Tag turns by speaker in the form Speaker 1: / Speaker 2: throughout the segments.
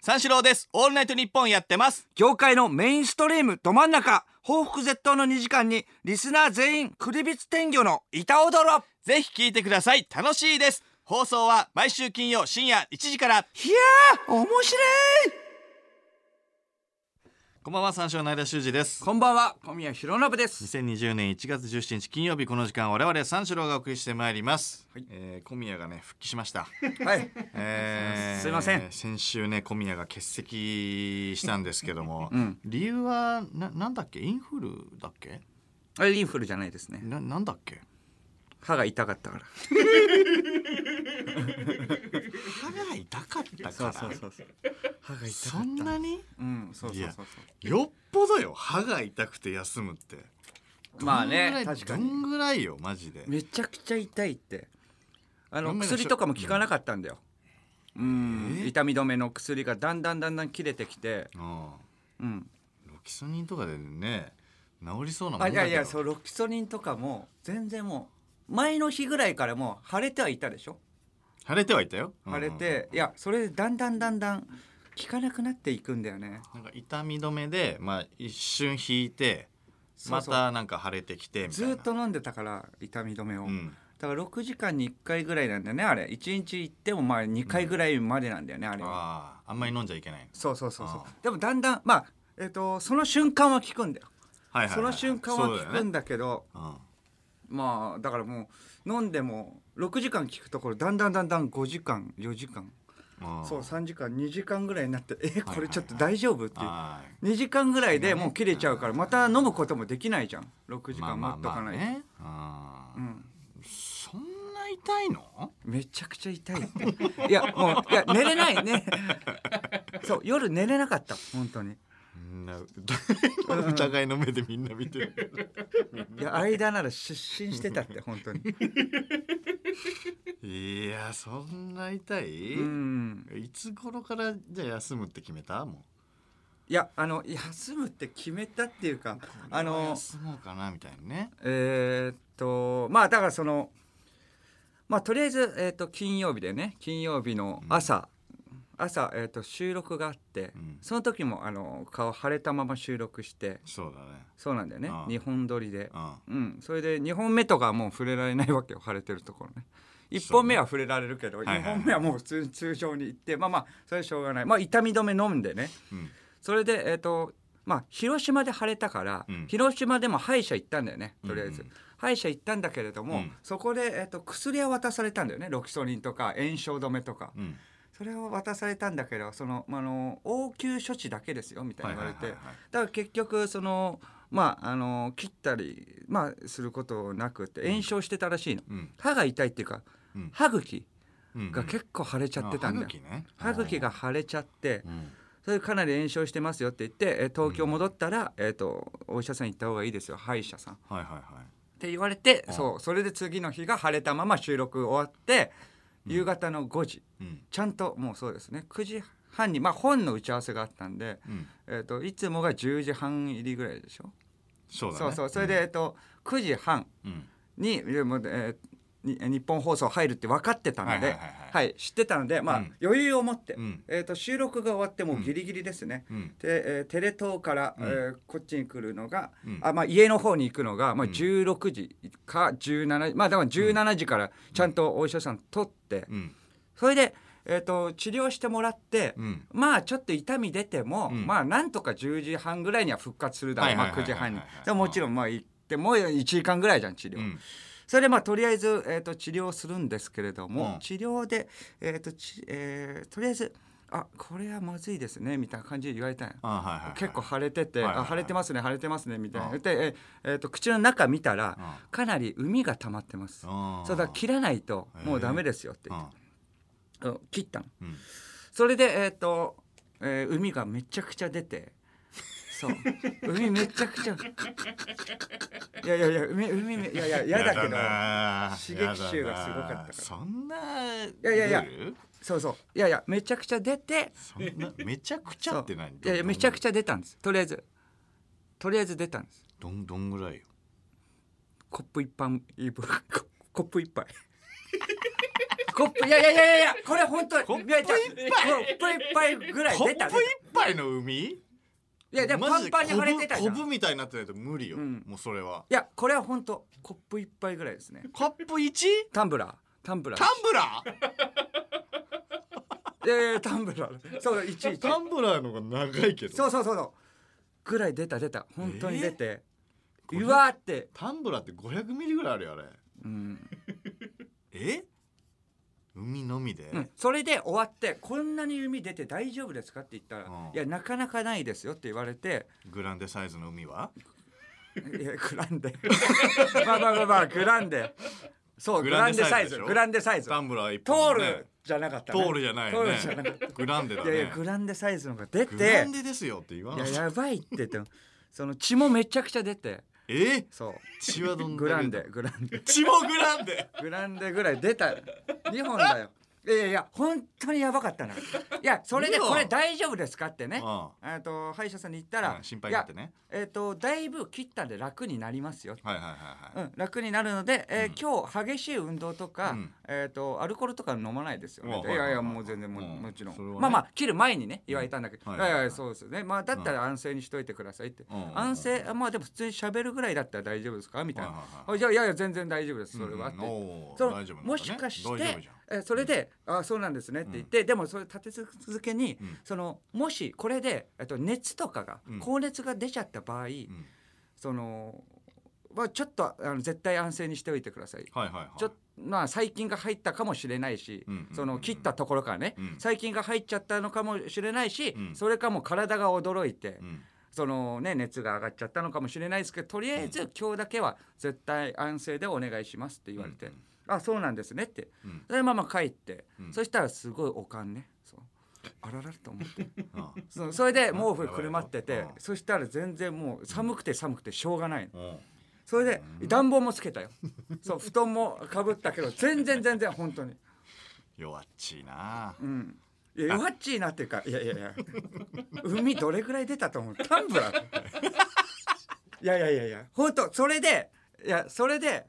Speaker 1: 三四郎ですオールナイトニッポンやってます
Speaker 2: 業界のメインストリームど真ん中報復絶倒の2時間にリスナー全員クリビツ天魚の板踊ろ
Speaker 1: ぜひ聞いてください楽しいです放送は毎週金曜深夜1時から
Speaker 2: いやー面白い
Speaker 1: こんばんは三四郎の間修二です
Speaker 2: こんばんは小宮弘信です
Speaker 1: 2020年1月17日金曜日この時間我々三四郎がお送りしてまいります、えー小宮がね復帰しま した、
Speaker 2: はい
Speaker 1: えー
Speaker 2: すいません
Speaker 1: 先週ね小宮が欠席したんですけど も、
Speaker 2: ん
Speaker 1: 理由はななんだっけインフルだっけ
Speaker 2: あれインフルじゃないですね
Speaker 1: ななんだっけ
Speaker 2: 歯が痛かったから
Speaker 1: 歯が痛かったから
Speaker 2: そうそう歯が痛
Speaker 1: そんなに
Speaker 2: うんそうそうそうそ
Speaker 1: よっぽどよ歯が痛くて休むって
Speaker 2: うまあ
Speaker 1: どんぐら
Speaker 2: ね
Speaker 1: い
Speaker 2: 確か
Speaker 1: ど
Speaker 2: に
Speaker 1: んぐらいよマジで
Speaker 2: めちゃくちゃ痛いってあ
Speaker 1: ど
Speaker 2: の
Speaker 1: んぐらい
Speaker 2: 薬とかも効かなかったんだようん痛み止めの薬がだんだんだんだん切れてきて
Speaker 1: うん
Speaker 2: うん
Speaker 1: ロキソニンとかでね治りそうなもんだ
Speaker 2: あい
Speaker 1: けど
Speaker 2: やいやそうロキソニンとかも全然もう前の日ぐらいからもう腫れてはいたでしょ
Speaker 1: 腫れてはいたよ
Speaker 2: 腫れ
Speaker 1: うんうん
Speaker 2: ていやそれでだんだんだんだん効かなくなっていくんだよね
Speaker 1: なんか痛み止めでまあ一瞬引いて
Speaker 2: そう
Speaker 1: ま
Speaker 2: そう
Speaker 1: たなんか腫れてきてみた
Speaker 2: ず
Speaker 1: いな
Speaker 2: ーっと飲んでたから痛み止めを、
Speaker 1: うん
Speaker 2: だから6時間に1回ぐらいなんだよねあれ1日行ってもまあ2回ぐらいまでなんだよね、あれは
Speaker 1: あああんまり飲んじゃいけない
Speaker 2: そうそうそうそう
Speaker 1: あ
Speaker 2: でもだんだんまあえっ、とその瞬間は効くんだよ、
Speaker 1: はいはいはい
Speaker 2: その瞬間は効くん
Speaker 1: だ
Speaker 2: だけど
Speaker 1: そうだよね
Speaker 2: まあだからもう飲んでも6時間効くところだんだんだんだん5時間4時間
Speaker 1: うんうん
Speaker 2: そう3時間2時間ぐらいになってえ
Speaker 1: はい
Speaker 2: これちょっと大丈夫っていう
Speaker 1: あー
Speaker 2: 2時間ぐらいでもう切れちゃうからまた飲むこともできないじゃん6時間待っとかないと、
Speaker 1: ねあー
Speaker 2: うん
Speaker 1: そんな痛いの
Speaker 2: めちゃくちゃ痛いっていやもういや寝れないねそう夜寝れなかった本当に
Speaker 1: な 疑いの目でみんな見てるけど
Speaker 2: いや間なら失神してたって本当に
Speaker 1: いやそんな痛い、
Speaker 2: うん
Speaker 1: いつ頃からじゃあ休むって決めたも
Speaker 2: いやあの休むって決めたっていうか
Speaker 1: う
Speaker 2: あ
Speaker 1: これは
Speaker 2: の
Speaker 1: 休もうかなみたいなね
Speaker 2: えーっとまあだからそのまあとりあえず、えーっと金曜日でね金曜日の朝、朝、えーっと収録があって、
Speaker 1: うん
Speaker 2: その時もあの顔腫れたまま収録して
Speaker 1: そうだね
Speaker 2: そうなんだよね
Speaker 1: ああ
Speaker 2: 2本撮りで
Speaker 1: うん
Speaker 2: うん、それで2本目とかはもう触れられないわけよ腫れてるところね
Speaker 1: そうね
Speaker 2: 1本目は触れられるけど、
Speaker 1: いはいはい
Speaker 2: 2本目はもう普通に通常に行ってまあまあそれはしょうがない、まあ、痛み止め飲んでね
Speaker 1: うん
Speaker 2: それでえっ、とまあ広島で腫れたから、
Speaker 1: うん
Speaker 2: 広島でも歯医者行ったんだよねとりあえず、
Speaker 1: うんうん
Speaker 2: 歯医者行ったんだけれども、
Speaker 1: うん
Speaker 2: そこで、えー、と薬は渡されたんだよねロキソニンとか炎症止めとか
Speaker 1: うん
Speaker 2: それを渡されたんだけどその、まあ、あの応急処置だけですよみたいに言われて。
Speaker 1: はいはいはいはい
Speaker 2: だから結局そのまああの切ったり、まあ、することなくて炎症してたらしいの、
Speaker 1: うん
Speaker 2: 歯が痛いっていうか
Speaker 1: うん
Speaker 2: 歯茎
Speaker 1: うん
Speaker 2: が結構腫れちゃってたんだよ、
Speaker 1: あ歯茎ね
Speaker 2: 歯茎が腫れちゃって
Speaker 1: うん
Speaker 2: それでかなり炎症してますよって言ってえー東京戻ったら、えー、とお医者さん行った方がいいですよ歯医者さんっ
Speaker 1: はいはいはい
Speaker 2: て言われて
Speaker 1: うん
Speaker 2: そうそれで次の日が腫れたまま収録終わって
Speaker 1: うん
Speaker 2: 夕方の5時
Speaker 1: うん
Speaker 2: ちゃんともうそうですね9時半に、まあ、本の打ち合わせがあったんで、
Speaker 1: うん
Speaker 2: えー、といつもが10時半入りぐらいでしょ
Speaker 1: そうだね
Speaker 2: そうそうそれで、えっと9時半
Speaker 1: うんうん
Speaker 2: にでもえーに日本放送入るって分かってたので、
Speaker 1: は
Speaker 2: はいい
Speaker 1: はいはいはい
Speaker 2: 知ってたので、まあ
Speaker 1: うん
Speaker 2: 余裕を持って、
Speaker 1: うん
Speaker 2: えー、と収録が終わってもうギリギリですね。
Speaker 1: うん
Speaker 2: でえーテレ東から、
Speaker 1: うん
Speaker 2: えーこっちに来るのが、
Speaker 1: うん
Speaker 2: あまあ、家の方に行くのが、まあ、
Speaker 1: うん
Speaker 2: 16時か17時まあだから17時からちゃんとお医者さん取って、
Speaker 1: うん
Speaker 2: それで、えー、と治療してもらって、
Speaker 1: うん
Speaker 2: まあちょっと痛み出ても、
Speaker 1: うん
Speaker 2: まあなんとか10時半ぐらいには復活するだろ
Speaker 1: は
Speaker 2: う、
Speaker 1: いはいは
Speaker 2: ま
Speaker 1: い
Speaker 2: あ、
Speaker 1: はい
Speaker 2: 9時半に
Speaker 1: はいはいはい。
Speaker 2: でももちろんまあ行ってもう1時間ぐらいじゃん治療。
Speaker 1: うん
Speaker 2: それでまあとりあえず、えー、と治療するんですけれども、
Speaker 1: うん
Speaker 2: 治療で、えーとちえーとりあえず「あこれはまずいですね」みたいな感じで言われたんや。
Speaker 1: あはいはいはい
Speaker 2: 結構腫れてて「
Speaker 1: はいはいはい
Speaker 2: あ腫れてますね腫れてますね」みたいな、
Speaker 1: うん
Speaker 2: で、えーえーと口の中見たら、
Speaker 1: う
Speaker 2: かなり膿が溜まってます、
Speaker 1: ん
Speaker 2: そうだから切らないともうダメですよって言って、うん切ったの
Speaker 1: うん
Speaker 2: それでえっ、と、えー海がめちゃくちゃ出て そう海めちゃくちゃいやいやいや海海めいやいや嫌だけど
Speaker 1: な
Speaker 2: 刺激臭がすごかったか
Speaker 1: や
Speaker 2: ら
Speaker 1: だなそんない
Speaker 2: やいやいや
Speaker 1: ルール
Speaker 2: そうそういやいやめちゃくちゃ出て
Speaker 1: そん なめちゃくちゃ
Speaker 2: そ
Speaker 1: っ
Speaker 2: う
Speaker 1: て何
Speaker 2: いやいやめちゃく
Speaker 1: ゃ
Speaker 2: ちゃ出たんですとりあえずとりあえず出たんです
Speaker 1: どんどんぐらいよ
Speaker 2: コップ一杯分ココップ一杯コップいやいやいやいやこれ本当
Speaker 1: コップ
Speaker 2: いやじゃあ
Speaker 1: 一杯
Speaker 2: コップ一杯ぐらい
Speaker 1: コ
Speaker 2: 出
Speaker 1: ップ
Speaker 2: た
Speaker 1: 一
Speaker 2: 出た
Speaker 1: 杯
Speaker 2: い
Speaker 1: の海
Speaker 2: やでもパンパンに腫れてたじ
Speaker 1: マジでコ
Speaker 2: ゃん
Speaker 1: ブコブみたいになってないと無理よ、
Speaker 2: うん
Speaker 1: もうそれはい
Speaker 2: やこれは本当コップ一杯ぐらいですね
Speaker 1: コップ 1?
Speaker 2: タンブラータンブラー
Speaker 1: タンブラー
Speaker 2: えー、タンブラーそういちいち
Speaker 1: タンブラーの方が長いけど
Speaker 2: そうそうそうそうぐらい出た出た本当に出て、
Speaker 1: えー
Speaker 2: うわーって、
Speaker 1: タンブラーって500ミリぐらいあるよあれ
Speaker 2: うん
Speaker 1: え海のみで、
Speaker 2: うんそれで終わってこんなに海出て大丈夫ですかって言ったら、
Speaker 1: うん
Speaker 2: いやなかなかないですよって言われて
Speaker 1: グランデサイズの海はい
Speaker 2: やグランデ まあまあまあまあグランデそう
Speaker 1: グ
Speaker 2: グ
Speaker 1: ラ
Speaker 2: ラ
Speaker 1: ン
Speaker 2: ン
Speaker 1: デ
Speaker 2: デ
Speaker 1: サ
Speaker 2: サ
Speaker 1: イ
Speaker 2: イ
Speaker 1: ズで
Speaker 2: ズ
Speaker 1: しょ
Speaker 2: グランデサイズ
Speaker 1: タンブラー一
Speaker 2: ト
Speaker 1: 本
Speaker 2: ー
Speaker 1: ね、
Speaker 2: ルじゃなかった、ね、
Speaker 1: トールじゃない
Speaker 2: ト
Speaker 1: よ
Speaker 2: ー
Speaker 1: ね
Speaker 2: ルじゃなかった
Speaker 1: グランデだ
Speaker 2: い
Speaker 1: ね
Speaker 2: やいやグランデサイズのが出て
Speaker 1: グランデですよって言わ
Speaker 2: い
Speaker 1: な
Speaker 2: や
Speaker 1: い
Speaker 2: やばいって言ってその血もめちゃくちゃ出て
Speaker 1: え
Speaker 2: そう
Speaker 1: 血はどんだけ
Speaker 2: グランデグランデ
Speaker 1: 血もグランデ
Speaker 2: グランデぐらい出た2本だよいやいや本当にやばかったのよいやそれで
Speaker 1: 二本
Speaker 2: これ大丈夫ですかってね
Speaker 1: あ
Speaker 2: えっと歯医者さんに行った
Speaker 1: あ
Speaker 2: ら、
Speaker 1: うん心配になってね
Speaker 2: いやえっ、とだいぶ切ったんで楽になりますよ、
Speaker 1: はいはいはいは
Speaker 2: う
Speaker 1: い、
Speaker 2: ん、楽になるので、えー今日激しい運動とか、
Speaker 1: うん
Speaker 2: えっ、とアルコールとか飲まないですよね
Speaker 1: あ
Speaker 2: っ
Speaker 1: は
Speaker 2: て
Speaker 1: い
Speaker 2: い
Speaker 1: はいは
Speaker 2: や
Speaker 1: いい
Speaker 2: やもう全然も,、
Speaker 1: うん
Speaker 2: もちろん、
Speaker 1: それはね
Speaker 2: まあまあ切る前にね言われたんだけど、
Speaker 1: うん
Speaker 2: い
Speaker 1: はいはい
Speaker 2: や
Speaker 1: はいい
Speaker 2: やそうですよねまあだったら安静にしといてくださいって、
Speaker 1: うんうんうん
Speaker 2: 安静まあでも普通に喋るぐらいだったら大丈夫ですかみたいな、
Speaker 1: はいはいはい
Speaker 2: あじゃあいやいや全然大丈夫ですそれは、
Speaker 1: う
Speaker 2: っ
Speaker 1: ん
Speaker 2: て
Speaker 1: うん
Speaker 2: 言って
Speaker 1: おー
Speaker 2: その
Speaker 1: 大丈夫なんだね
Speaker 2: もしか
Speaker 1: 大
Speaker 2: し
Speaker 1: 丈夫
Speaker 2: て
Speaker 1: じゃん
Speaker 2: えそれで「あそうなんですね」って言って、でもそれ立て続けに、
Speaker 1: うん
Speaker 2: そのもしこれで、えっと、熱とかが、
Speaker 1: うん
Speaker 2: 高熱が出ちゃった場合、
Speaker 1: うん
Speaker 2: その、まあ、ちょっとあの絶対安静にしておいてください。
Speaker 1: はいはいはい
Speaker 2: ちょまあ、細菌が入ったかもしれないし、
Speaker 1: うんうんうんうん
Speaker 2: その切ったところからね、
Speaker 1: うん
Speaker 2: 細菌が入っちゃったのかもしれないし、
Speaker 1: うん
Speaker 2: それかもう体が驚いて、
Speaker 1: うん
Speaker 2: そのね熱が上がっちゃったのかもしれないですけどとりあえず、今日だけは絶対安静でお願いしますって言われて、
Speaker 1: うん
Speaker 2: あそうなんですねって
Speaker 1: うん
Speaker 2: それまま帰って、
Speaker 1: うん
Speaker 2: そしたらすごいおかんね そうあららと思って
Speaker 1: あ
Speaker 2: そうそれで毛布くるまって
Speaker 1: やばい
Speaker 2: て
Speaker 1: やばい
Speaker 2: そしたら全然もう寒くて寒くてしょうがないの
Speaker 1: あうん
Speaker 2: それで暖房もつけたよそう布団もかぶったけど全然全然本当に
Speaker 1: 弱っちいな
Speaker 2: うんいや弱っちいなっていうかいやいやいや海どれぐらい出たと思うタンブラーいやいやいやいや本当それでいやそれで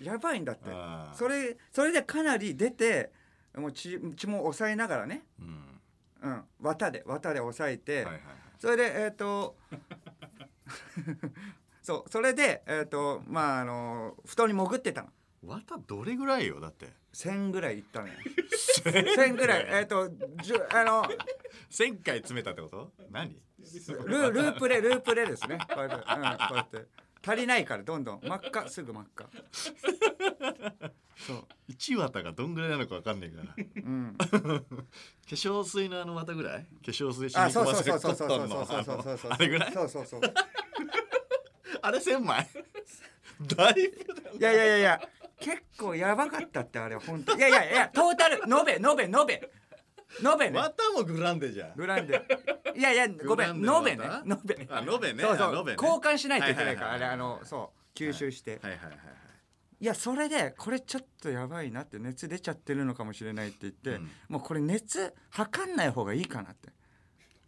Speaker 2: やばいんだって
Speaker 1: あー
Speaker 2: それそれでかなり出てもう血血も抑えながらね、
Speaker 1: うん
Speaker 2: うん、綿で綿で抑えて、
Speaker 1: はいはいはい
Speaker 2: それでえっ、と そうそれでえっ、とまああの布団に潜ってたの
Speaker 1: 綿どれぐらいよだって
Speaker 2: 1000ぐらいいったのよ 1000ぐらいえっ、とじゅあの
Speaker 1: 1000回詰めたってこと何
Speaker 2: ルループレループレですねこうやって、うん、こうやって足りないからどんどん真っ赤すぐ真っ赤そう
Speaker 1: 1綿がどんぐらいなのかわかんないから化
Speaker 2: うん
Speaker 1: 粧水のあの綿ぐらい化粧水染
Speaker 2: あ
Speaker 1: み
Speaker 2: そ
Speaker 1: 込
Speaker 2: う
Speaker 1: ま
Speaker 2: そう
Speaker 1: せる
Speaker 2: そ
Speaker 1: コ
Speaker 2: うそう
Speaker 1: ットン
Speaker 2: そうそう
Speaker 1: の
Speaker 2: そうそうそう
Speaker 1: あ の
Speaker 2: そう
Speaker 1: あれぐらい
Speaker 2: そうそうそう
Speaker 1: あれ1000枚だいぶだ
Speaker 2: いやいやいやいや結構やばかったってあれ本当いやいやいやトータル延べ延べ延べ延べね
Speaker 1: 綿もグランデじゃん
Speaker 2: グランデいやいやごめん延
Speaker 1: グランデ
Speaker 2: べ
Speaker 1: の
Speaker 2: ね
Speaker 1: 方
Speaker 2: 延べ
Speaker 1: あ延べね
Speaker 2: そうそ
Speaker 1: あ
Speaker 2: う
Speaker 1: 延べね
Speaker 2: 交換しないといけないから
Speaker 1: は
Speaker 2: あ
Speaker 1: い
Speaker 2: れ
Speaker 1: はいはいはい
Speaker 2: あのそう吸収して、
Speaker 1: はいはいはいはい
Speaker 2: いやそれでこれちょっとやばいなって熱出ちゃってるのかもしれないって言って、
Speaker 1: うん
Speaker 2: もうこれ熱測んない方がいいかなって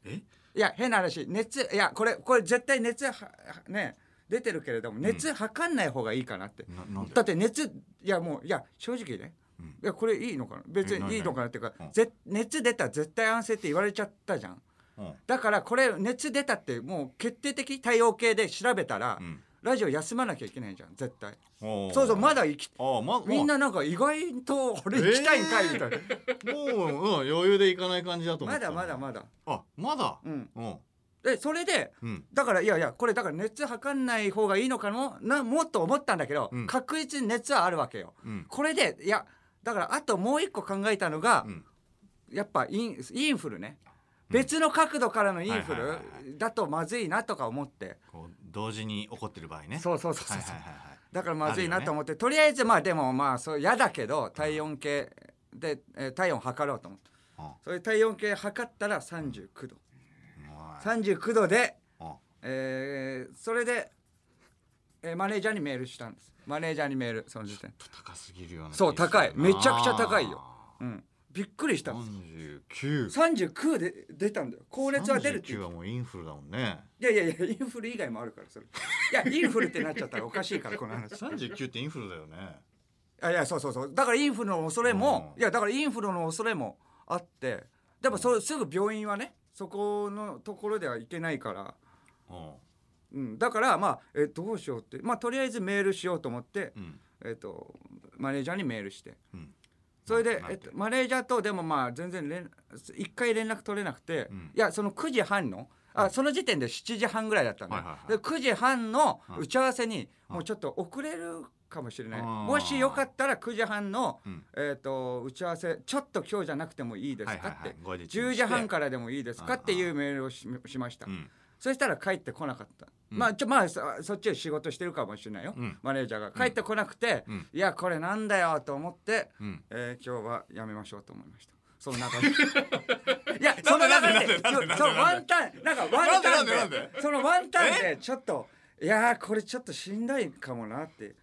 Speaker 1: え
Speaker 2: いや変な話熱いやこれこれ絶対熱ははね出てるけれども熱測んない方がいいかなって、
Speaker 1: ななんで
Speaker 2: だって熱いやもういや正直ね、
Speaker 1: うん
Speaker 2: いやこれいいのかな別
Speaker 1: え何
Speaker 2: にいいのかなっていうか、
Speaker 1: 何うん
Speaker 2: ぜ熱出たら絶対安静って言われちゃったじゃん
Speaker 1: うん
Speaker 2: だからこれ熱出たってもう決定的対応系で調べたら、
Speaker 1: うん
Speaker 2: ラジオ休まなきゃいけないじゃん絶対
Speaker 1: おー
Speaker 2: そうそうまだ生き
Speaker 1: あーま
Speaker 2: みんななんか意外と俺行きたいんかいみ たいな、
Speaker 1: もう、うん、余裕でいかない感じだと思っ
Speaker 2: ま
Speaker 1: てた
Speaker 2: だまだまだ
Speaker 1: あまだ
Speaker 2: うん
Speaker 1: うん
Speaker 2: でそれで
Speaker 1: うん
Speaker 2: だからいやいやこれだから熱測んない方がいいのかもなもっと思ったんだけど、
Speaker 1: うん
Speaker 2: 確実に熱はあるわけよ
Speaker 1: うん
Speaker 2: これでいやだからあともう一個考えたのが
Speaker 1: う、ん
Speaker 2: やっぱインインフルね別の角度からのインフ
Speaker 1: はいはいはいは
Speaker 2: ルだとまずいなとか思って、
Speaker 1: こう同時に怒ってる場合ね
Speaker 2: そうそうそうそう、
Speaker 1: はいはいはいはい
Speaker 2: だからまずい
Speaker 1: あ
Speaker 2: な
Speaker 1: るよね
Speaker 2: と思って、とりあえずまあでもまあそう嫌だけど体温計で、えー体温測ろうと思って
Speaker 1: うん
Speaker 2: それ体温計測ったら39度
Speaker 1: おい
Speaker 2: 39度で、
Speaker 1: うん
Speaker 2: えーそれで、えーマネージャーにメールしたんですマネージャーにメールその時点
Speaker 1: 高すぎるよね
Speaker 2: そう高いめちゃくちゃ高いようんびっくりしたんです
Speaker 1: 49
Speaker 2: 39で出たんだよ高熱は出るってい
Speaker 1: 39
Speaker 2: う
Speaker 1: はもうインフルだもんね
Speaker 2: いやいやいやインフル以外 もあるからそれいやインフルってなっちゃったらおかしいからこの話
Speaker 1: 39ってインフルだよね
Speaker 2: あいやそうそうそうだからインフルの恐れも、
Speaker 1: うん
Speaker 2: いやだからインフルの恐れもあってやっぱそれすぐ病院はねそこのところでは行けないから、
Speaker 1: うん
Speaker 2: うん、だからまあえどうしようってまあとりあえずメールしようと思って、
Speaker 1: うん
Speaker 2: えっとマネージャーにメールして
Speaker 1: うん
Speaker 2: それで
Speaker 1: な、ん
Speaker 2: え
Speaker 1: て
Speaker 2: っと、マネージャーとでもまあ全然連一回連絡取れなくて、
Speaker 1: うん
Speaker 2: いやその9時半のあその時点で7時半ぐらいだったんで,、
Speaker 1: はいはいはい
Speaker 2: で9時半の
Speaker 1: うん
Speaker 2: 打ち合わせに
Speaker 1: うん
Speaker 2: もうちょっと遅れるかもしれない、
Speaker 1: あー
Speaker 2: もしよかったら9時半の、
Speaker 1: うん
Speaker 2: えっと打ち合わせちょっと今日じゃなくてもいいです
Speaker 1: は
Speaker 2: かっ
Speaker 1: い
Speaker 2: て、
Speaker 1: はいはい後日にして
Speaker 2: 10時半からでもいいですか
Speaker 1: うん
Speaker 2: っていうメールをししました、
Speaker 1: うん
Speaker 2: そしたら帰ってこなかった、
Speaker 1: うん
Speaker 2: まあちょまあそそっちで仕事してるかもしれないよ、
Speaker 1: うん
Speaker 2: マネージャーが帰ってこなくて、
Speaker 1: うん
Speaker 2: いやこれなんだよと思って、
Speaker 1: うん
Speaker 2: えー今日はやめましょうと思いました。その中で。 いや、その
Speaker 1: な
Speaker 2: 中
Speaker 1: んで
Speaker 2: で、
Speaker 1: なんでなんでなんで
Speaker 2: そそのワンタン、なんかワンタンで
Speaker 1: なんでなんでなん、
Speaker 2: そのワンタンで、ちょっと、いやー、これちょっとしんどいかもなって。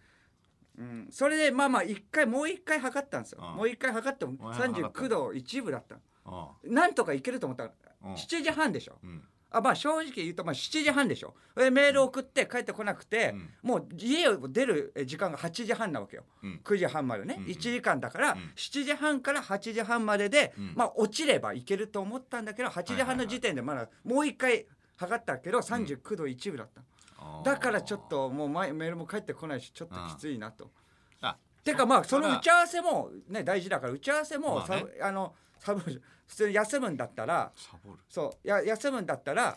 Speaker 2: うん、それでまあまあ一回もう一回測ったんですよ、
Speaker 1: うん
Speaker 2: もう一回測っても
Speaker 1: もう一回測った
Speaker 2: 39度一部だったの
Speaker 1: あ
Speaker 2: なんとかいけると思ったら
Speaker 1: うん
Speaker 2: 7時半でしょ
Speaker 1: うん
Speaker 2: あまあ正直言うとまあ7時半でしょでメール送って帰ってこなくて、
Speaker 1: うん
Speaker 2: もう家を出る時間が8時半なわけよ、
Speaker 1: うん
Speaker 2: 9時半までね、
Speaker 1: うんうん
Speaker 2: 1時間だから、
Speaker 1: ん
Speaker 2: 7時半から8時半までで、
Speaker 1: うん
Speaker 2: まあ落ちればいけると思ったんだけど8時半の時点でまだもう一回測ったけど39度1分だった、
Speaker 1: あー
Speaker 2: だからちょっともう前メールも返ってこないしちょっときついなと。
Speaker 1: あ
Speaker 2: てかまあその
Speaker 1: だ
Speaker 2: 打ち合わせもね大事だから打ち合わせも
Speaker 1: まあ
Speaker 2: サ
Speaker 1: ね
Speaker 2: ブ、あのサブ普通に休むんだったら
Speaker 1: サボる
Speaker 2: そうや休むんだった ら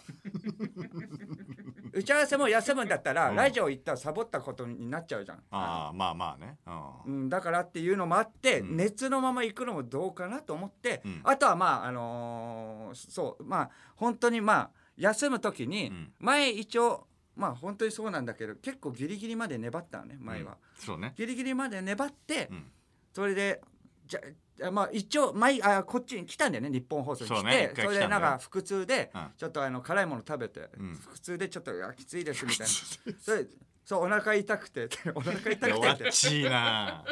Speaker 2: 打ち合わせも休むんだったら、
Speaker 1: うん
Speaker 2: ラジオ行ったらサボったことになっちゃうじゃん。
Speaker 1: ああまあまあねう
Speaker 2: うんん、だからっていうのもあって、
Speaker 1: うん
Speaker 2: 熱のまま行くのもどうかなと思って、
Speaker 1: うん
Speaker 2: あとはまああのーそうまあ本当にまあ休む時に、
Speaker 1: うん
Speaker 2: 前一応まあ本当にそうなんだけど結構ギリギリまで粘ったのね前は、
Speaker 1: うんそうね
Speaker 2: ギリギリまで粘って、
Speaker 1: うん
Speaker 2: それでじゃあまあ一応毎あこっちに来たんだよね日本放送に来
Speaker 1: そ
Speaker 2: て
Speaker 1: う
Speaker 2: そ,、
Speaker 1: ね一回来たんだよ
Speaker 2: れでなんか腹痛で、
Speaker 1: うん
Speaker 2: ちょっとあの辛いもの食べて、
Speaker 1: うん
Speaker 2: 腹痛でちょっとあきついですみたいなそれそうお腹痛くて お腹痛くてっ
Speaker 1: 弱ってちいな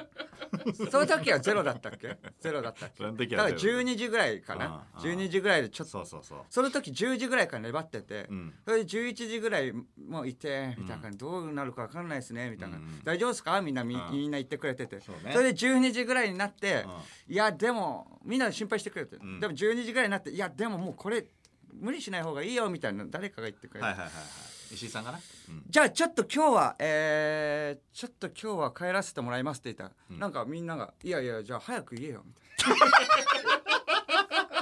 Speaker 2: その時はゼロだったっけゼロだったっけ
Speaker 1: その時
Speaker 2: だ
Speaker 1: は
Speaker 2: か
Speaker 1: ゼ
Speaker 2: ら
Speaker 1: ロ
Speaker 2: 12時ぐらいかな
Speaker 1: うんうん
Speaker 2: 12時ぐらいでちょっと
Speaker 1: そうそうそう
Speaker 2: その時10時ぐらいから粘ってて、
Speaker 1: うん
Speaker 2: それで11時ぐらいもういてみたいな感じ、どうなるか分かんないですねみたいな、
Speaker 1: うん
Speaker 2: 大丈夫ですかみんなみ,、
Speaker 1: うん
Speaker 2: みんな言ってくれてて
Speaker 1: そ
Speaker 2: そ,、
Speaker 1: うね
Speaker 2: れで12時ぐらいになって、いやでもみんな心配してくれて、
Speaker 1: ん
Speaker 2: でも12時ぐらいになっていやでももうこれ無理しない方がいいよみたいな誰かが言ってくれて、
Speaker 1: はいはいはいはい石井さんかなうん
Speaker 2: じゃあちょっと今日はえー、ちょっと今日は帰らせてもらいますって言ったら、
Speaker 1: うん
Speaker 2: なんかみんなが「いやいやじゃあ早く言えよ」み たいな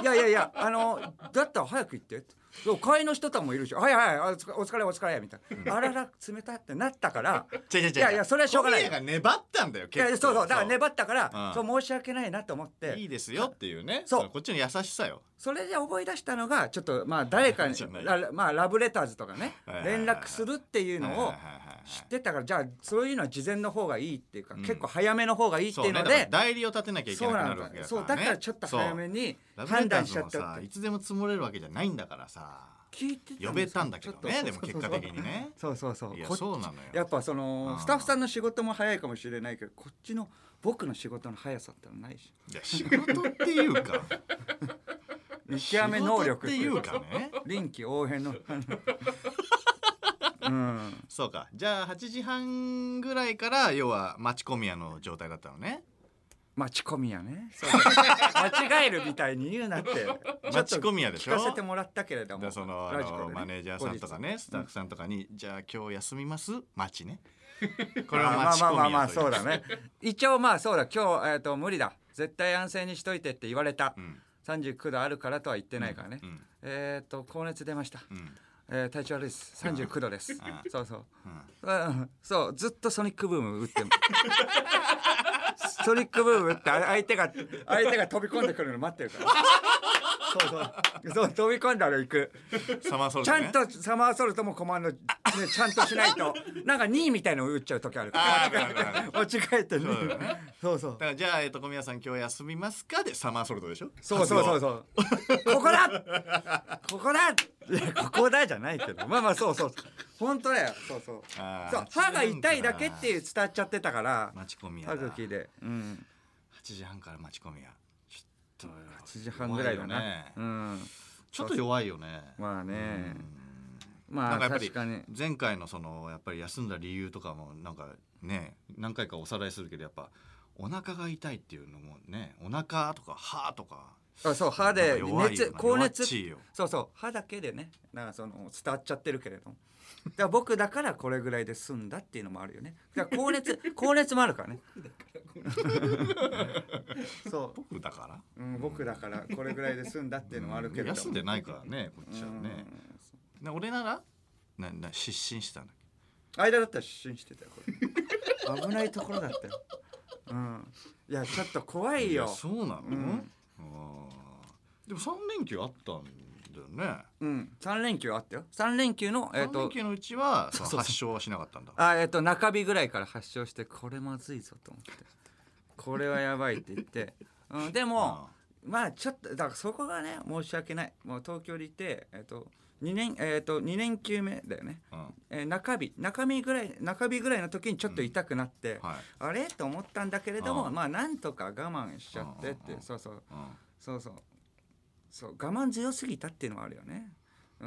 Speaker 2: 「いやいやいやあのだったら早く言って」ってそう会員の人とかもいるし「はいはいはいあお疲れお疲れお疲れ」みたいな「あらら冷た」ってなった から「
Speaker 1: 違う違う違う
Speaker 2: いやいやそれはしょうがない
Speaker 1: 小宮が粘ったんだよ
Speaker 2: い
Speaker 1: 結
Speaker 2: や
Speaker 1: 構
Speaker 2: そうそうだから粘ったから
Speaker 1: うん
Speaker 2: そう申し訳ないな」と思って
Speaker 1: いいですよっていうね
Speaker 2: そう
Speaker 1: こっちの優しさよ
Speaker 2: それで思い出したのがちょっとまあ誰かに
Speaker 1: じゃ ない
Speaker 2: ラまあラブレターズとかね
Speaker 1: はいはいはいはい
Speaker 2: 連絡するっていうの
Speaker 1: はい
Speaker 2: を
Speaker 1: はいはいはい
Speaker 2: 知ってたからじゃあそういうのは事前の方がいいっていうか、
Speaker 1: うん
Speaker 2: 結構早めの方がいいって
Speaker 1: そ
Speaker 2: いうう
Speaker 1: ね
Speaker 2: の
Speaker 1: だから
Speaker 2: で
Speaker 1: 代理を立てなきゃいけ
Speaker 2: そ
Speaker 1: な
Speaker 2: う
Speaker 1: く
Speaker 2: な
Speaker 1: なんるわ
Speaker 2: だ
Speaker 1: けだからね
Speaker 2: そうだからちょっと早めに
Speaker 1: ラブレ
Speaker 2: 判
Speaker 1: ター
Speaker 2: 断
Speaker 1: ズ
Speaker 2: しちゃ
Speaker 1: も
Speaker 2: ったっ
Speaker 1: さ
Speaker 2: て
Speaker 1: いつでも積もれるわけじゃないんだからさ
Speaker 2: 聞いてたですよ
Speaker 1: 呼べたんだけど
Speaker 2: ちょ
Speaker 1: ね
Speaker 2: っと
Speaker 1: でも結果的にね
Speaker 2: そうそうそう
Speaker 1: いや
Speaker 2: こっち
Speaker 1: そうなのよ
Speaker 2: やっぱその
Speaker 1: うん
Speaker 2: スタッフさんの仕事も早いかもしれないけどこっちの僕の仕事の速さってのはないし
Speaker 1: いや仕事っていうか
Speaker 2: 見極め能力
Speaker 1: 仕事っていうかね
Speaker 2: 臨機応変の うん
Speaker 1: そうかじゃあ8時半ぐらいから要は町込屋の状態だったのね
Speaker 2: 待ち込み やね。間違えるみたいに言うなって。
Speaker 1: 町込屋でしょ
Speaker 2: 聞かせてもらったけれ
Speaker 1: だ
Speaker 2: ど
Speaker 1: か
Speaker 2: も。
Speaker 1: らそのあ
Speaker 2: ラジコで
Speaker 1: の
Speaker 2: ね
Speaker 1: マネージャーさんとか。ねスタッフさんとかに「じゃあ今日休みます町ね」こ
Speaker 2: 後
Speaker 1: れ
Speaker 2: 日
Speaker 1: は
Speaker 2: あまあ
Speaker 1: 町
Speaker 2: まあまあ
Speaker 1: 込
Speaker 2: ま
Speaker 1: 屋
Speaker 2: あ
Speaker 1: とい
Speaker 2: そうだね。一応まあそうだ今日えっと無理だ。絶対安静にしといてって言われた
Speaker 1: う。ん
Speaker 2: 三十九度あるからとは言ってないからね
Speaker 1: う。ん
Speaker 2: えっと高熱出ました。
Speaker 1: うん
Speaker 2: えー体調悪いです。三十九度です
Speaker 1: ああ。
Speaker 2: そうそう。
Speaker 1: うん
Speaker 2: うんそうずっとソニックブーム打ってもソニックブーム打ってあ相手が相手が飛び込んでくるの待ってるからそうそうそう飛び込んだら行く
Speaker 1: サマーソル
Speaker 2: ち
Speaker 1: ト
Speaker 2: ゃ
Speaker 1: ね
Speaker 2: んとサマーソルトもコマンド、ね、ちゃんとしないとなんか2位みたいの打っちゃう時ある
Speaker 1: あ
Speaker 2: か
Speaker 1: ーわかるわから
Speaker 2: 間違えてね
Speaker 1: そうだよね
Speaker 2: そうそう
Speaker 1: だからじゃあ、えっと、小宮さん今日休みますかでサマーソルトでしょ
Speaker 2: そうそうそう
Speaker 1: う
Speaker 2: そうここだここだいやここだじゃないけどまあまあそうそう本当だよそうそう
Speaker 1: あー
Speaker 2: そう歯が痛いだけっていう伝わっちゃってたから
Speaker 1: 待ち込みや
Speaker 2: 歯
Speaker 1: な
Speaker 2: 茎で、うん、
Speaker 1: 8時半から待ち込みやちょっと
Speaker 2: 8時半ぐらいだな、
Speaker 1: 弱よね
Speaker 2: うん、
Speaker 1: ちょっと弱いよね
Speaker 2: まあね
Speaker 1: うん
Speaker 2: まあ
Speaker 1: なんかや
Speaker 2: 確
Speaker 1: っぱ
Speaker 2: かに
Speaker 1: り前回のそのやっぱり休んだ理由とかもなんかね何回かおさらいするけどやっぱお腹が痛いっていうのもねお腹とか歯とか
Speaker 2: あそう歯で
Speaker 1: なんか弱いよ
Speaker 2: 熱
Speaker 1: な
Speaker 2: 高熱
Speaker 1: 弱っちいよ
Speaker 2: そうそう歯だけでねなんかその伝わっちゃってるけれどもだから僕だからこれぐらいで済んだっていうのもあるよねだから高 熱高熱もあるからねそ
Speaker 1: 僕だから
Speaker 2: う、うん、僕だからこれぐらいで済んだっていうのもあるけれど
Speaker 1: 休んでないいからねこっちはねな俺ならなな失神したんだっ
Speaker 2: 間だったら失神してたよこれ 危ないところだったよ、うん、いやちょっと怖
Speaker 1: け
Speaker 2: いよ
Speaker 1: やそうなの、
Speaker 2: うん
Speaker 1: あーでも三連休あったんだよね
Speaker 2: うん、3連休あったよ3連休の、えっ
Speaker 1: 三連
Speaker 2: と
Speaker 1: 休のうちはその
Speaker 2: そうそうそう
Speaker 1: 発症はしなかったんだ
Speaker 2: あえっ、と中日ぐらいから発症してこれまずいぞと思ってこれはやばいって言 って、うん、でもまあちょっとだからそこがね申し訳ないもう東京にいてえっ、と2年えっ、と2年休目だよね、
Speaker 1: うんうん
Speaker 2: えー中日中日ぐらい中日ぐらいの時にちょっと痛くなって、
Speaker 1: はい
Speaker 2: あれと思ったんだけれど
Speaker 1: あ
Speaker 2: も
Speaker 1: あ
Speaker 2: まあなんとか我慢しちゃってっ
Speaker 1: あああ
Speaker 2: て
Speaker 1: あ
Speaker 2: そうそう
Speaker 1: うん
Speaker 2: そうそうそう我慢強すぎたっていうのはあるよね、 う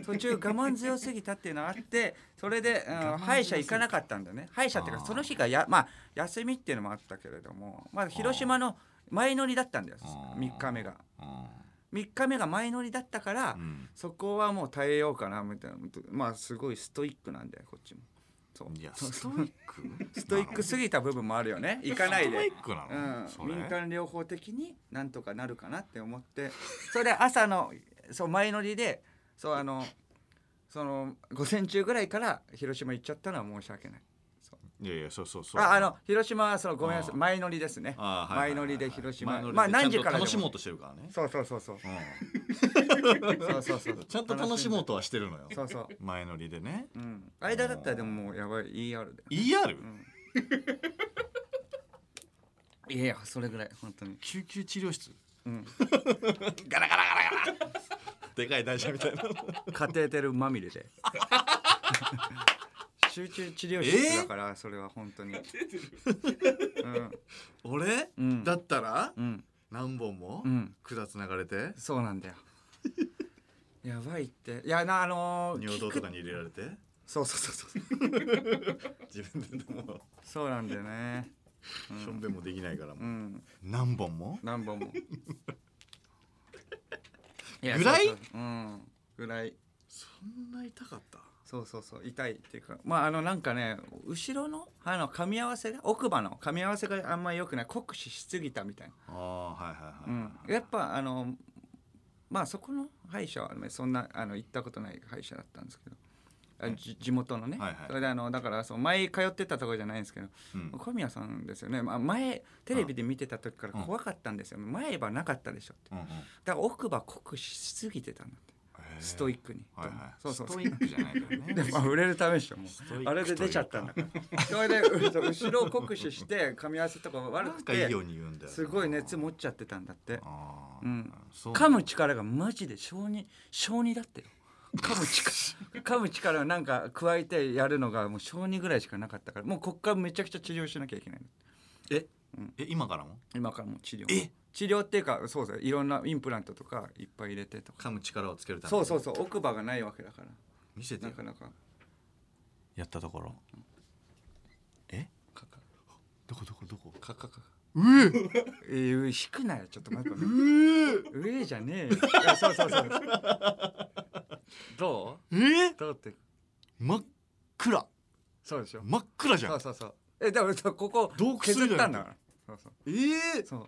Speaker 2: ん、途中我慢強すぎたっていうのはあってそれで、うん
Speaker 1: 我慢強すぎた
Speaker 2: 歯医者行かなかったんだよね歯医者っていうか
Speaker 1: あー
Speaker 2: その日がや、まあ、休みっていうのもあったけれども、まあ、広島の前乗りだったんだよ
Speaker 1: あー
Speaker 2: 3日目が
Speaker 1: うん
Speaker 2: 3日目が前乗りだったから、
Speaker 1: うん
Speaker 2: そこはもう耐えようかなみたいなまあすごいストイックなんだよこっちもそう
Speaker 1: いや
Speaker 2: そう
Speaker 1: ストイック
Speaker 2: ストイックすぎた部分もあるよね行かない
Speaker 1: ス
Speaker 2: で
Speaker 1: トイックな
Speaker 2: う
Speaker 1: の、そ
Speaker 2: ん、
Speaker 1: れ
Speaker 2: 民間療法的になんとかなるかなって思ってそれで朝のそう前乗りでそうあのその午前中ぐらいから広島行っちゃったのは申し訳ない
Speaker 1: いやいやそうそうそう
Speaker 2: ああの広島はそのごめんなさい
Speaker 1: あー
Speaker 2: 前乗りですね
Speaker 1: あーはいはい
Speaker 2: 前
Speaker 1: はい
Speaker 2: 乗
Speaker 1: はい
Speaker 2: りで広島
Speaker 1: 前乗りで
Speaker 2: まあ何時からでも
Speaker 1: ちゃんと楽しもうとしてるからね
Speaker 2: そうそうそうそう
Speaker 1: う
Speaker 2: そうそうそうん
Speaker 1: ちゃんと楽しもうとはしてるのよ
Speaker 2: そうそう
Speaker 1: 前乗りでね
Speaker 2: うん間だったらでももうやばい ER で
Speaker 1: ER
Speaker 2: いやいやそれぐらい本当に
Speaker 1: 救急治療室
Speaker 2: うん
Speaker 1: ガラガラガラガラでかい台車みたいな
Speaker 2: カテーテルまみれで集中治療室だからそれは本当に、
Speaker 1: 俺、
Speaker 2: うん
Speaker 1: だったら
Speaker 2: うんうん
Speaker 1: 何本も
Speaker 2: うん
Speaker 1: 管つながれて
Speaker 2: そうなんだよ やばいっていやなあのー、
Speaker 1: 尿道
Speaker 2: 聞く
Speaker 1: とかに入れられて
Speaker 2: そうそうそうそう
Speaker 1: 自分でも
Speaker 2: そうなんだよね
Speaker 1: しょんべんもできないからもう
Speaker 2: うん
Speaker 1: 何本も
Speaker 2: 何本もい や
Speaker 1: ぐらい
Speaker 2: そうそううんぐらい
Speaker 1: そんな痛かった
Speaker 2: そうそうそう痛いっていうかまああのなんかね後ろの歯の噛み合わせが奥歯の噛み合わせがあんまり良くない酷使しすぎたみたいな
Speaker 1: ああはいはいはい、
Speaker 2: うん、やっぱあのまあそこの歯医者はねそんなあの行ったことない歯医者だったんですけどあじ地元のね、
Speaker 1: はいはい
Speaker 2: それであのだからそう前通ってたところじゃないんですけど、
Speaker 1: うん
Speaker 2: 小宮さんですよね、まあ、前テレビで見てた時から
Speaker 1: うん
Speaker 2: 怖かったんですよ、前歯なかったでしょって
Speaker 1: うんうん
Speaker 2: だから奥歯酷使しすぎてたんだって
Speaker 1: へー
Speaker 2: ストイックに、
Speaker 1: はいはい
Speaker 2: そうそう
Speaker 1: ストイックじゃないからね
Speaker 2: でまあ売れるためでしょも
Speaker 1: ストイッ
Speaker 2: う
Speaker 1: ク
Speaker 2: あれで出ちゃったんだからそれでうそう後ろを酷使して噛み合わせとか
Speaker 1: な
Speaker 2: 悪
Speaker 1: ん
Speaker 2: く
Speaker 1: かいい
Speaker 2: て
Speaker 1: ように言うんだよな
Speaker 2: すごい熱持っちゃってたんだって
Speaker 1: ああ、
Speaker 2: うん
Speaker 1: そう
Speaker 2: 噛む力がマジで小児小児だったよ噛む力 噛む力をなんか加えてやるのがもう小児ぐらいしかなかったからもうこっからめちゃくちゃ治療しなきゃいけない
Speaker 1: え、え今からも
Speaker 2: 今からもう治療
Speaker 1: え
Speaker 2: 治療っていうかそうそういろんなインプラントとかいっぱい入れてとか
Speaker 1: 噛む力をつけるために
Speaker 2: そうそうそう奥歯がないわけだから
Speaker 1: 見せて
Speaker 2: な
Speaker 1: よ
Speaker 2: かなか
Speaker 1: やったところえ
Speaker 2: かか
Speaker 1: どこどこどこ
Speaker 2: かかか
Speaker 1: うえ
Speaker 2: えー、引くなよちょっと待って
Speaker 1: う
Speaker 2: 上じゃねえよいやそうそうそうど
Speaker 1: ええ
Speaker 2: うどうって
Speaker 1: 真っ暗
Speaker 2: そうでしょ
Speaker 1: 真っ暗じゃ
Speaker 2: そ
Speaker 1: ん
Speaker 2: うそうそうえでもそうここ
Speaker 1: 洞窟
Speaker 2: 削
Speaker 1: みた
Speaker 2: っ
Speaker 1: いな
Speaker 2: た
Speaker 1: ん
Speaker 2: だからそうそう
Speaker 1: ええ
Speaker 2: そう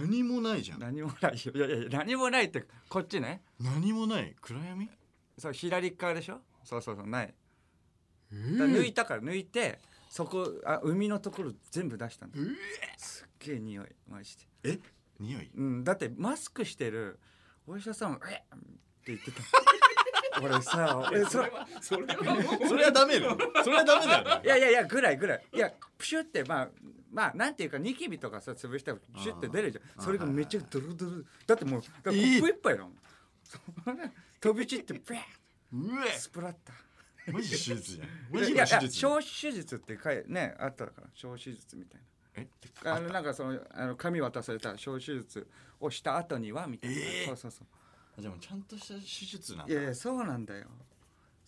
Speaker 1: 何もないじゃん
Speaker 2: 何もないよいやいやいや何もないってこっちね
Speaker 1: 何もない暗闇
Speaker 2: そう左側でしょそうそうそうない
Speaker 1: え
Speaker 2: だから抜いたから抜いてそこあ海のところ全部出したんだすっげえ匂いマジで、
Speaker 1: え匂い
Speaker 2: うん、だってマスクしてるお医者さんも「えっ!」って言ってた 俺さえそれ
Speaker 1: それは それはダメだよそれはダメだよ
Speaker 2: いやいやいやぐらいぐらいいやプシュってまあまあなんていうかニキビとかさ潰したらプシュって出るじゃ
Speaker 1: あ
Speaker 2: ん
Speaker 1: ー
Speaker 2: それがめっちゃドロドロだってもうだからコ
Speaker 1: え
Speaker 2: ップ一杯だもん、飛び散ってブワー
Speaker 1: う
Speaker 2: スプラッター
Speaker 1: えマジ手術じゃんマ
Speaker 2: い
Speaker 1: ジ
Speaker 2: や
Speaker 1: の
Speaker 2: いや
Speaker 1: 手術じゃん
Speaker 2: 小手術って書いねあったから小手術みたい
Speaker 1: え
Speaker 2: なあのなんかそのあの紙渡された小手術をした後にはみたいな、
Speaker 1: えー
Speaker 2: そうそうそ
Speaker 1: あでもちゃんとした手術なん
Speaker 2: うい
Speaker 1: だ
Speaker 2: やいやそうなんだよ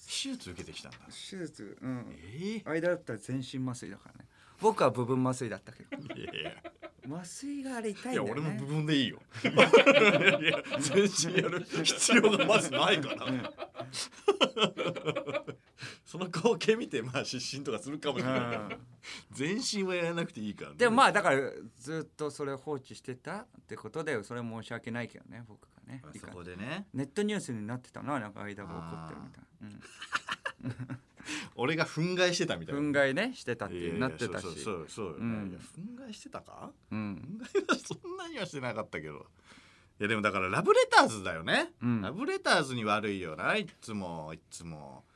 Speaker 1: 手術受けてきたんだ
Speaker 2: 手術うん
Speaker 1: ええ
Speaker 2: 間だったら全身麻酔だからね僕は部分麻酔だったけ ど
Speaker 1: いやいや
Speaker 2: 麻酔があれ痛い
Speaker 1: い
Speaker 2: んだ
Speaker 1: や
Speaker 2: よね
Speaker 1: 俺も部分でいいよいやいや全身やる必要がまずないからその光景見てまあ失神とかするかもしれないから
Speaker 2: うん
Speaker 1: 全身はやらなくていいからね
Speaker 2: でもまあだからずっとそれ放置してたってことでそれ申し訳ないけどね僕がね
Speaker 1: まあそこでね
Speaker 2: ネットニュースになってたななんか間が怒ってるみたいな、
Speaker 1: 俺が憤慨してたみたいな
Speaker 2: うん、憤慨ねしてたって
Speaker 1: いやい
Speaker 2: いう
Speaker 1: や
Speaker 2: なってたし
Speaker 1: そうそうそうそう、
Speaker 2: うん
Speaker 1: いや憤慨してたか
Speaker 2: うん
Speaker 1: 憤慨は そんなにはしてなかったけどいやでもだからラブレターズだよね、
Speaker 2: うん
Speaker 1: ラブレターズに悪いよないっつもいっつも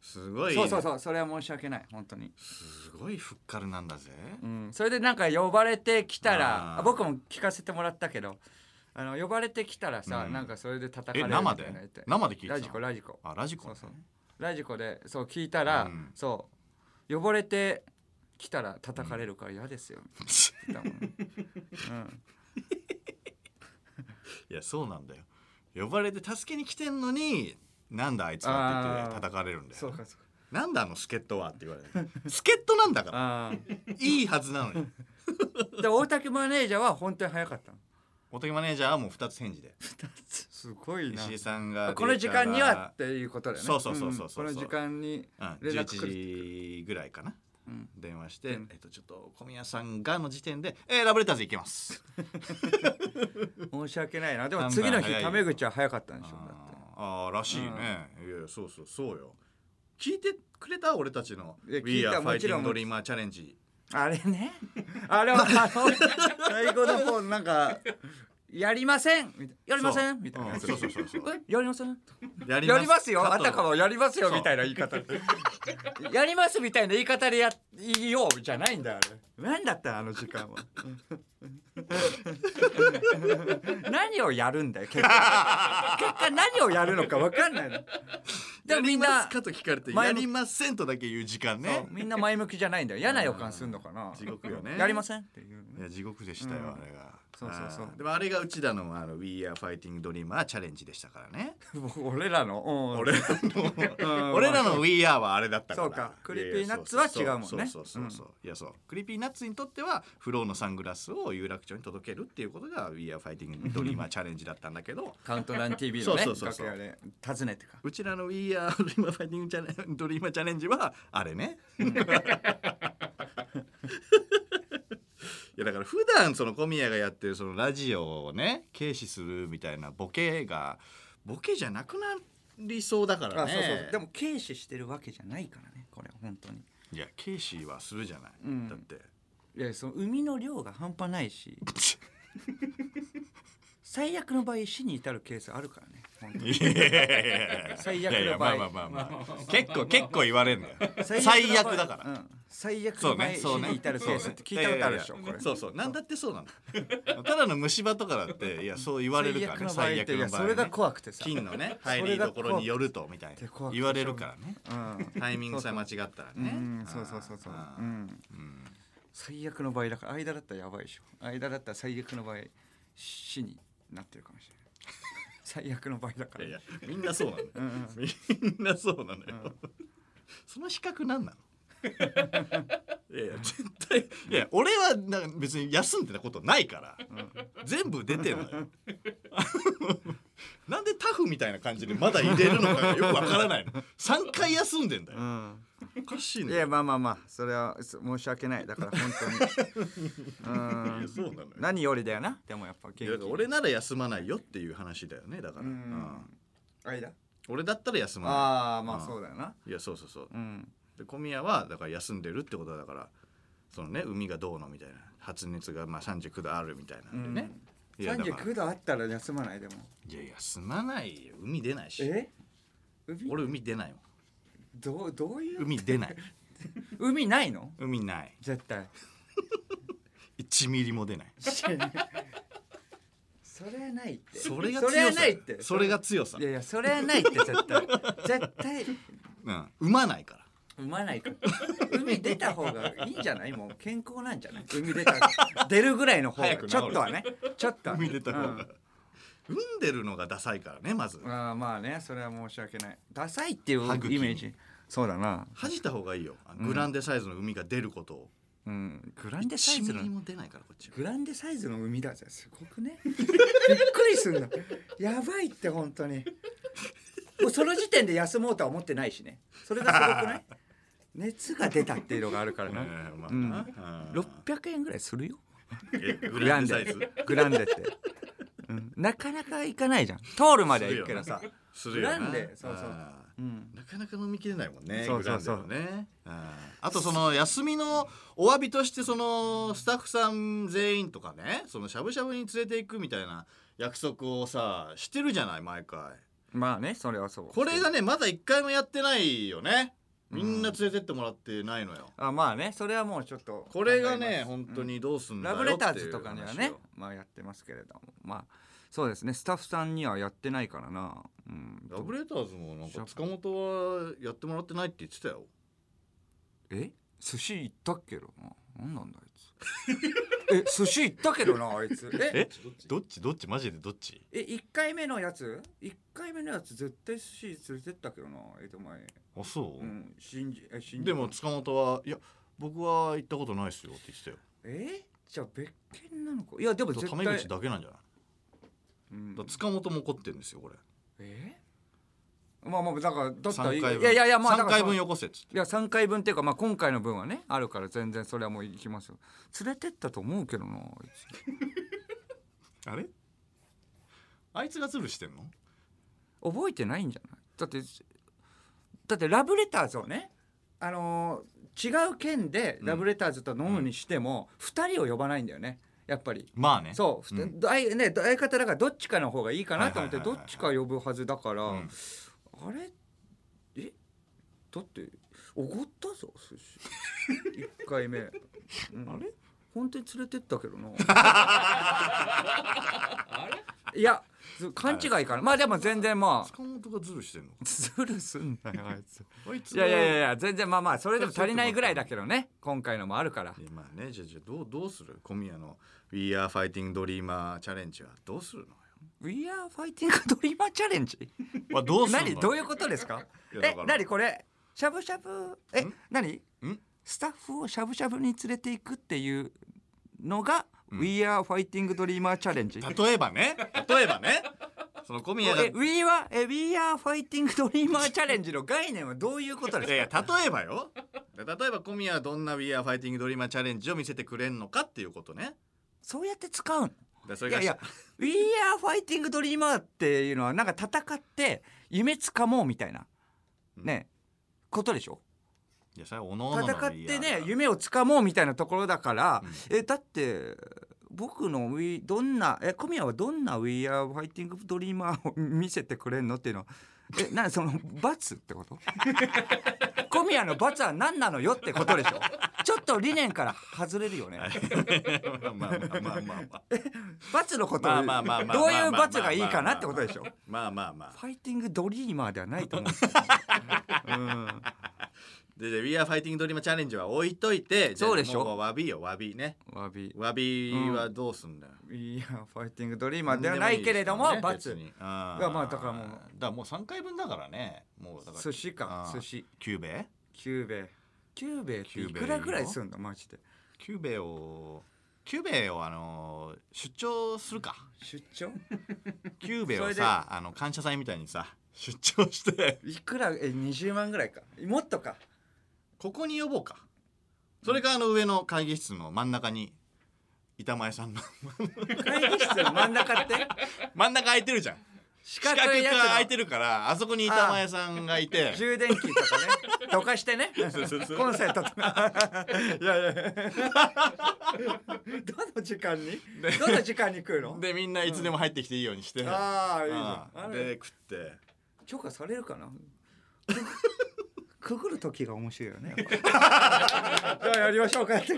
Speaker 1: すごい
Speaker 2: そうそうそうそれは申し訳ない本当に、
Speaker 1: すごいふっかるなんだぜ、
Speaker 2: うん、それでなんか呼ばれてきた
Speaker 1: あ
Speaker 2: ら
Speaker 1: ー
Speaker 2: あ僕も聞かせてもらったけどあの呼ばれてきたらさ、
Speaker 1: うん
Speaker 2: なんかそれで叩かれ
Speaker 1: え
Speaker 2: る
Speaker 1: 生
Speaker 2: みたいなの
Speaker 1: で
Speaker 2: 言って
Speaker 1: 生で聞いてた
Speaker 2: ラジコラジコ
Speaker 1: あラジコ、
Speaker 2: そ
Speaker 1: ね、
Speaker 2: うそうラジコでそう聞いたら、
Speaker 1: うん
Speaker 2: そう呼ばれてきたら叩かれるから嫌ですよ、だもんね うん、
Speaker 1: いやそうなんだよ呼ばれて助けに来てんのになんだあいつはって言っ
Speaker 2: あー
Speaker 1: て叩かれるんだ
Speaker 2: そう
Speaker 1: よ
Speaker 2: かそうか
Speaker 1: なんだあの助っ人はって言われる助っ人なんだから
Speaker 2: あー
Speaker 1: いいはずなの に
Speaker 2: で大竹マネージャーは本当に早かったの
Speaker 1: おとぎマネージャーはもう2つ返事です
Speaker 2: ごいな
Speaker 1: 石井さんが
Speaker 2: この時間に
Speaker 1: データ
Speaker 2: は
Speaker 1: が
Speaker 2: っていうことだよね
Speaker 1: そうそうそうそうそうん
Speaker 2: この時間に
Speaker 1: うん、
Speaker 2: 連絡来る
Speaker 1: 11時ぐらいかな、
Speaker 2: うん
Speaker 1: 電話して、
Speaker 2: うん
Speaker 1: えっと、ちょっと小宮さんがの時点で「えー、ラブレターズ行けます
Speaker 2: 申し訳ないなでも次の日
Speaker 1: 看板
Speaker 2: タ
Speaker 1: 早
Speaker 2: メ
Speaker 1: い
Speaker 2: 口は早かった」んでしょだって
Speaker 1: あーあーらしいね、いやいやそうそうそうよ聞いてくれた俺たちの「
Speaker 2: いや
Speaker 1: We
Speaker 2: 聞いた
Speaker 1: are
Speaker 2: もちろ
Speaker 1: fighting
Speaker 2: ん
Speaker 1: dreamer challenge
Speaker 2: あれね あれはあの最後の方なんか「やりません」みたいな「やりません」みたいなやつ
Speaker 1: そうそうそうそうそう
Speaker 2: えやりません」
Speaker 1: や
Speaker 2: やりますよ
Speaker 1: か
Speaker 2: あ
Speaker 1: と
Speaker 2: たかもやりますよ
Speaker 1: そう
Speaker 2: みたいな言い方 やりますみたいな言い方でやいいようじゃないんだよあれ何だったのあの時間は 何をやるんだよ結果結果何をやるのか分かんないので
Speaker 1: や
Speaker 2: もみ
Speaker 1: り
Speaker 2: ん
Speaker 1: ま
Speaker 2: な
Speaker 1: すかと聞かれて「
Speaker 2: 前
Speaker 1: や
Speaker 2: の
Speaker 1: りません」とだけ言う時間
Speaker 2: そう
Speaker 1: ね
Speaker 2: みんな前向きじゃないんだよ嫌な予感するのかな
Speaker 1: 地獄よね
Speaker 2: やりませんっていう
Speaker 1: い
Speaker 2: ね
Speaker 1: や地獄でしたよ、あれが
Speaker 2: そうそうそう
Speaker 1: あーでもあれがうちらのあの「We are fighting dreamer challenge」でしたからね
Speaker 2: 俺らのうん
Speaker 1: 俺ら
Speaker 2: うん
Speaker 1: の俺らの We Are はあれだったから
Speaker 2: そうかクリーピーナッツは違うもんね
Speaker 1: いやいやそうそうそうそうそういやそうクリーピーナッツにとってはフローのサングラスを有楽町に届けるっていうことが We Are Fighting Dreamer チャレンジだったんだけど
Speaker 2: カウントダウン TV のね
Speaker 1: そうそうそうそう
Speaker 2: 楽屋で訪ねてか
Speaker 1: うちらの We Are Dreamer Fighting Challenge- Dreamer チャレンジはあれねいやだから普段その小宮がやってるそのラジオをね軽視するみたいなボケがボケじゃなくなりそうだから
Speaker 2: あ
Speaker 1: ね
Speaker 2: そうそうそうでも軽視してるわけじゃないからねこれ本当に
Speaker 1: いや軽視はするじゃない、
Speaker 2: うん
Speaker 1: だって
Speaker 2: いやその海の量が半端ないし最悪の場合死に至るケースあるからね本当に
Speaker 1: いやいやいやいや
Speaker 2: 最悪の場合
Speaker 1: いやいやまあまあまあまあ結構結構言われるんだよ最
Speaker 2: の場合
Speaker 1: 悪だから、
Speaker 2: うん最悪
Speaker 1: そ
Speaker 2: の
Speaker 1: う
Speaker 2: 場合
Speaker 1: ね
Speaker 2: 死
Speaker 1: そうね
Speaker 2: に至るケースって聞いたことあるでしょ
Speaker 1: いやいやいや
Speaker 2: これ
Speaker 1: そうそうなんだってそうなのただの虫歯とかだっていやそう言われるからね
Speaker 2: 最
Speaker 1: 最悪
Speaker 2: 悪の場合っていや
Speaker 1: の場合
Speaker 2: それが怖くてさ
Speaker 1: 金のね
Speaker 2: れが
Speaker 1: 入りどころによるとみたい
Speaker 2: 怖くて
Speaker 1: な
Speaker 2: 怖くて
Speaker 1: 言われるからね
Speaker 2: うん
Speaker 1: タイミングさえ間違ったらね
Speaker 2: うんそうそうそうそう
Speaker 1: あ
Speaker 2: う
Speaker 1: ー
Speaker 2: ん最悪の場合だから間だったらやばいでしょ間だったら最悪の場合死になってるかもしれない 最悪の場合だか
Speaker 1: いや
Speaker 2: ら
Speaker 1: いやみんなそうなのよ
Speaker 2: うんうん
Speaker 1: みんなそうなのよ、その比較なんな のいやいや絶対いや俺はな別に休んでたことないから、全部出てるのよ なんでタフみたいな感じでまだ入れるのかがよくわからないの3回休んでんだよ
Speaker 2: うん
Speaker 1: おかしい
Speaker 2: い
Speaker 1: のよ
Speaker 2: やまあまあまあそれはす申し訳ないだから本当 に
Speaker 1: いうや
Speaker 2: ん
Speaker 1: そうなのよ
Speaker 2: 何よりだよなでもやっぱ
Speaker 1: い
Speaker 2: 元
Speaker 1: やだから
Speaker 2: 気
Speaker 1: 俺なら休まないよっていう話だよねだから、
Speaker 2: う
Speaker 1: うん
Speaker 2: ん間
Speaker 1: 俺だったら休まな
Speaker 2: ああまあそうだよない
Speaker 1: いやそうそうそう
Speaker 2: うん
Speaker 1: で小宮はだから休んでるってことはだからそのね海がどうのみたいな発熱がまあ39度あるみたいなんでね、いやだから
Speaker 2: 39度あったら休まないでも
Speaker 1: いや休まないよ海出ないし
Speaker 2: え海
Speaker 1: 俺海出ないも
Speaker 2: どうどうい
Speaker 1: ん
Speaker 2: う
Speaker 1: 海出ない
Speaker 2: 海ないの
Speaker 1: 海ない
Speaker 2: 絶対
Speaker 1: 1ミリも出 ない
Speaker 2: それはないって
Speaker 1: それが
Speaker 2: そ
Speaker 1: 強
Speaker 2: れは
Speaker 1: さ
Speaker 2: ないって
Speaker 1: それが強さ
Speaker 2: いやいやそれはないって絶対絶対
Speaker 1: うん産まないから
Speaker 2: 産まないから海出た方がいいんじゃないもう健康なんじゃない海出た出るぐらいの方が
Speaker 1: 早く
Speaker 2: ち
Speaker 1: 治る
Speaker 2: ょっとはねちょっとはね
Speaker 1: 海出た方が、
Speaker 2: うん
Speaker 1: 産んでるのがダサいからねまず
Speaker 2: ああまあねそれは申し訳ないダサいっていうイ
Speaker 1: 歯茎
Speaker 2: メージそうだな
Speaker 1: 恥じた方がいいよあのグランデサイズの海が出ることを、
Speaker 2: うん、グランデサイ
Speaker 1: 1
Speaker 2: ズ
Speaker 1: ミ
Speaker 2: の
Speaker 1: リも出ないからこっちは
Speaker 2: グランデサイズの海だぜすごくね びっくりすんなやばいって本当にもうその時点で休もうとは思ってないしねそれがすごくない 熱が出たっていうのがあるからな
Speaker 1: ええまあ
Speaker 2: うん
Speaker 1: なうん
Speaker 2: 600円ぐらいするよ
Speaker 1: えグ
Speaker 2: グラ
Speaker 1: ラン
Speaker 2: ン
Speaker 1: デサ
Speaker 2: デ
Speaker 1: イズ
Speaker 2: グランデって、うん、なかなか行かないじゃん通るまでは
Speaker 1: する
Speaker 2: 行
Speaker 1: よ
Speaker 2: くけどさ、
Speaker 1: するよな
Speaker 2: グランデそうそう
Speaker 1: ああ
Speaker 2: うん、
Speaker 1: なかなか飲みきれないもんね
Speaker 2: そうそうそう
Speaker 1: グランデはねあああとその休みのお詫びとしてそのスタッフさん全員とかねそのしゃぶしゃぶに連れていくみたいな約束をさしてるじゃない毎回
Speaker 2: まあねそれはそう
Speaker 1: これがねまだ一回もやってないよねみんな連れてってもらってないのよ、
Speaker 2: あまあねそれはもうちょっと
Speaker 1: これが
Speaker 2: 考
Speaker 1: ね
Speaker 2: えます
Speaker 1: 本当にどうすんだ
Speaker 2: ラ
Speaker 1: よっ
Speaker 2: ブ
Speaker 1: ていう
Speaker 2: レターズとかには
Speaker 1: 話
Speaker 2: ね
Speaker 1: を、
Speaker 2: まあ、やってますけれどもまあそうですねスタッフさんにはやってないからな、うん、
Speaker 1: ラブレターズもなんか塚本はやってもらってないって言ってたよ
Speaker 2: え寿司行ったっけどな何なんだあいつ え寿司行ったけどなあいつえ
Speaker 1: どっちどっちマジでどっち
Speaker 2: え一1回目のやつ1回目のやつ絶対寿司連れてったけどな江戸前
Speaker 1: あそうう、
Speaker 2: ん信じえ信じ
Speaker 1: でも塚本はいや僕は行ったことないですよって言ってたよ
Speaker 2: えじゃあ別件なのかいやでも絶
Speaker 1: タ
Speaker 2: 対
Speaker 1: メ口だけなんじゃない
Speaker 2: うん
Speaker 1: だから塚本も怒ってるんですよこれ
Speaker 2: えまあまあだからだったらい
Speaker 1: 3
Speaker 2: い
Speaker 1: 回分
Speaker 2: いやいやいやまあだ
Speaker 1: 3
Speaker 2: から
Speaker 1: 回
Speaker 2: その
Speaker 1: 分よこせっつって
Speaker 2: いや3回分っていうか、まあ、今回の分はねあるから全然それはもう行きますよ連れてったと思うけどなあいつ
Speaker 1: あれあいつがズルしてんの
Speaker 2: 覚えてないんじゃないだってだってラブレターズをねあのー違う県でラブレターズと飲むにしても、二2人を呼ばないんだよねやっぱり
Speaker 1: まあね
Speaker 2: そう、ふ
Speaker 1: う
Speaker 2: た
Speaker 1: ん
Speaker 2: あいね相方だからどっちかの方がいいかなと思って
Speaker 1: はいはい
Speaker 2: ど
Speaker 1: は
Speaker 2: っ
Speaker 1: いはい
Speaker 2: ちか呼ぶはずだから、
Speaker 1: うん
Speaker 2: あれえだっておごったぞ寿司一回目、あれ本当に連れてった けどないやそう勘違いかなまあでも全然まあ
Speaker 1: 塚本がズルしてんの
Speaker 2: ズルすんなよあいつ
Speaker 1: あいつ
Speaker 2: い
Speaker 1: が
Speaker 2: やいやいやいや全然まあまあそれでも足りないぐらいだけどね今回のもあるから
Speaker 1: いやまあねじゃあじゃあどうどうする小宮の「We are fighting dreamer チャレンジ」はどうするのよ
Speaker 2: We are fighting dreamer challenge
Speaker 1: はどうするの
Speaker 2: 何どういうことですか
Speaker 1: いやだ
Speaker 2: え
Speaker 1: から
Speaker 2: 何これしゃぶしゃぶえ何
Speaker 1: ん
Speaker 2: スタッフをしゃぶしゃぶに連れていくっていうのが、We are fighting dreamer challenge
Speaker 1: 例えばね例えばねその小宮が
Speaker 2: え We are え We are fighting dreamer challenge の概念はどういうことです
Speaker 1: い
Speaker 2: か
Speaker 1: やいや例えばよ例えば小宮はどんな「We are fighting dreamer チャレンジ」を見せてくれんのかっていうことね
Speaker 2: そうやって使うの
Speaker 1: でそれ
Speaker 2: い
Speaker 1: が
Speaker 2: やいや We are fighting dreamer っていうのはなんか戦って夢つかもうみたいなね、ことでしょ
Speaker 1: いやそれはおのおのの
Speaker 2: 戦っ
Speaker 1: We
Speaker 2: て
Speaker 1: are だ
Speaker 2: ね
Speaker 1: から
Speaker 2: 夢をつかもうみたいなところだから、えだって僕の We どんなえ小宮はどんな We are fighting dreamer を見せてくれんのっていうのはえなその罰って こと小宮の罰は何なのよってことでしょちょっと理念から外れるよね
Speaker 1: まあまあまあまあまあ
Speaker 2: 罰のこと
Speaker 1: まあまあまあまあ
Speaker 2: どういう罰がいいかなってことでしょ
Speaker 1: まあまあまあ
Speaker 2: ファイティングドリーマーではないと思う んですよ、うん
Speaker 1: でで「We are fighting dreamer チャレンジ」は置いといてじゃあ
Speaker 2: そうでしょ
Speaker 1: もう詫びよ詫びね
Speaker 2: わび
Speaker 1: 詫びはどうすんだよ、
Speaker 2: いやファイティングドリーマーではないけれども
Speaker 1: なんでいいですか
Speaker 2: 罰
Speaker 1: らね別にあ
Speaker 2: がまあだからもう
Speaker 1: だからもう3回分だからねもうだから
Speaker 2: 寿司か
Speaker 1: うん
Speaker 2: 寿司
Speaker 1: キューベイ
Speaker 2: キューベイキューベイって
Speaker 1: キュ
Speaker 2: い
Speaker 1: ーベイ
Speaker 2: くらぐらいすんのマジで
Speaker 1: キューベイをキューベイをあの出張するか
Speaker 2: 出張
Speaker 1: キューベイ
Speaker 2: そ
Speaker 1: を
Speaker 2: れで
Speaker 1: さあの感謝祭みたいにさ出張して
Speaker 2: いくらえ20万ぐらいかもっと か
Speaker 1: ここに呼ぼうかそれかあの上の会議室の真ん中に板前さんの
Speaker 2: 会議室の真ん中って
Speaker 1: 真ん中空いてるじゃん
Speaker 2: 四
Speaker 1: 四角
Speaker 2: 角い
Speaker 1: が
Speaker 2: や
Speaker 1: 空い
Speaker 2: つの
Speaker 1: てるからあそこに板前さんがいて
Speaker 2: 充電器 とかねどかしてね
Speaker 1: うそうそう
Speaker 2: コンセントとかいやいやどの時間にどの時間に食う の
Speaker 1: でみんないつでも入ってきていいようにして、
Speaker 2: ああいいじ
Speaker 1: あ
Speaker 2: ゃんあれ
Speaker 1: で食って
Speaker 2: 許可されるかなくぐる時が面白いよ ねじゃあやりましょうかって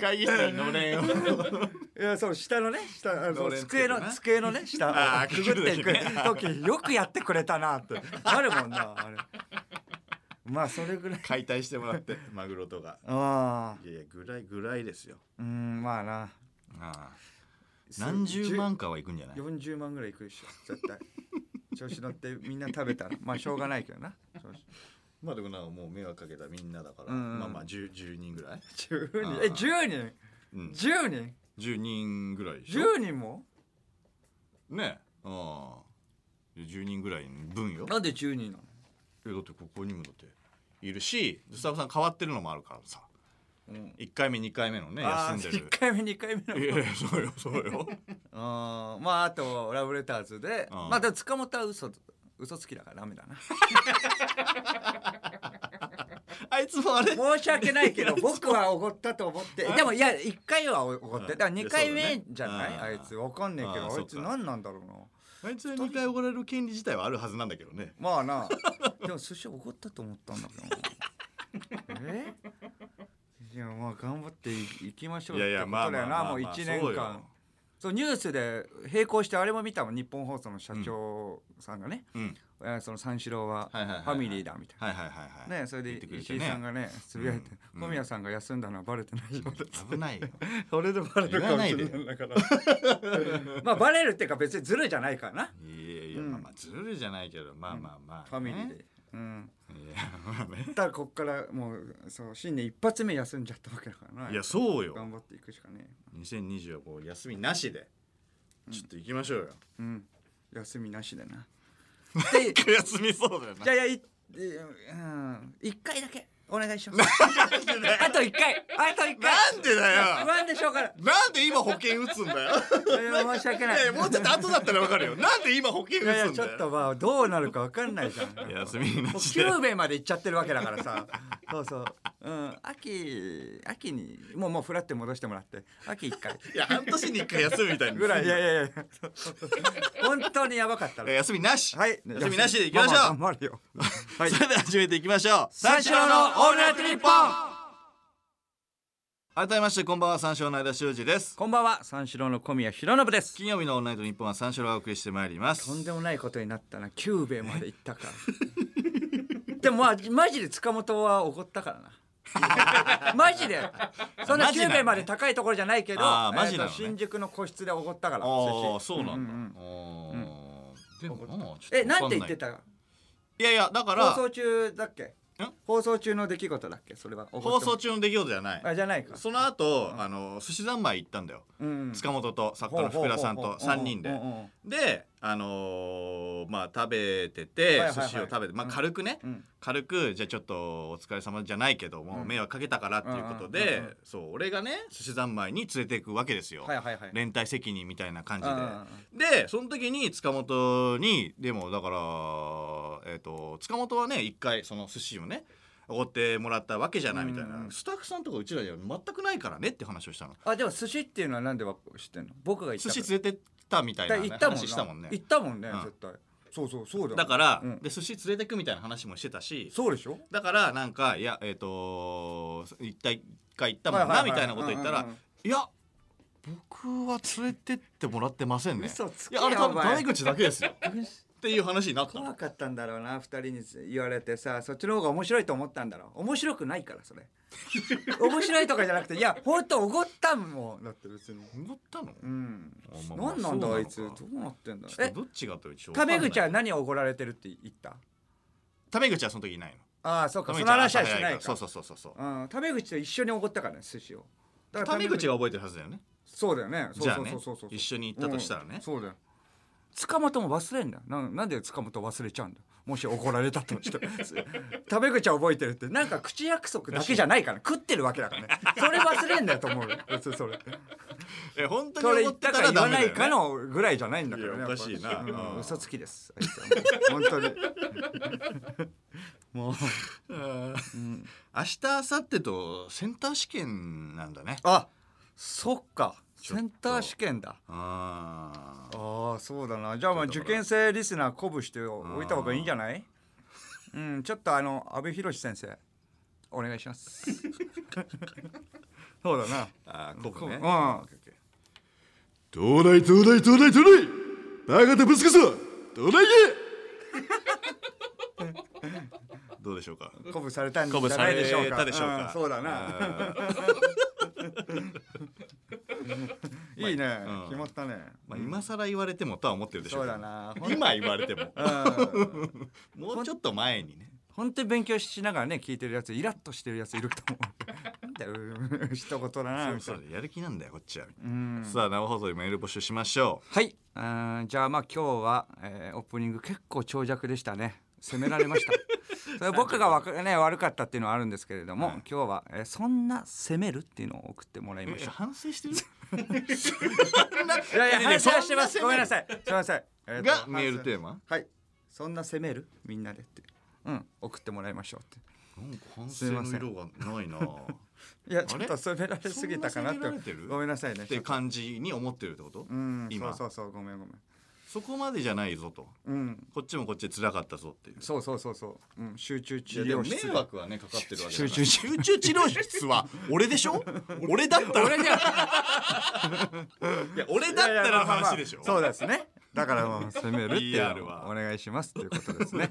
Speaker 1: 会議室にのれんを
Speaker 2: いやそう下のね下あの
Speaker 1: のれんつけ
Speaker 2: 机
Speaker 1: てな
Speaker 2: の机のね
Speaker 1: あ
Speaker 2: 下
Speaker 1: ー
Speaker 2: くぐってい
Speaker 1: くぐ
Speaker 2: く
Speaker 1: る
Speaker 2: 時よくやってくれたなってあるもんなあれまあそれぐらい
Speaker 1: 解体してもらってマグロとか
Speaker 2: ああ
Speaker 1: いやいやぐらいぐらいですよ
Speaker 2: うんまあな
Speaker 1: ああ何十万かは行くんじゃない
Speaker 2: 40万ぐらいいくでしょ絶対調子乗ってみんな食べたらまあしょうがないけどな調子
Speaker 1: まあでもなもう迷惑かけたみんなだから、
Speaker 2: うん
Speaker 1: まあまあ 10, 10人ぐらい、
Speaker 2: 10
Speaker 1: あ
Speaker 2: 人
Speaker 1: ー
Speaker 2: え10人
Speaker 1: うん、
Speaker 2: 10人
Speaker 1: 10人ぐらいでしょ
Speaker 2: 10人も
Speaker 1: ねああ10人ぐらい分よ
Speaker 2: なんで10人な
Speaker 1: えだってここにもだっているしスタッフさん変わってるのもあるからさ
Speaker 2: の、うん、
Speaker 1: 1回目2回目のね
Speaker 2: あ
Speaker 1: 休ん
Speaker 2: ー
Speaker 1: でる
Speaker 2: 1回目2回目
Speaker 1: い
Speaker 2: の
Speaker 1: やいやそうよそう よ
Speaker 2: うんまああとラブレターズで
Speaker 1: うん
Speaker 2: まあでも塚本は嘘嘘つきだからダメだな
Speaker 1: あいつもあ れ
Speaker 2: 申し訳な いけど僕はおごったと思ってでもいや1回はおごってだから2回目じゃない、
Speaker 1: いやそうだ
Speaker 2: あ
Speaker 1: ね
Speaker 2: いつわかんねえけ
Speaker 1: あー
Speaker 2: どあいつ
Speaker 1: そうか
Speaker 2: 何なんだろうな
Speaker 1: あいつは2回怒られる権利自体はあるはずなんだけどね
Speaker 2: ま あなでも寿司おごったと思ったんだけどなえいやまあ頑張っていいきましょう
Speaker 1: い
Speaker 2: って
Speaker 1: や
Speaker 2: こ
Speaker 1: いやまあ
Speaker 2: とだ
Speaker 1: まあまあ
Speaker 2: よなもう1年間、そうニュースで並行してあれも見たもん日本放送の社長さんがね、
Speaker 1: そうようん
Speaker 2: えーその三四郎はフ
Speaker 1: はいはいはいはい
Speaker 2: ァミリーだみたいな、
Speaker 1: はいはいはいはい
Speaker 2: ねそれで
Speaker 1: 言ってくれて
Speaker 2: 石
Speaker 1: ね
Speaker 2: 井さんがねつぶやいて、
Speaker 1: うん
Speaker 2: 小宮さんが休んだのはバレてないよ、
Speaker 1: 危ないよ
Speaker 2: それでバレるかもしれないんだから まあバレるっていうか別にずるじゃないからない
Speaker 1: やいや
Speaker 2: うん
Speaker 1: まあまあずるじゃないけどまあまあまあ
Speaker 2: ファミリーで
Speaker 1: ね。
Speaker 2: うん、
Speaker 1: いやまあね
Speaker 2: だからこっからもうそう新年一発目休んじゃったわけだからない
Speaker 1: やそうよ
Speaker 2: 頑張っていくしかね
Speaker 1: 2020はこう休みなしでちょっと行きましょうよ、
Speaker 2: えうん休みなしだ なで
Speaker 1: 休みそうだよ
Speaker 2: じゃあいやいうん一回だけお願い します。あと一回、あと一回。
Speaker 1: なんでだよ
Speaker 2: 不安でしょうから。
Speaker 1: なんで今保険打つんだ よ
Speaker 2: それは申し訳
Speaker 1: い
Speaker 2: ない。
Speaker 1: やいやもうちょっと後だったらわかるよなんで今保険
Speaker 2: いやい
Speaker 1: 打
Speaker 2: や
Speaker 1: つん
Speaker 2: ちょ
Speaker 1: だ
Speaker 2: っと
Speaker 1: よ
Speaker 2: まあどうなるかわかんないじゃん。
Speaker 1: 休み
Speaker 2: も
Speaker 1: な
Speaker 2: う
Speaker 1: しで
Speaker 2: 九兵衛まで行っちゃってるわけだからさ。そうそう。うん。秋秋にもうもうフラって戻してもらって秋一回
Speaker 1: いや半年に1回休むみたいに
Speaker 2: ぐらい。いやいやいや。そうそう本当にやばかったら。
Speaker 1: 休みなし、
Speaker 2: はい。
Speaker 1: 休みなしで行きましょう、
Speaker 2: 頑張るよ。はい
Speaker 1: そ。れでは始めていきましょう
Speaker 2: 三四郎のオールナイトニッポン
Speaker 1: 改めましてこんばんは三四郎の間修二です
Speaker 2: こんばんは三四郎の小宮浩信です。
Speaker 1: 金曜日のオールナイトニッポンは三四郎がお送りしてまいります
Speaker 2: とんでもないことになったな久兵衛まで行ったか でもまあマジで塚本は怒ったか らなマジでそんな
Speaker 1: マジ
Speaker 2: 久
Speaker 1: なのね
Speaker 2: 兵衛まで高いところじゃないけど、
Speaker 1: あーマジなの
Speaker 2: えー
Speaker 1: ね
Speaker 2: と新宿の個室で怒ったから
Speaker 1: ああ
Speaker 2: 寿司
Speaker 1: そうなんだ、
Speaker 2: うんうん
Speaker 1: あーでもなあちょっと
Speaker 2: えなんて言って
Speaker 1: た
Speaker 2: た
Speaker 1: いやいやだから
Speaker 2: 放送中だっけ放送中の出来事だっけそれは怒っても
Speaker 1: 放送中の出来事じゃない
Speaker 2: あじゃないか
Speaker 1: その後、あの寿司三昧行ったんだよ、
Speaker 2: うん
Speaker 1: 塚本と作家の福田さん
Speaker 2: ほうほ
Speaker 1: と
Speaker 2: うほうほう
Speaker 1: 3人で、
Speaker 2: うんうん
Speaker 1: であのーまあ食べてて、
Speaker 2: はいはいはい
Speaker 1: 寿司を食べて、まあ、
Speaker 2: うん
Speaker 1: 軽くね、
Speaker 2: うん
Speaker 1: 軽くじゃあちょっとお疲れ様じゃないけども、
Speaker 2: うん
Speaker 1: 迷惑かけたからっていうことで、
Speaker 2: うんうんうんうん
Speaker 1: そう俺がね寿司三昧に連れていくわけですよ、
Speaker 2: はいはいはい
Speaker 1: 連帯責任みたいな感じ
Speaker 2: う
Speaker 1: で。
Speaker 2: んうんうん
Speaker 1: でその時に塚本にでもだから、えっと塚本はね一回その寿司をねおごってもらったわけじゃないみたいな、
Speaker 2: うん
Speaker 1: スタッフさんとかうちらには全くないからねって話をしたの
Speaker 2: あでも寿司っていうのは何でわ知ってんの僕が行った
Speaker 1: 寿
Speaker 2: から
Speaker 1: 司連れてったみたいな、ね、
Speaker 2: 行ったもんな
Speaker 1: 話したもんね
Speaker 2: 行ったもんね、
Speaker 1: うん
Speaker 2: 絶対そうそうそうだよ
Speaker 1: だから、
Speaker 2: うん
Speaker 1: で寿司連れてくみたいな話もしてたし
Speaker 2: そうでしょ
Speaker 1: だからなんかいやえっ、と一体一回行ったもんな、
Speaker 2: はいはいはい
Speaker 1: みたいなこと言ったら、
Speaker 2: うんうん
Speaker 1: いや僕は連れてってもらってませんね
Speaker 2: 嘘つ
Speaker 1: い
Speaker 2: けよ
Speaker 1: やあれ多
Speaker 2: お
Speaker 1: 分
Speaker 2: 前
Speaker 1: 谷口だけですよ
Speaker 2: うん
Speaker 1: っていう話になったの
Speaker 2: 怖かったんだろうな二人に言われてさそっちの方が面白いと思ったんだろう面白くないから それ面白いとかじゃなくていや本当おごったもんだって別に
Speaker 1: 思ったの
Speaker 2: うん
Speaker 1: あまあまあ
Speaker 2: 何なんだ
Speaker 1: そうなのか
Speaker 2: あいつどうなってんだ
Speaker 1: ちょっ
Speaker 2: え
Speaker 1: とどっちがというと
Speaker 2: タメ口は
Speaker 1: は
Speaker 2: 何をおごられてるって言った
Speaker 1: タメ口はその時いないの
Speaker 2: ああそう
Speaker 1: タメ
Speaker 2: かそ
Speaker 1: 口
Speaker 2: の話はし
Speaker 1: 朝
Speaker 2: な
Speaker 1: 早
Speaker 2: いか
Speaker 1: そうそうそうそうそう
Speaker 2: うん、タメ口と一緒におごったからね寿司をだから
Speaker 1: タメ口が覚えてるはずだよね
Speaker 2: そうだよねそう
Speaker 1: じゃあ
Speaker 2: そう
Speaker 1: ね
Speaker 2: そうそうそう
Speaker 1: 一緒に行ったとしたら
Speaker 2: う
Speaker 1: ね
Speaker 2: んそうだよ塚本も忘れんだよなんなんで塚本忘れちゃうんだよもし怒られたとして 食べ口は覚えてるってなんか口約束だけじゃないから食ってるわけだからねそれ忘れんだよと思うよ別にそれ
Speaker 1: え本
Speaker 2: そ
Speaker 1: 当
Speaker 2: れ
Speaker 1: に
Speaker 2: 言
Speaker 1: 思っ
Speaker 2: ってた
Speaker 1: た
Speaker 2: から言
Speaker 1: ダ
Speaker 2: わ
Speaker 1: メ
Speaker 2: な
Speaker 1: だ
Speaker 2: い
Speaker 1: よ
Speaker 2: か
Speaker 1: ね
Speaker 2: のぐらいじゃないんだから
Speaker 1: い
Speaker 2: ね
Speaker 1: やおかしいな
Speaker 2: や
Speaker 1: う
Speaker 2: っぱうんん、嘘つきですあいつはもう本当に もう
Speaker 1: うん明日明後日とセンター試験なんだね
Speaker 2: あそっか
Speaker 1: ちょっと
Speaker 2: センター試験だ
Speaker 1: あー
Speaker 2: ああそうだなじゃあまあ
Speaker 1: ちょっとだか
Speaker 2: 受
Speaker 1: ら
Speaker 2: 験生リスナー鼓舞しておいた方がいいんじゃないうんちょっとあの阿部寛先生お願いします そうだな
Speaker 1: あーここね
Speaker 2: うん
Speaker 1: オッケーオッケー東大東大東大東大バカでぶつかそう東大へどうでしょうか
Speaker 2: 鼓舞されたんじ
Speaker 1: 鼓舞
Speaker 2: ゃ
Speaker 1: さ
Speaker 2: ない
Speaker 1: れ
Speaker 2: でしょうか
Speaker 1: たでしょう
Speaker 2: うん
Speaker 1: か
Speaker 2: そうだな
Speaker 1: あーん
Speaker 2: いいね
Speaker 1: うん
Speaker 2: 決まったね
Speaker 1: まあ今更言われてもとは思ってるでしょ
Speaker 2: そ
Speaker 1: け
Speaker 2: う
Speaker 1: ど
Speaker 2: だな
Speaker 1: 今言われても
Speaker 2: うん
Speaker 1: もうちょっと前にね
Speaker 2: 本当に勉強しながらね聞いてるやつイラッとしてるやついると思う なんだようん一言だなみた
Speaker 1: そ
Speaker 2: いうな
Speaker 1: そうやる気なんだよこっちは、
Speaker 2: うん
Speaker 1: さあ生放送でメール募集しましょ
Speaker 2: はいうんじゃあまあ今日は、えーオープニング結構長尺でしたね責められました それ僕がわか、ね、悪かったっていうのはあるんですけれども、
Speaker 1: はい
Speaker 2: 今日は、えーそんな責めるっていうのを送ってもらいうま
Speaker 1: え
Speaker 2: した
Speaker 1: 反省してる
Speaker 2: いやいや、
Speaker 1: いやいや
Speaker 2: 反省はしてま
Speaker 1: そ
Speaker 2: す。
Speaker 1: んな
Speaker 2: ごめんなさい。すみません。えーと
Speaker 1: がメールテーマ。
Speaker 2: 反省はい。そんな責めるみんなでって。うん、送ってもらいましょうっ
Speaker 1: なんか反省の色がないな
Speaker 2: て。いや、
Speaker 1: れ
Speaker 2: ちょっと責められすぎたかなっ
Speaker 1: そんな責められて
Speaker 2: て。
Speaker 1: る
Speaker 2: ごめんなさいね。
Speaker 1: っていう感じに思ってるってこと、
Speaker 2: うん、
Speaker 1: 今
Speaker 2: そうそうそう、ごめんごめん。
Speaker 1: そこまでじゃないぞと
Speaker 2: うん、
Speaker 1: こっちもこっちで辛かったぞっていう
Speaker 2: そうそうそうそう。うん、集中治
Speaker 1: いやでも
Speaker 2: 療室
Speaker 1: 迷
Speaker 2: で。
Speaker 1: 惑はねかかってるわけだから
Speaker 2: 集中治
Speaker 1: 集中治療室は俺でし ょ俺だったら俺 いや俺だったらの話でしょ
Speaker 2: いやいやまあまあそうですね。だからもう責めるっていう
Speaker 1: PR
Speaker 2: の
Speaker 1: は
Speaker 2: をお願いしますっていうことで すね。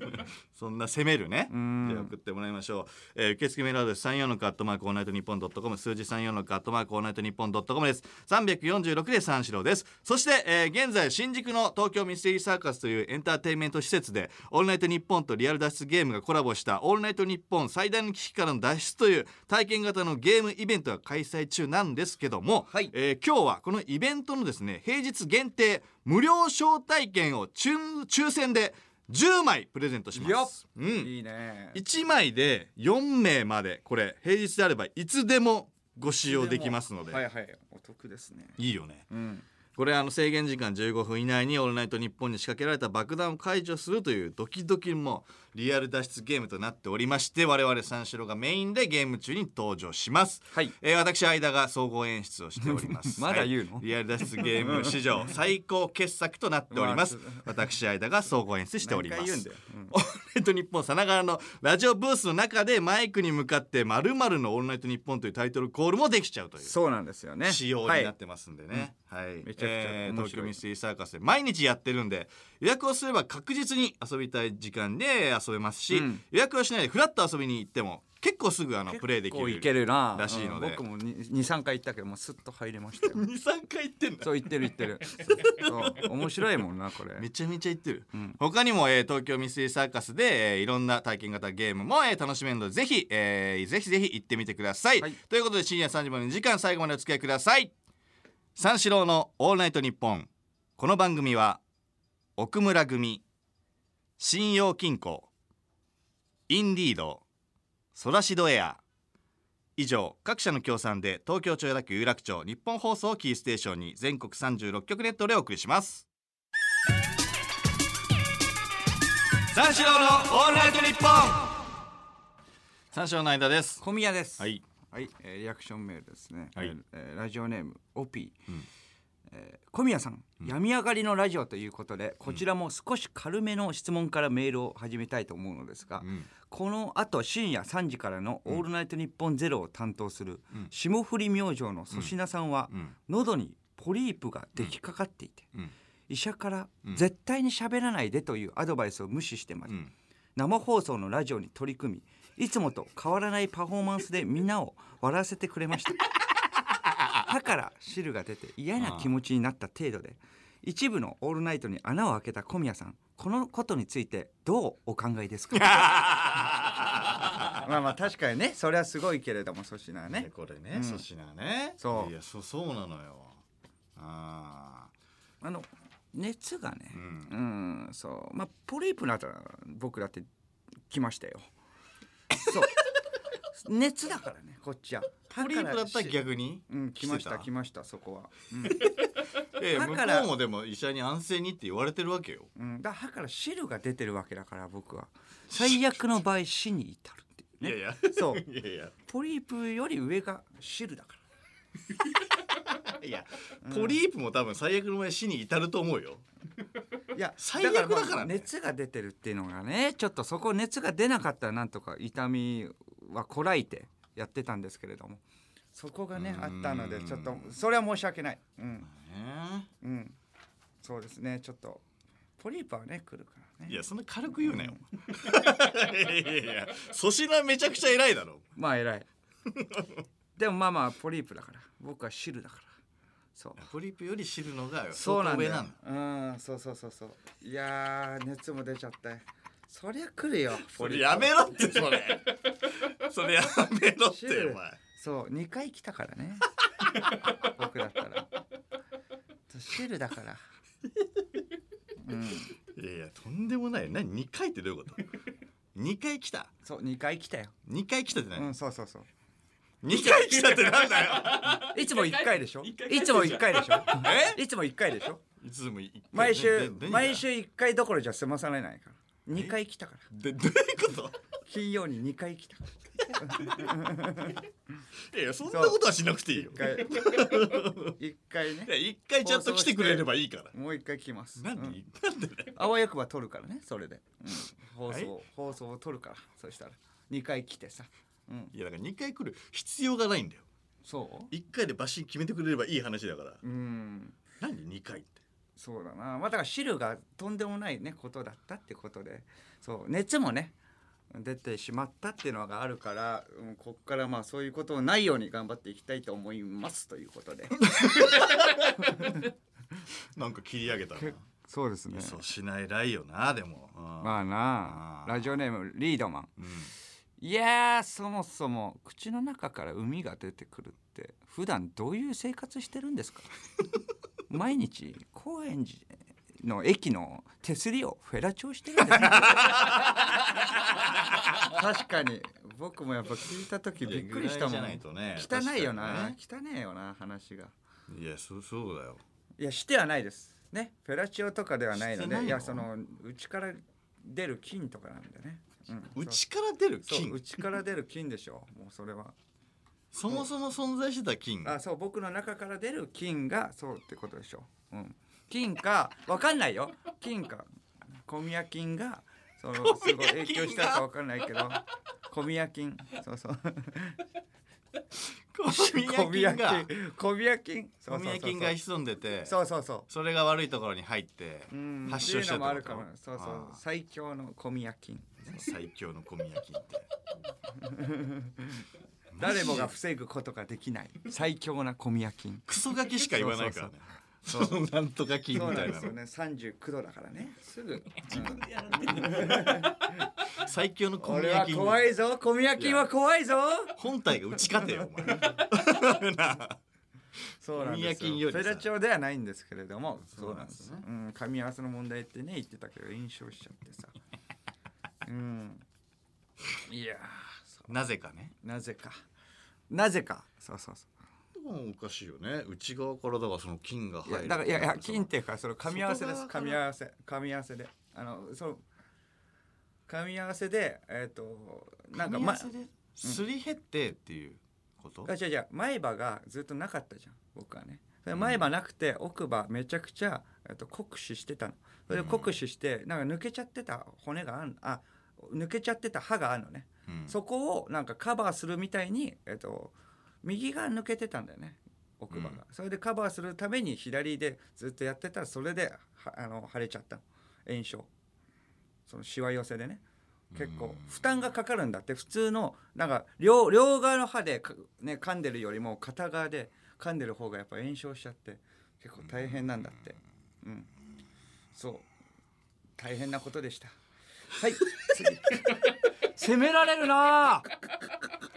Speaker 1: そんな攻めるね
Speaker 2: うん
Speaker 1: じゃあ送ってもらいましょう、えー、受付メールアドレス34のカットマークオールナイトニッポンドットコム数字34のカットマークオールナイトニッポンドットコムです346で三四郎ですそして、えー現在新宿の東京ミステリーサーカスというエンターテインメント施設でオールナイトニッポンとリアル脱出ゲームがコラボしたオールナイトニッポン最大の危機からの脱出という体験型のゲームイベントが開催中なんですけども、
Speaker 2: はい
Speaker 1: えー今日はこのイベントのですね平日限定無料招待券を抽抽選で10枚プレゼントします
Speaker 2: よっ
Speaker 1: うん、
Speaker 2: いいね。
Speaker 1: 1枚で4名までこれ平日であればいつでもご使用できますので、
Speaker 2: はい
Speaker 1: い、
Speaker 2: はい、お得ですね。
Speaker 1: いよね
Speaker 2: うん。
Speaker 1: これあの制限時間15分以内に「オールナイトニッポン」に仕掛けられた爆弾を解除するというドキドキもリアル脱出ゲームとなっておりまして我々三四郎がメインでゲーム中に登場します、
Speaker 2: はい。
Speaker 1: えー私間が総合演出をしております
Speaker 2: まだ言うの
Speaker 1: はいリアル脱出ゲーム史上最高傑作となっております
Speaker 2: ま
Speaker 1: 私間が総合演出しております
Speaker 2: 何回言うんだよ。うん
Speaker 1: オールナイトニッポンさながらのラジオブースの中でマイクに向かって「まるのオールナイトニッポン」というタイトルコールもできちゃうという
Speaker 2: そうなんですよね。
Speaker 1: 仕様になってますんでね、はい
Speaker 2: めちゃくちゃ
Speaker 1: えー
Speaker 2: 面白い
Speaker 1: 東京ミステリーサーカスで毎日やってるんで予約をすれば確実に遊びたい時間で遊べますし、
Speaker 2: うん
Speaker 1: 予約をしないでフラッと遊びに行っても結構すぐあのプレイでき
Speaker 2: こう
Speaker 1: る
Speaker 2: いけるな
Speaker 1: らしいので
Speaker 2: うん僕も23回行ったけどもうスッと入れまし たよ
Speaker 1: 23回行ってんだ
Speaker 2: そう行ってる行ってるそう面白いもん なこれ
Speaker 1: めちゃめちゃ行ってる、
Speaker 2: うん
Speaker 1: 他にも、えー東京ミステリーサーカスで、えーいろんな体験型ゲームも、えー楽しめるのでぜひ、えーぜひぜひ行ってみてください、
Speaker 2: はい
Speaker 1: ということで深夜3時までの時間最後までお付き合いください三四郎の「オールナイトニッポン」この番組は奥村組信用金庫インディードソラシドエア以上各社の協賛で東京千代田区有楽町日本放送をキーステーションに全国36局ネットでお送りします三四郎のオールナイトニッポン三四郎の間です
Speaker 2: 小宮です
Speaker 1: はい
Speaker 2: はいえーリアクションメールですね
Speaker 1: はい
Speaker 2: えーラジオネームオピー
Speaker 1: うん
Speaker 2: えー小宮さん病み上がりのラジオということでこちらも少し軽めの質問からメールを始めたいと思うのですが
Speaker 1: うん
Speaker 2: このあと深夜3時からの「オールナイトニッポンゼロを担当する
Speaker 1: うん
Speaker 2: 霜降り明星の粗品さんは
Speaker 1: うん
Speaker 2: 喉にポリープができかかっていて
Speaker 1: うん
Speaker 2: 医者から
Speaker 1: うん
Speaker 2: 絶対に喋らないでというアドバイスを無視してま
Speaker 1: う
Speaker 2: す、
Speaker 1: ん
Speaker 2: 生放送のラジオに取り組みいつもと変わらないパフォーマンスでみんなを笑わせてくれました歯から汁が出て嫌な気持ちになった程度で一部の「オールナイト」に穴を開けた小宮さんこのことについてどうお考えですかまあまあ確かにねそれはすごいけれども粗品は
Speaker 1: ね、これね
Speaker 2: うん
Speaker 1: 粗品、ね
Speaker 2: そう
Speaker 1: いやそそうなのよあ
Speaker 2: あの熱がね
Speaker 1: あうん
Speaker 2: うん、そう。まあ、ポリープなら僕だって来ましたよ。 そう。熱だからね、こっちは。
Speaker 1: ポリープだったら
Speaker 2: し
Speaker 1: 逆に
Speaker 2: うん、来ました、
Speaker 1: 来て
Speaker 2: 来ました、そこは。うん、
Speaker 1: たええ
Speaker 2: だ
Speaker 1: 向こ
Speaker 2: から
Speaker 1: うもでも医者に安静にって言われてるわけよ
Speaker 2: うん、だ、歯から汁が出てるわけだから、僕は。最悪の場合、死に至るっていう
Speaker 1: いや
Speaker 2: ね。
Speaker 1: いや
Speaker 2: そう
Speaker 1: いやいや
Speaker 2: ポリープより上が汁だから。
Speaker 1: いやポリープも多分最悪の前死に至ると思うよ
Speaker 2: いや
Speaker 1: 最悪だからね
Speaker 2: まあ熱が出てるっていうのがねちょっとそこ熱が出なかったらなんとか痛みはこらえてやってたんですけれどもそこがね
Speaker 1: う
Speaker 2: あ
Speaker 1: ーん
Speaker 2: ったのでちょっとそれは申し訳ないうん
Speaker 1: ね
Speaker 2: うんそうですねちょっとポリープはね来るから
Speaker 1: い
Speaker 2: ね
Speaker 1: やそんな軽く言うなよいやいやいや粗品めちゃくちゃ偉いだろ
Speaker 2: まあ偉いでもまあまあポリープだから僕は汁だからそう
Speaker 1: ポリープより知るのが
Speaker 2: そ
Speaker 1: 相当
Speaker 2: うなんだ
Speaker 1: 上
Speaker 2: よ
Speaker 1: なんだ
Speaker 2: うんそうそうそうそういやー熱も出ちゃってそりゃ来るよ
Speaker 1: それやめろってそれそれやめろっ
Speaker 2: シ
Speaker 1: て
Speaker 2: ュール
Speaker 1: お前
Speaker 2: そう2回来たからね僕だったらシルだからうん
Speaker 1: いやいやとんでもない何2回ってどういうこと2回来た
Speaker 2: そう2回来たよ
Speaker 1: 2回来たって
Speaker 2: う
Speaker 1: 何、
Speaker 2: んそうそうそう
Speaker 1: 二2回来たってなんだよ
Speaker 2: いつも1回でしょ
Speaker 3: 一回
Speaker 2: いつも1回でしょ
Speaker 1: え
Speaker 2: いつも1回でしょ
Speaker 1: いつもい
Speaker 2: 毎週
Speaker 1: でで
Speaker 2: 毎週1回どころじゃ済まされないから2回来たから
Speaker 1: でどういうこ
Speaker 2: 金曜に2回来たか
Speaker 1: といやいやそんなことはしなくていいよ
Speaker 2: ら1回一回ね
Speaker 1: いや一回ちゃんと来てくれればいいから。
Speaker 2: もう1回来ます
Speaker 1: なん
Speaker 2: う
Speaker 1: で、
Speaker 2: ん
Speaker 1: なんでね。
Speaker 2: あわよくば撮るからねそれで、うん、放送、放送を撮るからそしたら2回来てさ、うん、
Speaker 1: いやだから二回来る必要がないんだよ。
Speaker 2: そう
Speaker 1: 一回でバシン決めてくれればいい話だから。
Speaker 2: うん
Speaker 1: なんで二回って。
Speaker 2: そうだなまあだから汁がとんでもないねことだったってことでそう熱もね出てしまったっていうのがあるから、うん、こっからまあそういうことをないように頑張っていきたいと思いますということで
Speaker 1: なんか切り上げたな。
Speaker 2: そうですね
Speaker 1: そうしないらいよなでも。うん
Speaker 2: まあな
Speaker 1: あー
Speaker 2: ラジオネームリードマン
Speaker 1: うん
Speaker 2: いやーそもそも口の中から海が出てくるって普段どういう生活してるん ですか毎日高円寺の駅の手すりをフェラチョしてるんですか確かに僕もやっぱ聞いた時びっくりしたも
Speaker 1: いやぐらいじゃ
Speaker 2: ん
Speaker 1: ないとね
Speaker 2: 汚いよな、
Speaker 1: 確
Speaker 2: 汚いよな話が
Speaker 1: いやそうそうだよ。
Speaker 2: いやしてはないですねフェラチオとかではないの
Speaker 1: して
Speaker 2: で
Speaker 1: ない
Speaker 2: い
Speaker 1: の
Speaker 2: やその内から出る菌とかなんでね、うん、
Speaker 1: 内から出る
Speaker 2: そう
Speaker 1: 菌。
Speaker 2: 内から出る菌でしょもうそれは
Speaker 1: そもそも存在してた菌。
Speaker 2: あそう僕の中から出る菌がそうってことでしょ、うん、菌かわかんないよ菌か小宮菌がそのすごい影響したかわかんないけど小宮菌そうそう
Speaker 1: 小宮菌が
Speaker 2: 小宮菌
Speaker 1: 小宮菌が
Speaker 2: そう
Speaker 1: 潜んでて。
Speaker 2: そうそうそう
Speaker 1: それが悪いところに入って
Speaker 2: うん
Speaker 1: 発症した
Speaker 2: っていうのもあるからそうそう
Speaker 1: あー
Speaker 2: 最強の小宮菌
Speaker 1: 最強の小宮 菌って。
Speaker 2: 誰もが防ぐことができ ない最強な小宮菌
Speaker 1: クソガキしか言わないからね。
Speaker 2: そう
Speaker 1: その なんとか菌み
Speaker 2: そう
Speaker 1: た
Speaker 2: なん
Speaker 1: い
Speaker 2: で
Speaker 1: な
Speaker 2: すよね39度だからねすぐ、うん
Speaker 1: 最強の小
Speaker 2: 俺
Speaker 1: 宮
Speaker 2: は
Speaker 1: 菌。
Speaker 2: 怖いぞ小宮菌は怖いぞ
Speaker 1: 本体が打ち勝てよお前。
Speaker 2: そうなん
Speaker 1: 小宮
Speaker 2: です
Speaker 1: 菌よ
Speaker 2: よ
Speaker 1: り
Speaker 2: フ
Speaker 1: さ
Speaker 2: ェラチオではないんですけれども
Speaker 1: そうなんですね
Speaker 2: そうなんですうん、噛み合わせの問題ってね言ってたけど印象しちゃっ てさうんいやーそ
Speaker 1: なぜかね。
Speaker 2: うなぜかなぜかそうそうそ
Speaker 1: でもおかしいよね。内側からだからその菌が
Speaker 2: ういや
Speaker 1: 入る。
Speaker 2: だからいやいや菌っていうかその噛み合わせです
Speaker 1: 外側か
Speaker 2: 噛
Speaker 1: ら
Speaker 2: み合わせ噛み合わせであのその噛み合わせでえっ、となんか
Speaker 1: ま
Speaker 2: ま
Speaker 1: すり減ってっていうこと
Speaker 2: あ。違う違う前歯がずっとなかったじゃん僕はねそれ前歯なくて奥歯めちゃくちゃ、えっと、酷使してたのそれで酷使してなんか抜けちゃってた骨があるあ抜けちゃってた歯があるのね、
Speaker 1: うん
Speaker 2: そこをなんかカバーするみたいに、えっと、右が抜けてたんだよね奥歯が、
Speaker 1: うん
Speaker 2: それでカバーするために左でずっとやってたらそれではあの腫れちゃったの炎症そのしわ寄せでね結
Speaker 1: うん
Speaker 2: 構負担がかかるんだって普通のなんか両両側の歯でか、ね、噛んでるよりも片側で噛んでる方がやっぱ炎症しちゃって結構大変なんだってうんそう大変なことでしたはい次責められるなあ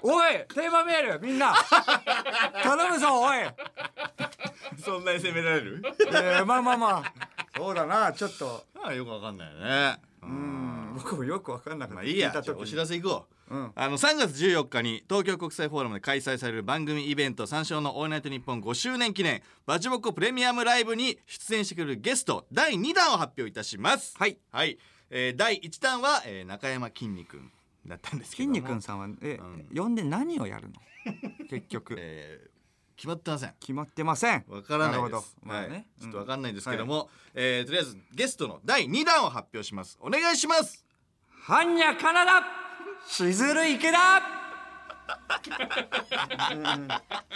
Speaker 2: おいテーマメールみんな頼むぞおい、
Speaker 1: そんなに責められる？
Speaker 2: えーまあまあまあそうだなちょっと
Speaker 1: ああよくわかんないね。う
Speaker 2: う。ん僕もよく分かんなかっ
Speaker 1: ま
Speaker 2: た
Speaker 1: あいいや
Speaker 2: 聞た。
Speaker 1: じゃあ
Speaker 2: 時に
Speaker 1: お知らせ行こう。
Speaker 2: うん
Speaker 1: あの3月14日に東京国際フォーラムで開催される番組イベント「三章のオールナイトニッポン」5周年記念バチボコプレミアムライブに出演してくれるゲスト第2弾を発表いたします
Speaker 2: はい、
Speaker 1: はいえー第1弾は、えー中山きんに君だったんですけ
Speaker 2: 筋
Speaker 1: ども
Speaker 2: 肉さんは、え
Speaker 1: うん
Speaker 2: 呼んで何をやるの結局
Speaker 1: えー決まってません
Speaker 2: 決まってません
Speaker 1: わからない
Speaker 2: なる
Speaker 1: で
Speaker 2: ほ
Speaker 1: す
Speaker 2: どまあね
Speaker 1: はい、
Speaker 2: うん
Speaker 1: ちょっとわかんないんですけども、えーとりあえずゲストの第2弾を発表しますお願いします
Speaker 2: 般若カナダしずる池田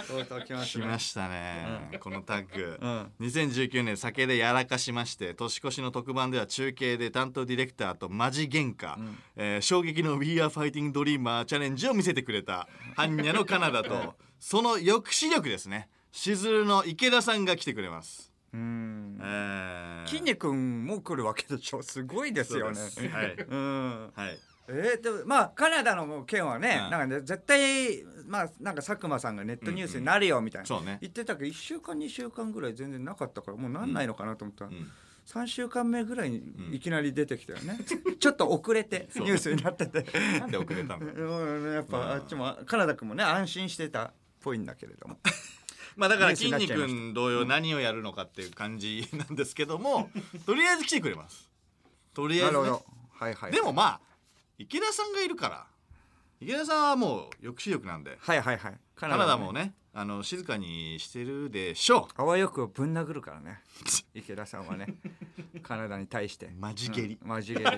Speaker 2: 相当きま
Speaker 1: 来ましたね、このタッグ、
Speaker 2: うん
Speaker 1: 2019年酒でやらかしまして年越しの特番では中継で担当ディレクターとマジ喧嘩、えー衝撃の「We are fighting dreamer」チャレンジを見せてくれた般若の カナダとその抑止力ですねしずるの池田さんが来てくれます
Speaker 2: ううん
Speaker 1: え。ー
Speaker 2: きんに君も来るわけでしょすごいですよね。
Speaker 1: そうですはい
Speaker 2: うん。
Speaker 1: はい
Speaker 2: えー、でもまあカナダの件はね、
Speaker 1: うん
Speaker 2: なんかね絶対まあなんか佐久間さんがネットニュースになるよみたいな、
Speaker 1: そう ね
Speaker 2: 言ってたけど1週間2週間ぐらい全然なかったからもうなんないのかなと思ったら、
Speaker 1: うん
Speaker 2: 3週間目ぐらいに
Speaker 1: ん
Speaker 2: いきなり出てきたよね、ちょっと遅れて
Speaker 1: そう
Speaker 2: ニュースになってて
Speaker 1: なんで遅れたの
Speaker 2: うんやっ
Speaker 1: うん
Speaker 2: ぱあっちもカナダ君もね安心してたっぽいんだけれども
Speaker 1: まあだから
Speaker 2: ニュース
Speaker 1: 筋
Speaker 2: になっちゃいました
Speaker 1: 肉同様何をやるのかっていう感じなんですけど もとりあえず来てくれますとりあ
Speaker 2: な
Speaker 1: えず
Speaker 2: るほ
Speaker 1: ね
Speaker 2: どはいはい
Speaker 1: でもまあ池田さんがいるから池田さんはもう抑止力なんで
Speaker 2: はいはいはいカ
Speaker 1: カナダも
Speaker 2: ね
Speaker 1: ねあの静かにしてるでしょ
Speaker 2: あわよくぶん殴るから ね池田さんはねカナダに対 して
Speaker 1: うマジゲリ
Speaker 2: うんマジゲリで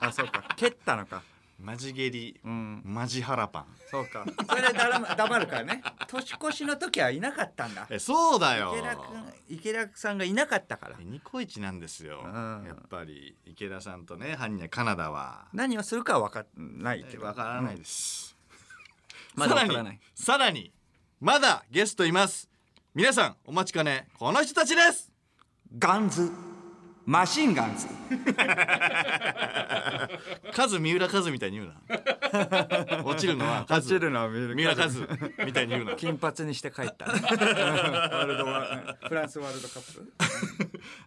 Speaker 2: あそうか蹴ったのか
Speaker 1: マジゲリ
Speaker 2: うん
Speaker 1: マジ腹パン
Speaker 2: そうかそれでだらま黙るからね年越しの時はいなかったんだ
Speaker 1: えそうだよ
Speaker 2: 池田君池田さんがいなかったから
Speaker 1: ニコイチなんですよ
Speaker 2: うん
Speaker 1: やっぱり池田さんとねハンニャカナダは
Speaker 2: 何をするかは分かんないけ
Speaker 1: え
Speaker 2: ど
Speaker 1: わからない
Speaker 2: うん
Speaker 1: です、
Speaker 2: まだわからない
Speaker 1: さらにさらにまだゲストいます皆さんお待ちかねこの人たちです
Speaker 2: ガンズマシンガンズ
Speaker 1: カズ三浦カズみたいに言う な落ちるのはカ
Speaker 2: 落ち
Speaker 1: ズ
Speaker 2: るのは見る
Speaker 1: 三浦カズみたいに言うな
Speaker 2: 金髪にして帰った、ね、ワールドワフランスワールドカップ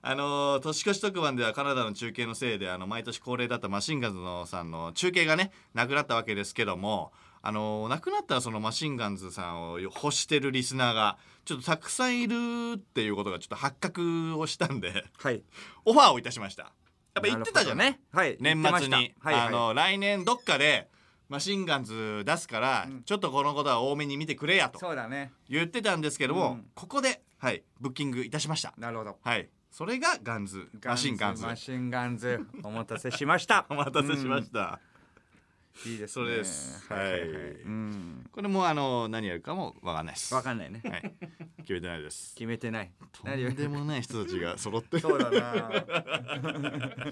Speaker 1: あのー年越し特番ではカナダの中継のせいであの毎年恒例だったマシンガンズのさんの中継がねなくなったわけですけども、あのー、なくなったそのマシンガンズさんを欲してるリスナーがちょっとたくさんいるっていうことがちょっと発覚をしたんで
Speaker 2: はい
Speaker 1: オファーをいたしましたやっぱ言ってたじゃない
Speaker 2: なるほどは
Speaker 1: 年
Speaker 2: い言ってま
Speaker 1: 末
Speaker 2: した
Speaker 1: に、
Speaker 2: はいはい
Speaker 1: あの来年どっかでマシンガンズ出すから、ちょっとこのことは多めに見てくれやと
Speaker 2: そうだね
Speaker 1: 言ってたんですけども、
Speaker 2: うん
Speaker 1: ここで、はい、ブッキングいたしました
Speaker 2: なるほど
Speaker 1: はいそれがガンズマシンガンズ
Speaker 2: マシンガンズ お待たせしました
Speaker 1: お待たせしました、
Speaker 2: いいです
Speaker 1: そ
Speaker 2: ね。
Speaker 1: れです
Speaker 2: はいはいはい
Speaker 1: はい
Speaker 2: うん。
Speaker 1: これもあの何やるかもわかんないです
Speaker 2: わかんないね。
Speaker 1: はい、決めてないです
Speaker 2: 決めてない。
Speaker 1: とんでもない人たちが揃ってる
Speaker 2: そうだな。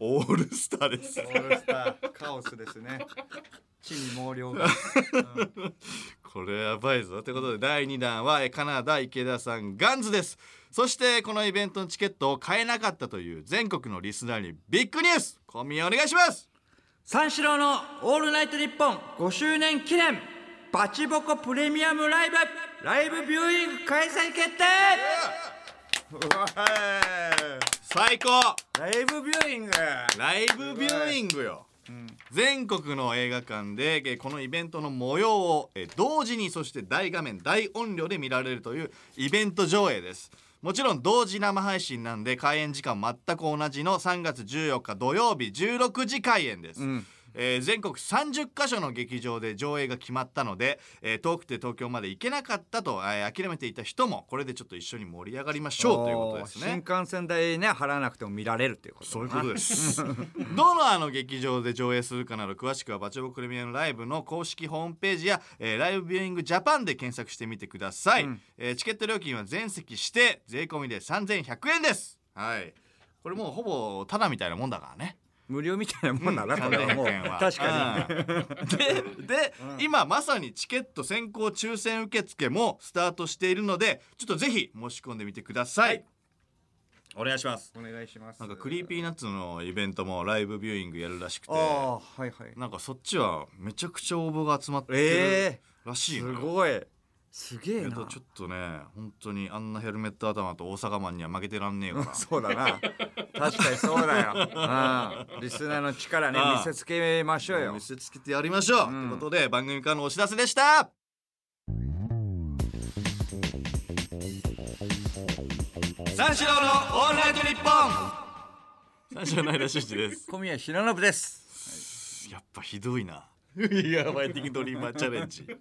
Speaker 1: オールスターです
Speaker 2: オールスターカオスですね。地に毛量が。
Speaker 1: これやばいぞということで第2弾はえカナダ池田さんガンズですそしてこのイベントのチケットを買えなかったという全国のリスナーにビッグニュース小宮お願いします
Speaker 2: 三四郎のオールナイトニッポン5周年記念バチボコプレミアムライブライブビューイング開催決定。
Speaker 1: 最高
Speaker 2: ライブビューイング。
Speaker 1: ライブビューイングよ、全国の映画館でえーこのイベントの模様をえー同時にそして大画面大音量で見られるというイベント上映ですもちろん同時生配信なんで開演時間全く同じの3月14日土曜日16時開演です、
Speaker 2: ん
Speaker 1: えー全国30カ所の劇場で上映が決まったので、えー遠くて東京まで行けなかったと、えー諦めていた人もこれでちょっと一緒に盛り上がりましょうということですね
Speaker 2: 新幹線代ね払わなくても見られるということ。
Speaker 1: そういうことです。 どのあの劇場で上映するかなど詳しくはバチボコレミアのライブの公式ホームページや、えーライブビューイングジャパンで検索してみてください。えーチケット料金は全席して税込みで3100円です。はい。これもうほぼタダみたいなもんだからね。
Speaker 2: 無料みたいなもんならこれはもう
Speaker 1: 3100円は
Speaker 2: 確かに。
Speaker 1: うんでで、今まさにチケット先行抽選受付もスタートしているのでちょっとぜひ申し込んでみてください、お願いします
Speaker 2: お願いします。
Speaker 1: なんかクリーピーナッツのイベントもライブビューイングやるらしくて
Speaker 2: ああはいはい。
Speaker 1: なんかそっちはめちゃくちゃ応募が集まってる
Speaker 2: え
Speaker 1: ら
Speaker 2: え
Speaker 1: しいの
Speaker 2: す
Speaker 1: よ、
Speaker 2: ごい。すげえ
Speaker 1: け
Speaker 2: な。
Speaker 1: どちょっとね本当にあんなヘルメット頭と大阪マンには負けてらんねえ から
Speaker 2: そうだな。確かにそうだよ。うん。リスナーの力ね
Speaker 1: ああ
Speaker 2: 見せつけましょうよ
Speaker 1: 見。せつけてやりましょう、
Speaker 2: うん
Speaker 1: ということで番組からのお知らせでした三四郎のオールナイトニッポン三四郎の間修司です
Speaker 2: 小宮平信です。
Speaker 1: やっぱひどいな いやファイティングドリーマーチャレンジ ど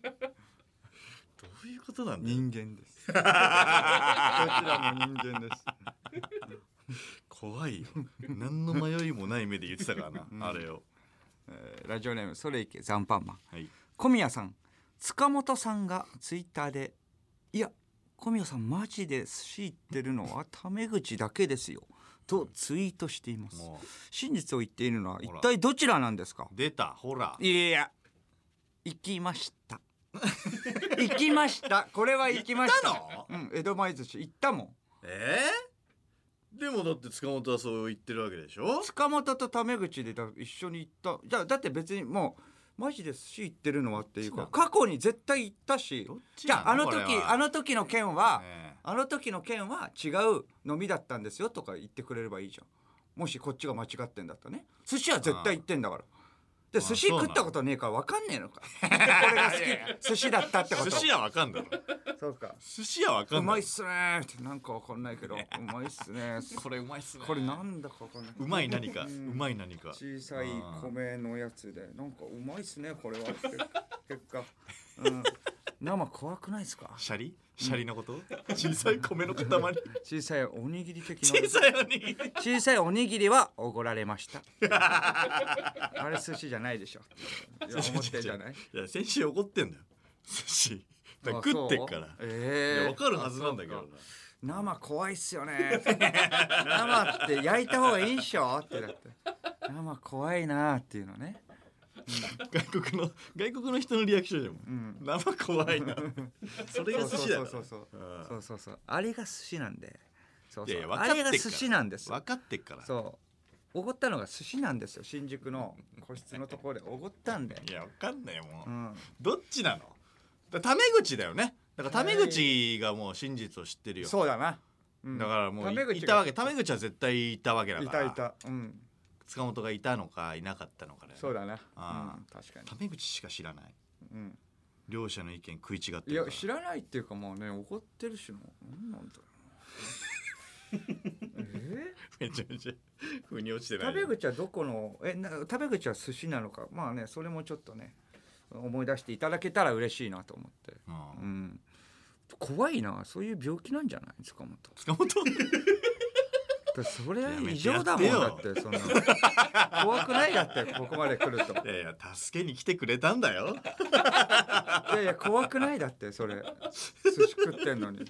Speaker 1: ういうことなんだよ
Speaker 2: 人間 です。どちらも人間です。
Speaker 1: 怖いよ何の迷いもない目で言ってたからな、あれを
Speaker 2: えーラジオネームそれいけ残飯マン。
Speaker 1: はい
Speaker 2: 小宮さん、塚本さんがツイッターで、いや、小宮さんマジで知ってるのはタメ口だけですよ。とツイートしています。
Speaker 1: も
Speaker 2: 真実を言っているのは
Speaker 1: ほら
Speaker 2: 一体どちらなんですか
Speaker 1: う出たほら
Speaker 2: いやいや行きました行きましたこれは行きました
Speaker 1: 行ったの
Speaker 2: うん江戸前寿司行ったもん
Speaker 1: えー、でもだって塚本はそう言ってるわけでしょ
Speaker 2: 塚本とタメ口でだ一緒に行ったじゃあだって別にもうマジで寿司行ってるのはっていう
Speaker 1: ど
Speaker 2: か
Speaker 1: っちな
Speaker 2: 過去に絶対行ったし
Speaker 1: どっち
Speaker 2: じ
Speaker 1: な
Speaker 2: ゃ
Speaker 1: の
Speaker 2: ああの
Speaker 1: これ
Speaker 2: 時
Speaker 1: は
Speaker 2: あの時の件は、
Speaker 1: え
Speaker 2: あの時の件は違う飲みだったんですよとか言ってくれればいいじゃんもしこっちが間違ってんだったらね寿司は絶対行ってんだからで
Speaker 1: あ
Speaker 2: 寿司
Speaker 1: そうなの
Speaker 2: 食ったことねえから分かんね えのか俺が好き寿司だったって
Speaker 1: え
Speaker 2: こと
Speaker 1: 寿司屋わかんだろ
Speaker 2: そうか
Speaker 1: 寿司屋わか
Speaker 2: うん
Speaker 1: だ
Speaker 2: ま
Speaker 1: ろ
Speaker 2: いっすねーってなんかわかんないけどうまいっすねー
Speaker 1: これうまいっすね
Speaker 2: これなんだかわかんないう
Speaker 1: まい何かう
Speaker 2: うん
Speaker 1: まい何か
Speaker 2: 小さい
Speaker 1: あー
Speaker 2: 米のやつでなんかうまいっすねこれ はって結果、うん、生怖くないですか
Speaker 1: シャリシャリのこと 小さい米の塊 小
Speaker 2: 小さいおにぎり的な
Speaker 1: さいのに
Speaker 2: 小さいおにぎりはおごられましたあれ寿司じゃないで しょいや思ってんじゃない
Speaker 1: いや先週怒ってんだよ寿司だから食ってっから
Speaker 2: あそうえ
Speaker 1: い
Speaker 2: え
Speaker 1: やわかるはずなんだけ
Speaker 2: あ
Speaker 1: ど
Speaker 2: そうか生怖いっすよね生って焼いた方がいいっしょってだって生怖いなーっていうのね
Speaker 1: な外国の外国の人のリアクションでも
Speaker 2: うん
Speaker 1: 生怖いな それが寿司だ
Speaker 2: そ
Speaker 1: から
Speaker 2: うそうそうそう
Speaker 1: うん
Speaker 2: そうそうそうあれが寿司なんでそうそう
Speaker 1: いやいや分かって
Speaker 2: あ
Speaker 1: っか
Speaker 2: れ
Speaker 1: ら
Speaker 2: が寿司なんですよ
Speaker 1: 分かってっから
Speaker 2: そうおごったのが寿司なんですよ新宿の個室のところでおごったんで、
Speaker 1: いやわかんないよもう
Speaker 2: うん、
Speaker 1: どっちなのだタメ口だよねだからタメ口がもう真実を知ってるよ
Speaker 2: そうだな、うん
Speaker 1: だからもう
Speaker 2: タメ口が
Speaker 1: いいたわけタメ口は絶対いたわけだ
Speaker 2: い
Speaker 1: か
Speaker 2: た
Speaker 1: ら
Speaker 2: いたうん
Speaker 1: 塚本がいたのかいなかったのかね
Speaker 2: そうだな
Speaker 1: あー
Speaker 2: うん、確かに
Speaker 1: タメ口しか知らない
Speaker 2: うん
Speaker 1: 両者の意見食い違って
Speaker 2: い
Speaker 1: る
Speaker 2: や
Speaker 1: から
Speaker 2: 知らないっていうかもうね怒ってるしもうなんなんだろ うなえ
Speaker 1: めちゃめち ゃ腑に落ちて
Speaker 2: ー、
Speaker 1: ない
Speaker 2: 食べ口はどこのえな食べ口は寿司なのかまあねそれもちょっとね思い出していただけたら嬉しいなと思って
Speaker 1: うん
Speaker 2: うん怖いなそういう病気なんじゃない塚本
Speaker 1: 塚本
Speaker 2: だそれ
Speaker 1: やめて
Speaker 2: 異常だもん
Speaker 1: や
Speaker 2: だ
Speaker 1: っ
Speaker 2: っててそんな怖くないだってここまで来ると
Speaker 1: いやいや助けに来てくれたんだよ
Speaker 2: いやいや怖くないだってそれ寿司食ってんのに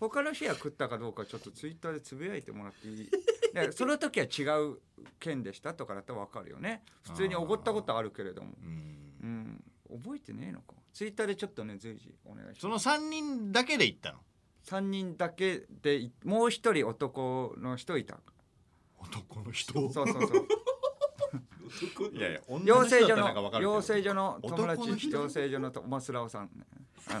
Speaker 2: 他の日は食ったかどうかちょっとツイッターでつぶやいてもらっていいだからその時は違う件でしたとかだったら分かるよね普通におごったことあるけれども
Speaker 1: うん
Speaker 2: うん覚えてねえのかツイッターでちょっとね随時お願いし
Speaker 1: そ
Speaker 2: ま
Speaker 1: の3人だけで行ったの
Speaker 2: す3人だけでいもう一人男の人いた
Speaker 1: 男の人
Speaker 2: そうそうそう
Speaker 1: いやいや 女
Speaker 2: 養
Speaker 1: の人だ
Speaker 2: 成所
Speaker 1: ったらなんか分かるけど
Speaker 2: の養成所の友
Speaker 1: 男の人
Speaker 2: 達養成所のとマスラオさんねあの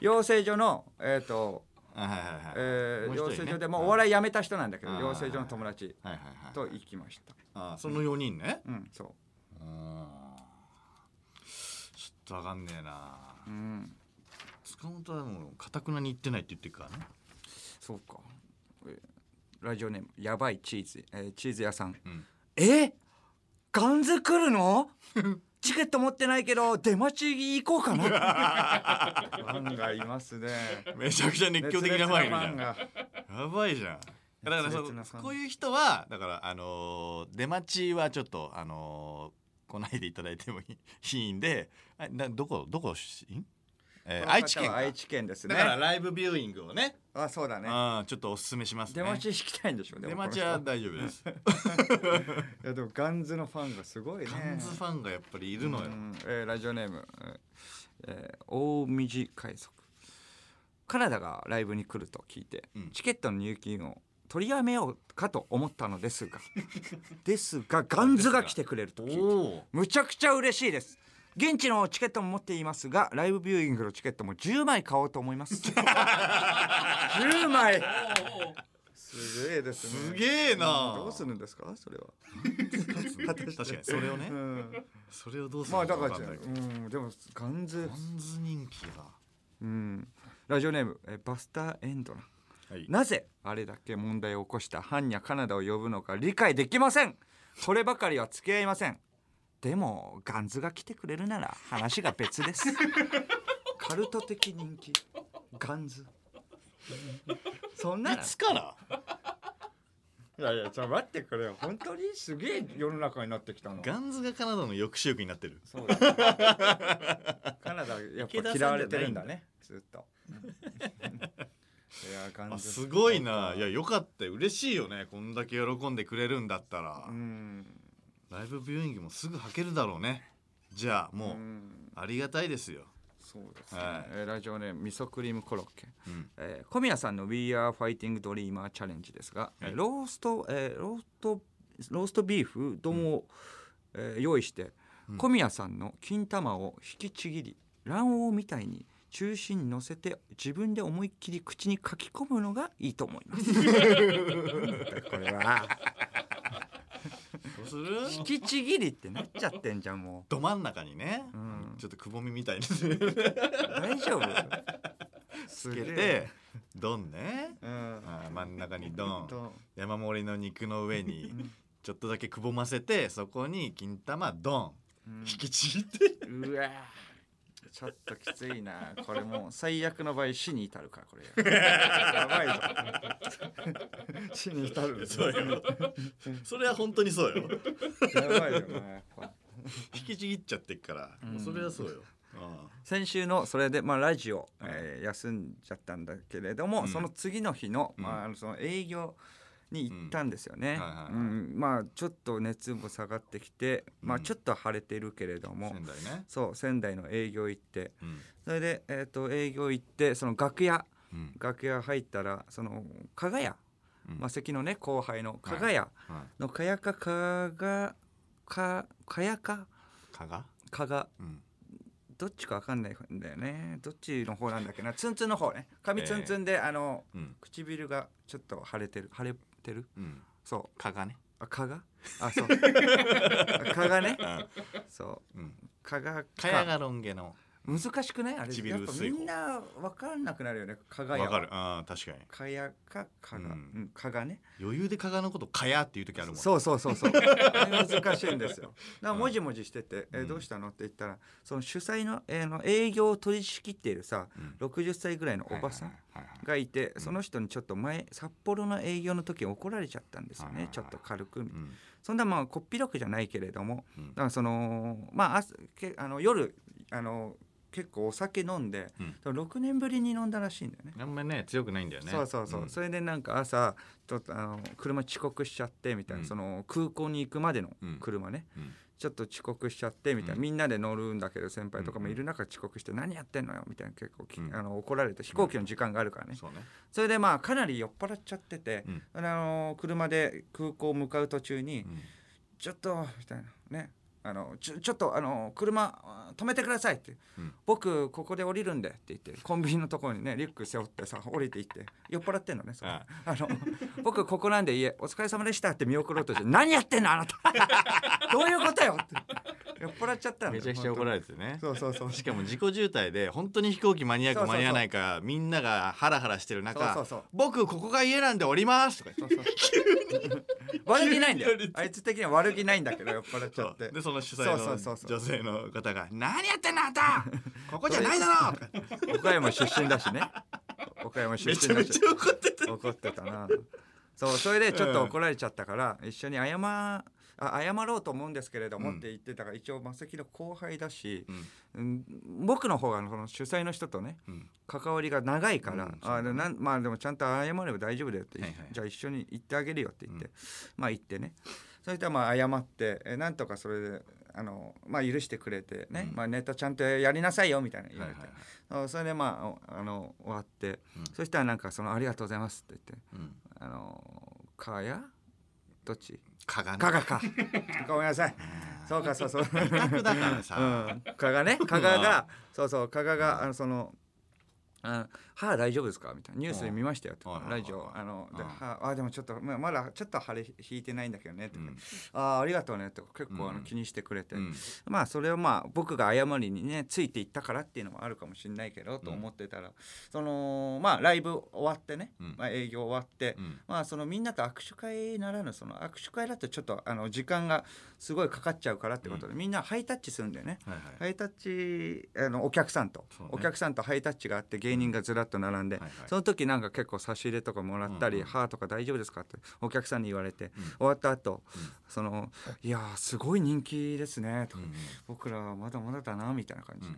Speaker 2: 養成所のえっ、と、
Speaker 1: はいはいはい、
Speaker 2: えー
Speaker 1: もう一人
Speaker 2: 養
Speaker 1: ね
Speaker 2: 成所でもうお笑いやめた人なんだけど
Speaker 1: あー
Speaker 2: 養成所の友達
Speaker 1: はいはいはい
Speaker 2: と行きました
Speaker 1: あーその4人ね
Speaker 2: うんそ
Speaker 1: ー
Speaker 2: う
Speaker 1: んちょっと分かんねえな
Speaker 2: ううん
Speaker 1: 塚本はもうかたくなに言ってないって言ってるからね
Speaker 2: そうかえーラジオネームやばいチーズ、えーチーズ屋さん、
Speaker 1: うん
Speaker 2: えガンズ来るの チケット持ってないけど出待ち行こ うかなファンがいますね
Speaker 1: めちゃくちゃ熱狂的なファンいるじゃん
Speaker 2: 熱烈なファンが
Speaker 1: やばいじゃんだからそ
Speaker 2: 熱烈なファ
Speaker 1: の
Speaker 2: ン
Speaker 1: こういう人はだからあのー出待ちはちょっとあのー来ないでいただいてもいいいいんであなどこどこ出身、えー愛知県か
Speaker 2: 愛知県ですね
Speaker 1: だからライブビューイングをね
Speaker 2: あそうだね
Speaker 1: あーちょっとおすすめしますね
Speaker 2: 出待ち引きたいんでしょで
Speaker 1: 出
Speaker 2: も
Speaker 1: 待ち
Speaker 2: こ
Speaker 1: は
Speaker 2: の
Speaker 1: 大丈夫です
Speaker 2: 人いやでもガンズのファンがすごいね
Speaker 1: ガンズファンがやっぱりいるのよ
Speaker 2: うんえーラジオネーム、えー、大道海賊カナダがライブに来ると聞いて、
Speaker 1: うん
Speaker 2: チケットの入金を取りやめようかと思ったのです がですがガンズが来てくれると聞いて
Speaker 1: お
Speaker 2: むちゃくちゃ嬉しいです現地のチケットも持っていますがライブビューイングのチケットも10枚買おうと思い ます10枚すげえです
Speaker 1: すげえな
Speaker 2: どうするんですかそれは
Speaker 1: ー確かにそれをね
Speaker 2: うん
Speaker 1: それをどうする
Speaker 2: まあ
Speaker 1: のか
Speaker 2: だか
Speaker 1: 分
Speaker 2: ら
Speaker 1: か
Speaker 2: じ
Speaker 1: ん
Speaker 2: ゃあ
Speaker 1: ないけど
Speaker 2: うんでもガンズ
Speaker 1: ガンズ人気が
Speaker 2: うんラジオネームえバスターエンドラン
Speaker 1: はい
Speaker 2: なぜあれだけ問題を起こした般若カナダを呼ぶのか理解できませんこればかりは付き合いませんでもガンズが来てくれるなら話が別です カルト的人気ガンズそんなら
Speaker 1: いつから
Speaker 2: いやいやちょ待ってくれよ本当にすげえ世の中になってきたの
Speaker 1: ガンズがカナダの抑止力になってる
Speaker 2: そうだ、ね、カナダやっぱ嫌われてるんだねずっと いやガ
Speaker 1: あ
Speaker 2: ンズ
Speaker 1: すごいないやよかったよ嬉しいよねこんだけ喜んでくれるんだったら、
Speaker 2: うん
Speaker 1: ライブビューイングもすぐ履けるだろうねじゃあもう、
Speaker 2: うん
Speaker 1: ありがたいですよ
Speaker 2: そうですね、
Speaker 1: はい
Speaker 2: えーラジオネーム味噌クリームコロッケ、
Speaker 1: うん
Speaker 2: えー小宮さんの We Are Fighting Dreamer チャレンジですが、えーロースト、えーローストローストビーフ丼を、えー用意して、小宮さんの金玉を引きちぎり卵黄みたいに中心に乗せて自分で思いっきり口に書き込むのがいいと思 いますこれは
Speaker 1: そうする
Speaker 2: 引きちぎりってなっちゃってんじゃんも
Speaker 1: ど真ん中にね、
Speaker 2: ん
Speaker 1: ちょっとくぼみみたいにつ
Speaker 2: う大丈夫つ
Speaker 1: けてドンね
Speaker 2: うん
Speaker 1: あー真ん中にド
Speaker 2: ほん
Speaker 1: ン
Speaker 2: と
Speaker 1: 山盛りの肉の上にちょっとだけくぼませてそこに金玉ドン
Speaker 2: うん
Speaker 1: 引きちぎって
Speaker 2: うわぁちょっときついなこれもう最悪の場合死に至るからこれやばい ぞ死に至る
Speaker 1: そうよそれは本当にそうよ
Speaker 2: やばいよなやっぱ
Speaker 1: 引きちぎっちゃってっから、
Speaker 2: ん
Speaker 1: もうそれはそうよあ
Speaker 2: 先週のそれでまあラジオ、えー休んじゃったんだけれども、
Speaker 1: うん
Speaker 2: その次の日の,、
Speaker 1: うん
Speaker 2: まあ、あのその営業に行ったんですよね、
Speaker 1: うんはいはいはい
Speaker 2: うんまあちょっと熱も下がってきて、まあ
Speaker 1: うん
Speaker 2: ちょっと晴れてるけれど
Speaker 1: あ
Speaker 2: も、
Speaker 1: 仙台ね
Speaker 2: そう仙台の営業行って
Speaker 1: うん
Speaker 2: それで、えー、と営業行ってその楽屋
Speaker 1: うん
Speaker 2: 楽屋入ったらその加賀屋、
Speaker 1: うん
Speaker 2: まあ、関のね後輩の加賀屋
Speaker 1: はい
Speaker 2: の加賀か加賀か加賀か
Speaker 1: 蚊が
Speaker 2: 加賀
Speaker 1: うん
Speaker 2: どっちかわかんないんだよねどっちの方なんだっけなツンツンの方ね髪ツンツンで、あの
Speaker 1: うん
Speaker 2: 唇がちょっと腫れてる腫れてる
Speaker 1: うん
Speaker 2: そう
Speaker 1: 蚊がね
Speaker 2: あ加賀 あそう加賀ねそう
Speaker 1: うん
Speaker 2: 加賀
Speaker 1: 蚊やがロン毛の
Speaker 2: 難しくないあれ
Speaker 1: 唇
Speaker 2: やっぱ
Speaker 1: 薄
Speaker 2: み
Speaker 1: い方
Speaker 2: んなわかんなくなるよね加賀
Speaker 1: わ
Speaker 2: 屋
Speaker 1: かるあー確かに
Speaker 2: 加賀か加賀、う
Speaker 1: うん
Speaker 2: ん、加賀ね
Speaker 1: 余裕で蚊がのこと蚊やっていう時あるもん
Speaker 2: そうそうそ うそう難しいんですよだからもじもじしてて「え
Speaker 1: うん
Speaker 2: どうしたの?」って言ったらその主催の,、えーの営業を取り仕切っているさ
Speaker 1: うん
Speaker 2: 60歳ぐらいのおばさん
Speaker 1: はいはいはいはい
Speaker 2: がいてその人にちょっと前札幌の営業の時怒られちゃったんですよ
Speaker 1: はいはい
Speaker 2: ね
Speaker 1: はい
Speaker 2: ちょっと軽く
Speaker 1: うん
Speaker 2: そんなまあこっぴどくじゃないけれども
Speaker 1: うん
Speaker 2: だからそのまああすけあの夜あの結構お酒飲んで
Speaker 1: うん
Speaker 2: 6年ぶりに飲んだらしいんだよね。
Speaker 1: あんまりね強くないんだよね
Speaker 2: そうそうそう、
Speaker 1: ん
Speaker 2: それでなんか朝ちょっとあの車遅刻しちゃってみたいな、
Speaker 1: うん
Speaker 2: その空港に行くまでの車ね、
Speaker 1: うん
Speaker 2: ちょっと遅刻しちゃってみたいな、
Speaker 1: うん
Speaker 2: みんなで乗るんだけど先輩とかもいる中遅刻して何やってんのよみたいな結構き、あの怒られて飛行機の時間があるからね、
Speaker 1: そうね
Speaker 2: それでまあかなり酔っ払っちゃってて、
Speaker 1: うん
Speaker 2: あの車で空港向かう途中に、
Speaker 1: うん
Speaker 2: ちょっとみたいなねあのちょちょっとあの車あ止めてくださいって、
Speaker 1: うん
Speaker 2: 僕ここで降りるんでって言ってコンビニのところにねリュック背負ってさ降りていって酔っ払ってんのねそこ
Speaker 1: あ
Speaker 2: あの僕ここなんで家お疲れ様でしたって見送ろうとして何やってん のあなたどういうことよって酔っ払っちゃったの
Speaker 1: めちゃくちゃ怒られてね
Speaker 2: そうそうそう
Speaker 1: しかも自己渋滞で本当に飛行機間に合う
Speaker 2: そ
Speaker 1: か
Speaker 2: うそうそう
Speaker 1: 間に合わないかみんながハラハラしてる中
Speaker 2: そうそうそう
Speaker 1: 僕ここが家なんでおります」とか言って
Speaker 2: 悪気ないんだ
Speaker 1: 急
Speaker 2: よ
Speaker 1: に
Speaker 2: あいつ的には悪気ないんだけど酔っ払っちゃ
Speaker 1: そ
Speaker 2: って
Speaker 1: うでその主催
Speaker 2: そうそうそう
Speaker 1: の
Speaker 2: そう
Speaker 1: 女性の方が「何やってんのあんたここじゃないだろ!」と か
Speaker 2: 岡山出身だしね岡山出
Speaker 1: めちゃ
Speaker 2: 身だ
Speaker 1: め
Speaker 2: し
Speaker 1: ちゃ怒ってて
Speaker 2: 怒ってたなそうそれでちょっと怒られちゃったから、一緒に謝あ謝ろうと思うんですけれども
Speaker 1: うん
Speaker 2: って言ってたから、一応マセキの後輩だし
Speaker 1: う、ん
Speaker 2: うん、僕の方がその主催の人とね
Speaker 1: うん
Speaker 2: 関わりが長いから、
Speaker 1: うん
Speaker 2: あでなんまあでもちゃんと謝れば大丈夫だよって、
Speaker 1: はいはい
Speaker 2: じゃあ一緒に行ってあげるよって言って、
Speaker 1: うん
Speaker 2: まあ行ってねそしたらまあ謝ってえなんとかそれであの、まあ、許してくれてね、
Speaker 1: うん
Speaker 2: まあ、ネタちゃんとやりなさいよみたいな言わ
Speaker 1: はい
Speaker 2: れて、
Speaker 1: はいはい
Speaker 2: あそれでまああの終わって、
Speaker 1: うん
Speaker 2: そしたらなんかその「ありがとうございます」って言って
Speaker 1: うん
Speaker 2: 「あのかやどっち
Speaker 1: 蚊がね
Speaker 2: かがかごめんなさい
Speaker 1: あ
Speaker 2: そうかそうそう
Speaker 1: ー痛くだからさ
Speaker 2: うん加賀ね加賀がそうそう加賀があのその「あ歯大丈夫ですか?」みたいな「ニュースで見ましたよ」と
Speaker 1: はい
Speaker 2: か
Speaker 1: はいはい
Speaker 2: ラジオあので
Speaker 1: うん
Speaker 2: 歯あでもちょっとままだちょっと腫れ引いてないんだけどね」と
Speaker 1: う
Speaker 2: か
Speaker 1: ん
Speaker 2: 「あーありがとうね」とか結構あ
Speaker 1: う
Speaker 2: の
Speaker 1: ん
Speaker 2: 気にしてくれて
Speaker 1: うん
Speaker 2: まあそれをまあ僕が謝りにねついていったからっていうのもあるかもしれないけどと思ってたらそのまあライブ終わってね
Speaker 1: うん
Speaker 2: まあ営業終わって
Speaker 1: うん
Speaker 2: まあ、そのみんなと握手会ならぬその握手会だとちょっとあの時間がすごいかかっちゃうからってことで、みんなハイタッチするんだよね。
Speaker 1: はいはい
Speaker 2: ハイタッチあのお客さんと、
Speaker 1: そうね
Speaker 2: お客さんとハイタッチがあって芸人がずらっと並んで、
Speaker 1: はいはい
Speaker 2: その時なんか結構差し入れとかもらったり
Speaker 1: う
Speaker 2: 「
Speaker 1: んうん
Speaker 2: 歯とか大丈夫ですか?」ってお客さんに言われて、
Speaker 1: うん
Speaker 2: 終わった後、そのいやーすごい人気ですね」と
Speaker 1: う
Speaker 2: か、
Speaker 1: ん
Speaker 2: 僕らまだまだだな」みたいな感じで、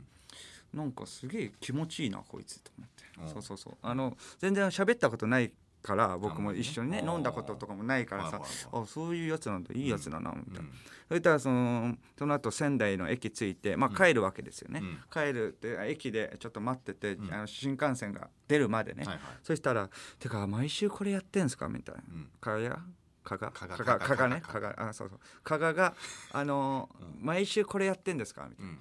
Speaker 2: なんかすげえ気持ちいいなこいつと思って、
Speaker 1: うん
Speaker 2: そうそうそうあの全然喋ったことないから僕も一緒にね
Speaker 1: あー
Speaker 2: 飲んだこととかもないから
Speaker 1: は
Speaker 2: さ
Speaker 1: いはい
Speaker 2: あそういうやつなんだいいやつだなみたいな、
Speaker 1: うん
Speaker 2: それたらそのその後仙台の駅着いて、まあ、帰るわけですよね、
Speaker 1: うん
Speaker 2: 帰るってあ駅でちょっと待ってて、
Speaker 1: うん
Speaker 2: あの新幹線が出るまでね、
Speaker 1: はいはい
Speaker 2: そしたら「てか毎週これやってんすか?」みたいな
Speaker 1: うん
Speaker 2: 「かやかが
Speaker 1: か
Speaker 2: か
Speaker 1: がか
Speaker 2: が
Speaker 1: が
Speaker 2: かがね
Speaker 1: か
Speaker 2: か
Speaker 1: が
Speaker 2: があそうそうかががあのー
Speaker 1: う
Speaker 2: 毎週これやってんですか?」みたい
Speaker 1: うん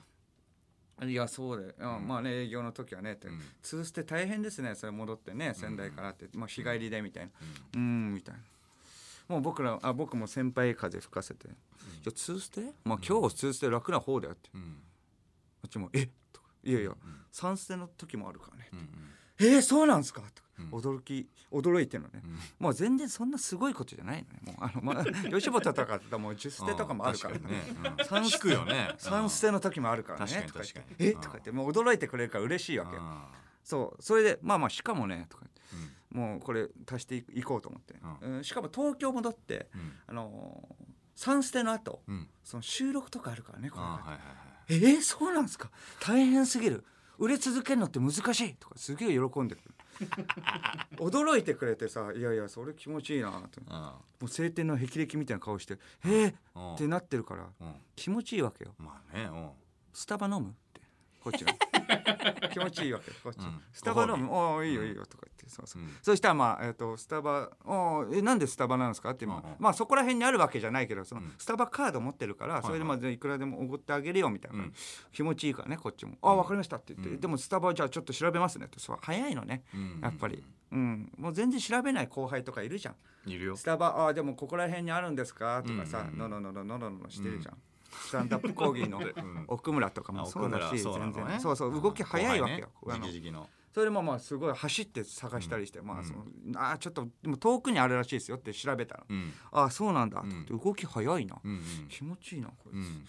Speaker 2: な「いやそうで、うん
Speaker 1: うん
Speaker 2: まあね営業の時はね」って
Speaker 1: うん
Speaker 2: 「通して大変ですねそれ戻ってね仙台から」って、まあ、日帰りでみたいな
Speaker 1: うん
Speaker 2: 「うーん」みたいな。もう僕らあ僕も先輩風吹かせて「じゃあ通してまあ今日通して楽な方だよ」って
Speaker 1: うん
Speaker 2: あっちも「えとか「いやいや
Speaker 1: うん
Speaker 2: 三捨ての時もあるからね
Speaker 1: うんうん」
Speaker 2: えー、そうなんですか?」とか
Speaker 1: うん
Speaker 2: 驚き驚いてるのね
Speaker 1: うん
Speaker 2: まあ全然そんなすごいことじゃないのね。もうあのまあ 吉本とかだともう10捨てとかもあるから
Speaker 1: うん確
Speaker 2: ね。
Speaker 1: にねうん
Speaker 2: 三捨て
Speaker 1: 引くよね
Speaker 2: 3捨ての時もあるからね
Speaker 1: 確
Speaker 2: と
Speaker 1: か
Speaker 2: か
Speaker 1: に
Speaker 2: 言っ
Speaker 1: 確
Speaker 2: て
Speaker 1: かに
Speaker 2: えとか言ってもう驚いてくれるから嬉しいわけ
Speaker 1: あ
Speaker 2: そうそれでまあまあしかもねとか言って
Speaker 1: ー
Speaker 2: もうこれ足していこうと思って、うんしかも東京戻って
Speaker 1: うん
Speaker 2: あのー、3捨ての後
Speaker 1: うんうん
Speaker 2: その収録とかあるからねこれが
Speaker 1: あーはいはいはい
Speaker 2: えー、そうなんですか大変すぎる売れ続けるのって難しいとかすげえ喜んでくる 驚いてくれてさいやいやそれ気持ちいいなと
Speaker 1: あ
Speaker 2: もう晴天の霹靂みたいな顔して「えー、っ
Speaker 1: ー
Speaker 2: てなってるから
Speaker 1: うん
Speaker 2: 気持ちいいわけよ
Speaker 1: まあねうん
Speaker 2: スタバ飲むってこ っちが気持ちいいわけこっち、
Speaker 1: うん
Speaker 2: スタバ飲む「おおいいよ
Speaker 1: うん
Speaker 2: いいよ」とか言ってそうそう、
Speaker 1: うん
Speaker 2: そしたらまあ、えー、とスタバ「おーえなんでスタバなんですか?」って今、
Speaker 1: うんうん
Speaker 2: まあそこら辺にあるわけじゃないけどその、
Speaker 1: うん
Speaker 2: スタバカード持ってるからそれでまあじゃあいくらでもおごってあげるよみたいな、
Speaker 1: うん
Speaker 2: 気持ちいいからねこっちも「ああ分かりました」って言って、
Speaker 1: うん
Speaker 2: でもスタバじゃあちょっと調べますね」ってそう早いのね
Speaker 1: うん
Speaker 2: やっぱり、うん、もう全然調べない後輩とかいるじゃん。
Speaker 1: いるよ
Speaker 2: スタバあーでもここら辺にあるんですかとか
Speaker 1: う
Speaker 2: さ
Speaker 1: んうんうん
Speaker 2: ののののののののしてるじゃん、スタンダップ講 義の
Speaker 1: ん
Speaker 2: 奥村とかもそうだし全然そうそう動き早いわけよ、あの
Speaker 1: じきの
Speaker 2: それもまあすごい走って探したりして、ま
Speaker 1: う
Speaker 2: あ
Speaker 1: ん
Speaker 2: そのあーちょっとでも遠くにあるらしいですよって調べたら、
Speaker 1: うん
Speaker 2: ああそうなんだと
Speaker 1: うん
Speaker 2: 思って動き早いな、
Speaker 1: うん
Speaker 2: 気持ちいいなこいつ、
Speaker 1: うん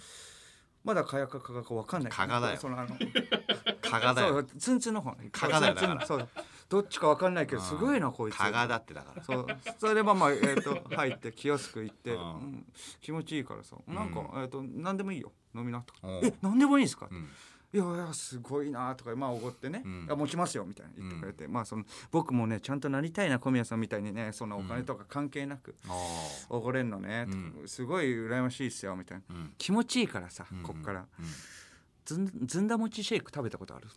Speaker 2: まだかやかかがかわかんないけど
Speaker 1: 加賀だよ
Speaker 2: そのあの
Speaker 1: 加賀だ
Speaker 2: そ
Speaker 1: よ
Speaker 2: うツンツンの方ね
Speaker 1: 加賀だよだ
Speaker 2: ツ
Speaker 1: から
Speaker 2: ンツンそうどっちかわかんないけどすごいなこいつ
Speaker 1: 加賀だってだから
Speaker 2: そうそれでまあまあ、えー、と入ってキオスク行って、
Speaker 1: うん
Speaker 2: うん気持ちいいからさなんか、
Speaker 1: うん
Speaker 2: えー、と何でもいいよ飲みなとか
Speaker 1: おう
Speaker 2: 「え何でもいいんですか?」
Speaker 1: うん
Speaker 2: いやいやすごいな」とかまあおごってね
Speaker 1: うん
Speaker 2: 「あ持ちますよ」みたいな言ってくれて、まあその僕もねちゃんとなりたいな小宮さんみたいにねそんなお金とか関係なく
Speaker 1: あー
Speaker 2: おごれんのね、とか
Speaker 1: う
Speaker 2: すごい羨ましいっすよみたいな
Speaker 1: うん
Speaker 2: 気持ちいいからさ、
Speaker 1: うん
Speaker 2: こっから
Speaker 1: うん
Speaker 2: ずんずんだ餅シェイク食べ たことある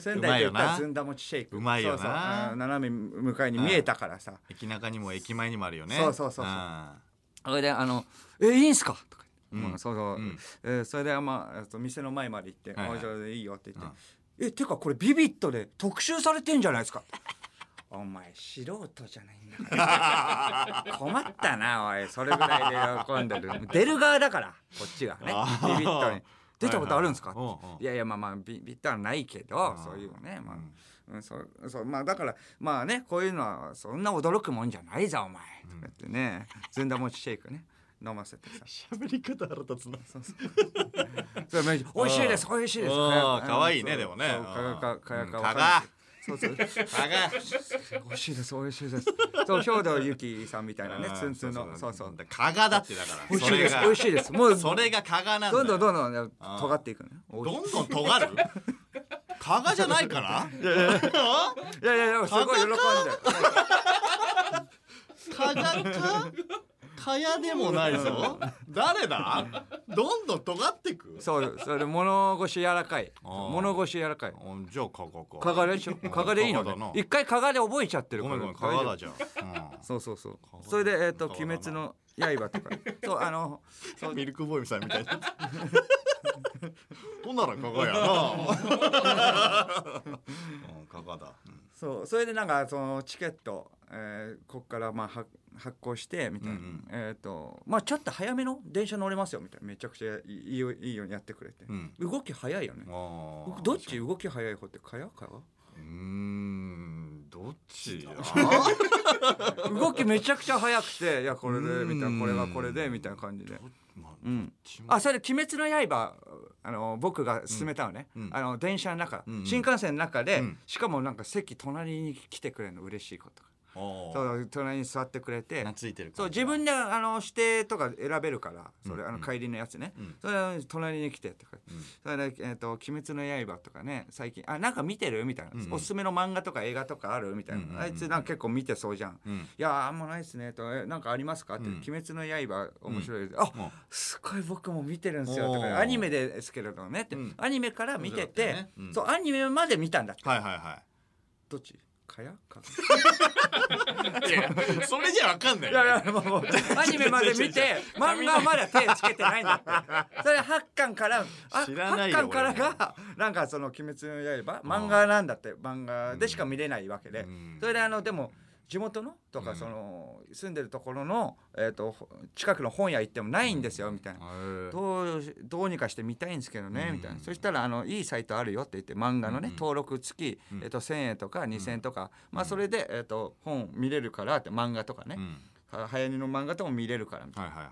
Speaker 2: 仙
Speaker 1: うまい
Speaker 2: 台で
Speaker 1: よ
Speaker 2: 言った
Speaker 1: な
Speaker 2: らずんだ餅シェイク
Speaker 1: うまいよな
Speaker 2: そうそうあー斜め向かいに見えたからさ、
Speaker 1: 駅中にも駅前にもあるよね
Speaker 2: そうそうそうそう
Speaker 1: あ
Speaker 2: それであの「えいいんすか?」とか
Speaker 1: うん
Speaker 2: 言って、まあ、そうそう、
Speaker 1: うん
Speaker 2: えーそれでまあえっと店の前まで行って「
Speaker 1: はいはい
Speaker 2: あじゃあいいよ」って言って「えてかこれビビットで特集されてんじゃないですか」お前素人じゃないんだから 困ったなおいそれぐらいで喜んでる出る側だからこっちがね
Speaker 1: あー
Speaker 2: ビビットに出たことあるんですか、
Speaker 1: はいはいはいおうおう
Speaker 2: いやいやまあまあビビットはないけ
Speaker 1: あ
Speaker 2: ど
Speaker 1: ー
Speaker 2: そういうねまあ、
Speaker 1: うん
Speaker 2: うん、そうそうまあだからまあねこういうのはそんな驚くもんじゃないぞお前とか言ってね、ずんだ餅シェイクね飲ませてさ
Speaker 1: 喋り方腹立つな
Speaker 2: そうそうそれ美味しいです美味しいです
Speaker 1: うん
Speaker 2: や
Speaker 1: かわいいね
Speaker 2: そう
Speaker 1: でもね
Speaker 2: そ
Speaker 1: う
Speaker 2: う
Speaker 1: ん
Speaker 2: かやかかや
Speaker 1: うん
Speaker 2: か
Speaker 1: かが
Speaker 2: わいいそうそう
Speaker 1: 加賀
Speaker 2: 美味しいです美味しいですそう兵藤由紀さんみたいなね
Speaker 1: あー
Speaker 2: ツンツンのそうそう
Speaker 1: 加賀だってだから
Speaker 2: 美味し
Speaker 1: そ
Speaker 2: い
Speaker 1: れ
Speaker 2: です
Speaker 1: が
Speaker 2: 美味しいですもう
Speaker 1: それが加賀なんだ
Speaker 2: どんどん
Speaker 1: ん
Speaker 2: どんどんね
Speaker 1: あー
Speaker 2: 尖っていくね美味し
Speaker 1: どんどん尖る加賀じゃないかな
Speaker 2: いいやいやいやすごい喜んで
Speaker 1: 加賀かかやでもないぞ誰だどんどん尖ってく
Speaker 2: そうそれ物腰柔らかい
Speaker 1: あー
Speaker 2: 物腰柔らかい
Speaker 1: うんじゃあ加賀か
Speaker 2: 加賀でしょ加賀でいい
Speaker 1: 加
Speaker 2: の
Speaker 1: 賀だな
Speaker 2: ね一回加賀で覚えちゃってる
Speaker 1: ご
Speaker 2: か
Speaker 1: め
Speaker 2: ら
Speaker 1: んごめん加賀だ
Speaker 2: 大丈
Speaker 1: じゃあ
Speaker 2: 夫そうそうそう
Speaker 1: 加賀だ
Speaker 2: それでえっと
Speaker 1: 加賀だ
Speaker 2: 「鬼
Speaker 1: な
Speaker 2: 滅の刃」とかそうあの
Speaker 1: うんミルクボーイさんみたいな ほんなら加賀やな うん加賀だうん
Speaker 2: そうそれでなんかそのチケットえーこっからまあは発行してみたいな
Speaker 1: うんうん
Speaker 2: えっとまあちょっと早めの電車乗れますよみたいなめちゃくちゃいいいいよいいようにやってくれて
Speaker 1: うん
Speaker 2: 動き早いよね
Speaker 1: あー
Speaker 2: どっち動き早い方ってかや か
Speaker 1: うーんどっ ちだ
Speaker 2: や動きめちゃくちゃ早くていやこれでみたいなこれはこれでみたいな感じで
Speaker 1: まあ
Speaker 2: うん
Speaker 1: ちも
Speaker 2: あそれ「鬼滅の刃」あの僕が勧めたのね、
Speaker 1: うんうん
Speaker 2: あの電車の中、
Speaker 1: うんうん
Speaker 2: 新幹線の中で、
Speaker 1: うん
Speaker 2: しかもなんか席隣に来てくれるの嬉しいこと
Speaker 1: おー
Speaker 2: その隣に座ってくれて
Speaker 1: 懐いてる
Speaker 2: そう
Speaker 1: 感じ
Speaker 2: 自
Speaker 1: が
Speaker 2: 分であの指定とか選べるからそれ、
Speaker 1: うん
Speaker 2: あの帰りのやつね、
Speaker 1: うん
Speaker 2: それなのに隣に来てとか、
Speaker 1: うん
Speaker 2: それで、えーと「鬼滅の刃」とかね最近「あなんか見てる?」みたいな、
Speaker 1: うんうん
Speaker 2: おすすめの漫画とか映画とかある?」みたいな、
Speaker 1: うんうんうん
Speaker 2: あいつなんか結構見てそうじゃん。
Speaker 1: うん
Speaker 2: いやあんまないですねとえなんかありますかって、
Speaker 1: うん
Speaker 2: 鬼滅の刃面白いです、あ
Speaker 1: も
Speaker 2: すごい僕も見てるんですよと
Speaker 1: おー
Speaker 2: かアニメですけれどもねって、
Speaker 1: うん
Speaker 2: アニメから見て
Speaker 1: 面白かった
Speaker 2: て、
Speaker 1: よねうん
Speaker 2: そうアニメまで見たんだって
Speaker 1: うはいは
Speaker 2: どっちかやか
Speaker 1: いはい いやいやそれじゃわかんない
Speaker 2: い
Speaker 1: よ
Speaker 2: やいやもうアニメまで 見て漫画はまだ手つけてないんだってそれ八巻からあ
Speaker 1: 知らない
Speaker 2: 八
Speaker 1: よ
Speaker 2: 巻から
Speaker 1: 俺も
Speaker 2: がなんかその「鬼滅の刃」漫画なんだって漫画でしか見れないわけで
Speaker 1: うん
Speaker 2: それであのでも地元のと
Speaker 1: う
Speaker 2: か
Speaker 1: ん
Speaker 2: その住んでるところのえーとほ近くの本屋行ってもないんですよみたいな。
Speaker 1: へー
Speaker 2: どうどうにかして見たいんですけどね、みたい
Speaker 1: うん
Speaker 2: なそしたらあの「いいサイトあるよ」って言って漫画のね、
Speaker 1: うん
Speaker 2: 登録付き、
Speaker 1: うん
Speaker 2: えっと1,000円とか2,000円とか、まあ、それで、えっと本見れるからって漫画とかね、
Speaker 1: うん
Speaker 2: は流行りの漫画とも見れるからみたい
Speaker 1: はいはいは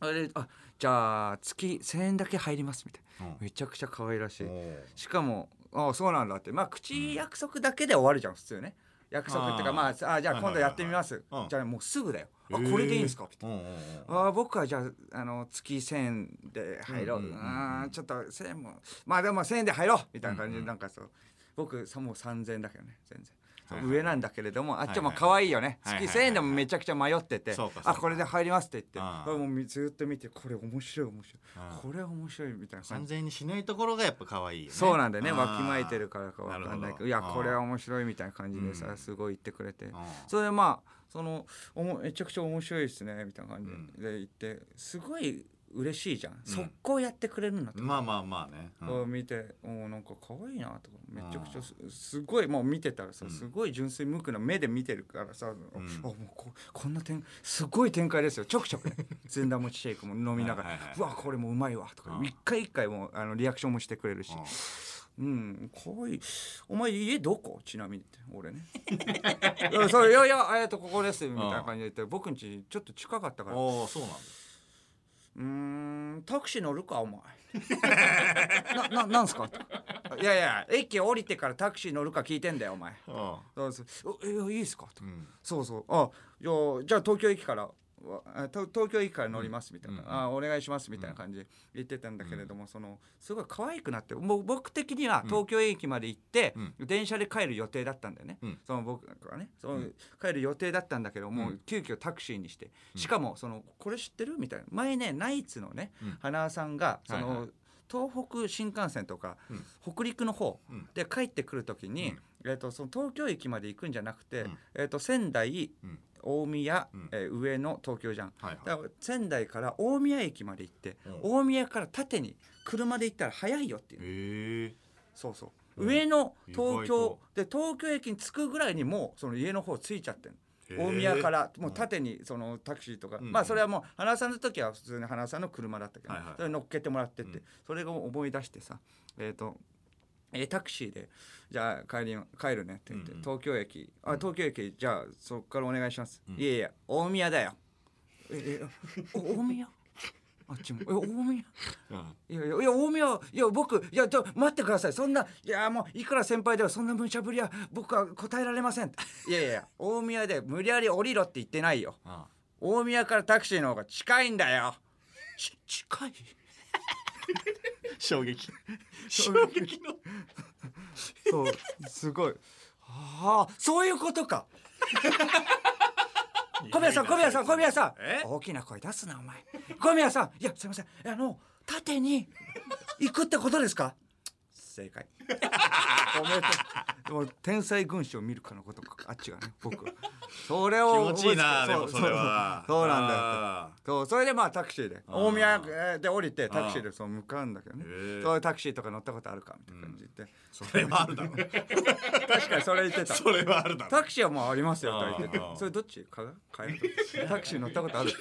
Speaker 2: なあれあじゃあ月1,000円だけ入りますみたい
Speaker 1: い
Speaker 2: なめちゃくちゃ可愛らし
Speaker 1: う
Speaker 2: い
Speaker 1: んおー
Speaker 2: しかもああそうなんだってまあ口約束だけで終わるじゃん普通ね約束っていうか
Speaker 1: あー
Speaker 2: まああじゃあ今度やってみます
Speaker 1: はいはいはいうん
Speaker 2: じゃあもうすぐだよあ
Speaker 1: へー
Speaker 2: これでいいんですかみたい
Speaker 1: うんうんうん
Speaker 2: なあー僕はじゃああの月1,000円で入ろう,、
Speaker 1: う
Speaker 2: うんん
Speaker 1: うんうんうん
Speaker 2: ちょっと1,000円もまあでも1,000円で入ろうみたいな感じ
Speaker 1: うんう
Speaker 2: で
Speaker 1: ん
Speaker 2: なんかそう僕さもう3,000円だけどね全
Speaker 1: は
Speaker 2: 然。
Speaker 1: いはい
Speaker 2: 上なんだけれども、あっちはも
Speaker 1: はいは
Speaker 2: う
Speaker 1: い
Speaker 2: 可愛いよね、
Speaker 1: はいはいはい
Speaker 2: 月1000円でもめちゃくちゃ迷ってて、
Speaker 1: そうかそうか
Speaker 2: あこれで入りますって言って
Speaker 1: あ
Speaker 2: あ
Speaker 1: あ
Speaker 2: もうみずっと見てこれ面白い面白い
Speaker 1: ああ
Speaker 2: これ面白いみたいな感
Speaker 1: 三
Speaker 2: じ
Speaker 1: 千円にしないところがやっぱ可愛いよね
Speaker 2: そうなんだよね
Speaker 1: あー
Speaker 2: わきまえてるからかわかん
Speaker 1: な
Speaker 2: な
Speaker 1: る
Speaker 2: い
Speaker 1: ほど
Speaker 2: けどいや
Speaker 1: ああ
Speaker 2: これは面白いみたいな感じでさ、
Speaker 1: うん
Speaker 2: すごい言ってくれて、
Speaker 1: うん
Speaker 2: それでまあそのおもめちゃくちゃ面白いですねみたいな感
Speaker 1: うん
Speaker 2: じで言って、すごい嬉しいじゃん、
Speaker 1: うん
Speaker 2: 速攻やってくれるんだって、
Speaker 1: まあまあまあねうん
Speaker 2: を見て、おーなんか可愛いなとかめちゃくちゃすすごいもう見てたらさ、
Speaker 1: うん
Speaker 2: すごい純粋無垢な目で見てるからさ、
Speaker 1: ん
Speaker 2: あもうここんな展すごい展開ですよちょくちょく ねずんだ餅シェイクも飲みながら
Speaker 1: はいはいはいう
Speaker 2: わこれもうまいわとか
Speaker 1: うん
Speaker 2: 一回一回もうあのリアクションもしてくれるし
Speaker 1: うん
Speaker 2: うん可愛いお前家どこちなみにって 俺ねいやそういやいやえっとここですみたいな感じで言って僕ん家ちょっと近かったから
Speaker 1: おーそうなんだ
Speaker 2: うーんタクシー乗るかお前 なななんすかいやいや駅降りてからタクシー乗るか聞いてんだよお前そうそうおいやいいっすかと
Speaker 1: うん
Speaker 2: そうそうあいやじゃあ東京駅からわあと東京駅から乗りますみたいな、
Speaker 1: うん
Speaker 2: あお願いしますみたいな感じで言ってたんだけれども、そのすごい可愛くなってもう僕的には東京駅まで行って、電車で帰る予定だったんだよね、
Speaker 1: うん
Speaker 2: その僕がねその、帰る予定だったんだけども、
Speaker 1: うん
Speaker 2: 急遽タクシーにしてしかもそのこれ知ってるみたいな前ねナイツのね、
Speaker 1: うん
Speaker 2: 花輪さんがその、
Speaker 1: はいはい
Speaker 2: 東北新幹線とか、
Speaker 1: うん
Speaker 2: 北陸の方
Speaker 1: うん
Speaker 2: で帰ってくる時に、えー、とその東京駅まで行くんじゃなくて、
Speaker 1: うん
Speaker 2: えー、と仙台
Speaker 1: うん
Speaker 2: 大宮、
Speaker 1: うん
Speaker 2: えー上野東京じゃん。
Speaker 1: はいは
Speaker 2: だ
Speaker 1: い
Speaker 2: から仙台から大宮駅まで行って、
Speaker 1: うん
Speaker 2: 大宮から縦に車で行ったら早いよっていう、
Speaker 1: へえ
Speaker 2: そうそう、
Speaker 1: うん
Speaker 2: 上野
Speaker 1: 意外
Speaker 2: 東京
Speaker 1: と
Speaker 2: で東京駅に着くぐらいにもうその家の方着いちゃってる
Speaker 1: へー
Speaker 2: 大宮からも
Speaker 1: う
Speaker 2: うん縦にそのタクシーとか、
Speaker 1: うん
Speaker 2: まあそれはもう花輪さんの時は普通に花輪さんの車だったけど、
Speaker 1: はいはい
Speaker 2: それ乗っけてもらってって、
Speaker 1: うん
Speaker 2: それを思い出してさえっ、と、えータクシーで「じゃあ帰り帰るね」って言って、
Speaker 1: うんうん
Speaker 2: 東京駅
Speaker 1: う
Speaker 2: あ
Speaker 1: ん
Speaker 2: 東京駅じゃあそこからお願いします、
Speaker 1: うん
Speaker 2: いやいや大宮だよええお大宮 あっちもえ大宮
Speaker 1: うん
Speaker 2: いやいやいや大宮いや僕いやちょ待ってくださいそんないやもういくら先輩ではそんな無茶ぶりは僕は答えられませんいやいや大宮で無理やり降りろって言ってないよ
Speaker 1: あ
Speaker 2: 大宮からタクシーの方が近いんだよち近い
Speaker 1: 衝撃衝撃の
Speaker 2: そうすごいああそういうことか 小宮さん小宮さん小宮さ
Speaker 1: え
Speaker 2: ん大きな声出すなお前小宮さんいやすいませんあの縦に行くってことですか正解おめでとうもう天才軍師を見るかのことかあっちがね僕はそれを
Speaker 1: 気持ちいいなで
Speaker 2: 覚え
Speaker 1: も
Speaker 2: て
Speaker 1: それは
Speaker 2: そうそうなんだよ
Speaker 1: あ
Speaker 2: そうそれでまあタクシーで
Speaker 1: あー
Speaker 2: 大宮えーで降りてタクシーでそう向かうんだけどね
Speaker 1: へー
Speaker 2: そういうタクシーとか乗ったことあるかみたいな感じで、
Speaker 1: ーそれはあるだろ
Speaker 2: 確かにそれ言ってた
Speaker 1: それはあるだろ
Speaker 2: タクシーはもうありますよと言ってて
Speaker 1: あー
Speaker 2: それどっちかがか えタクシー乗ったことある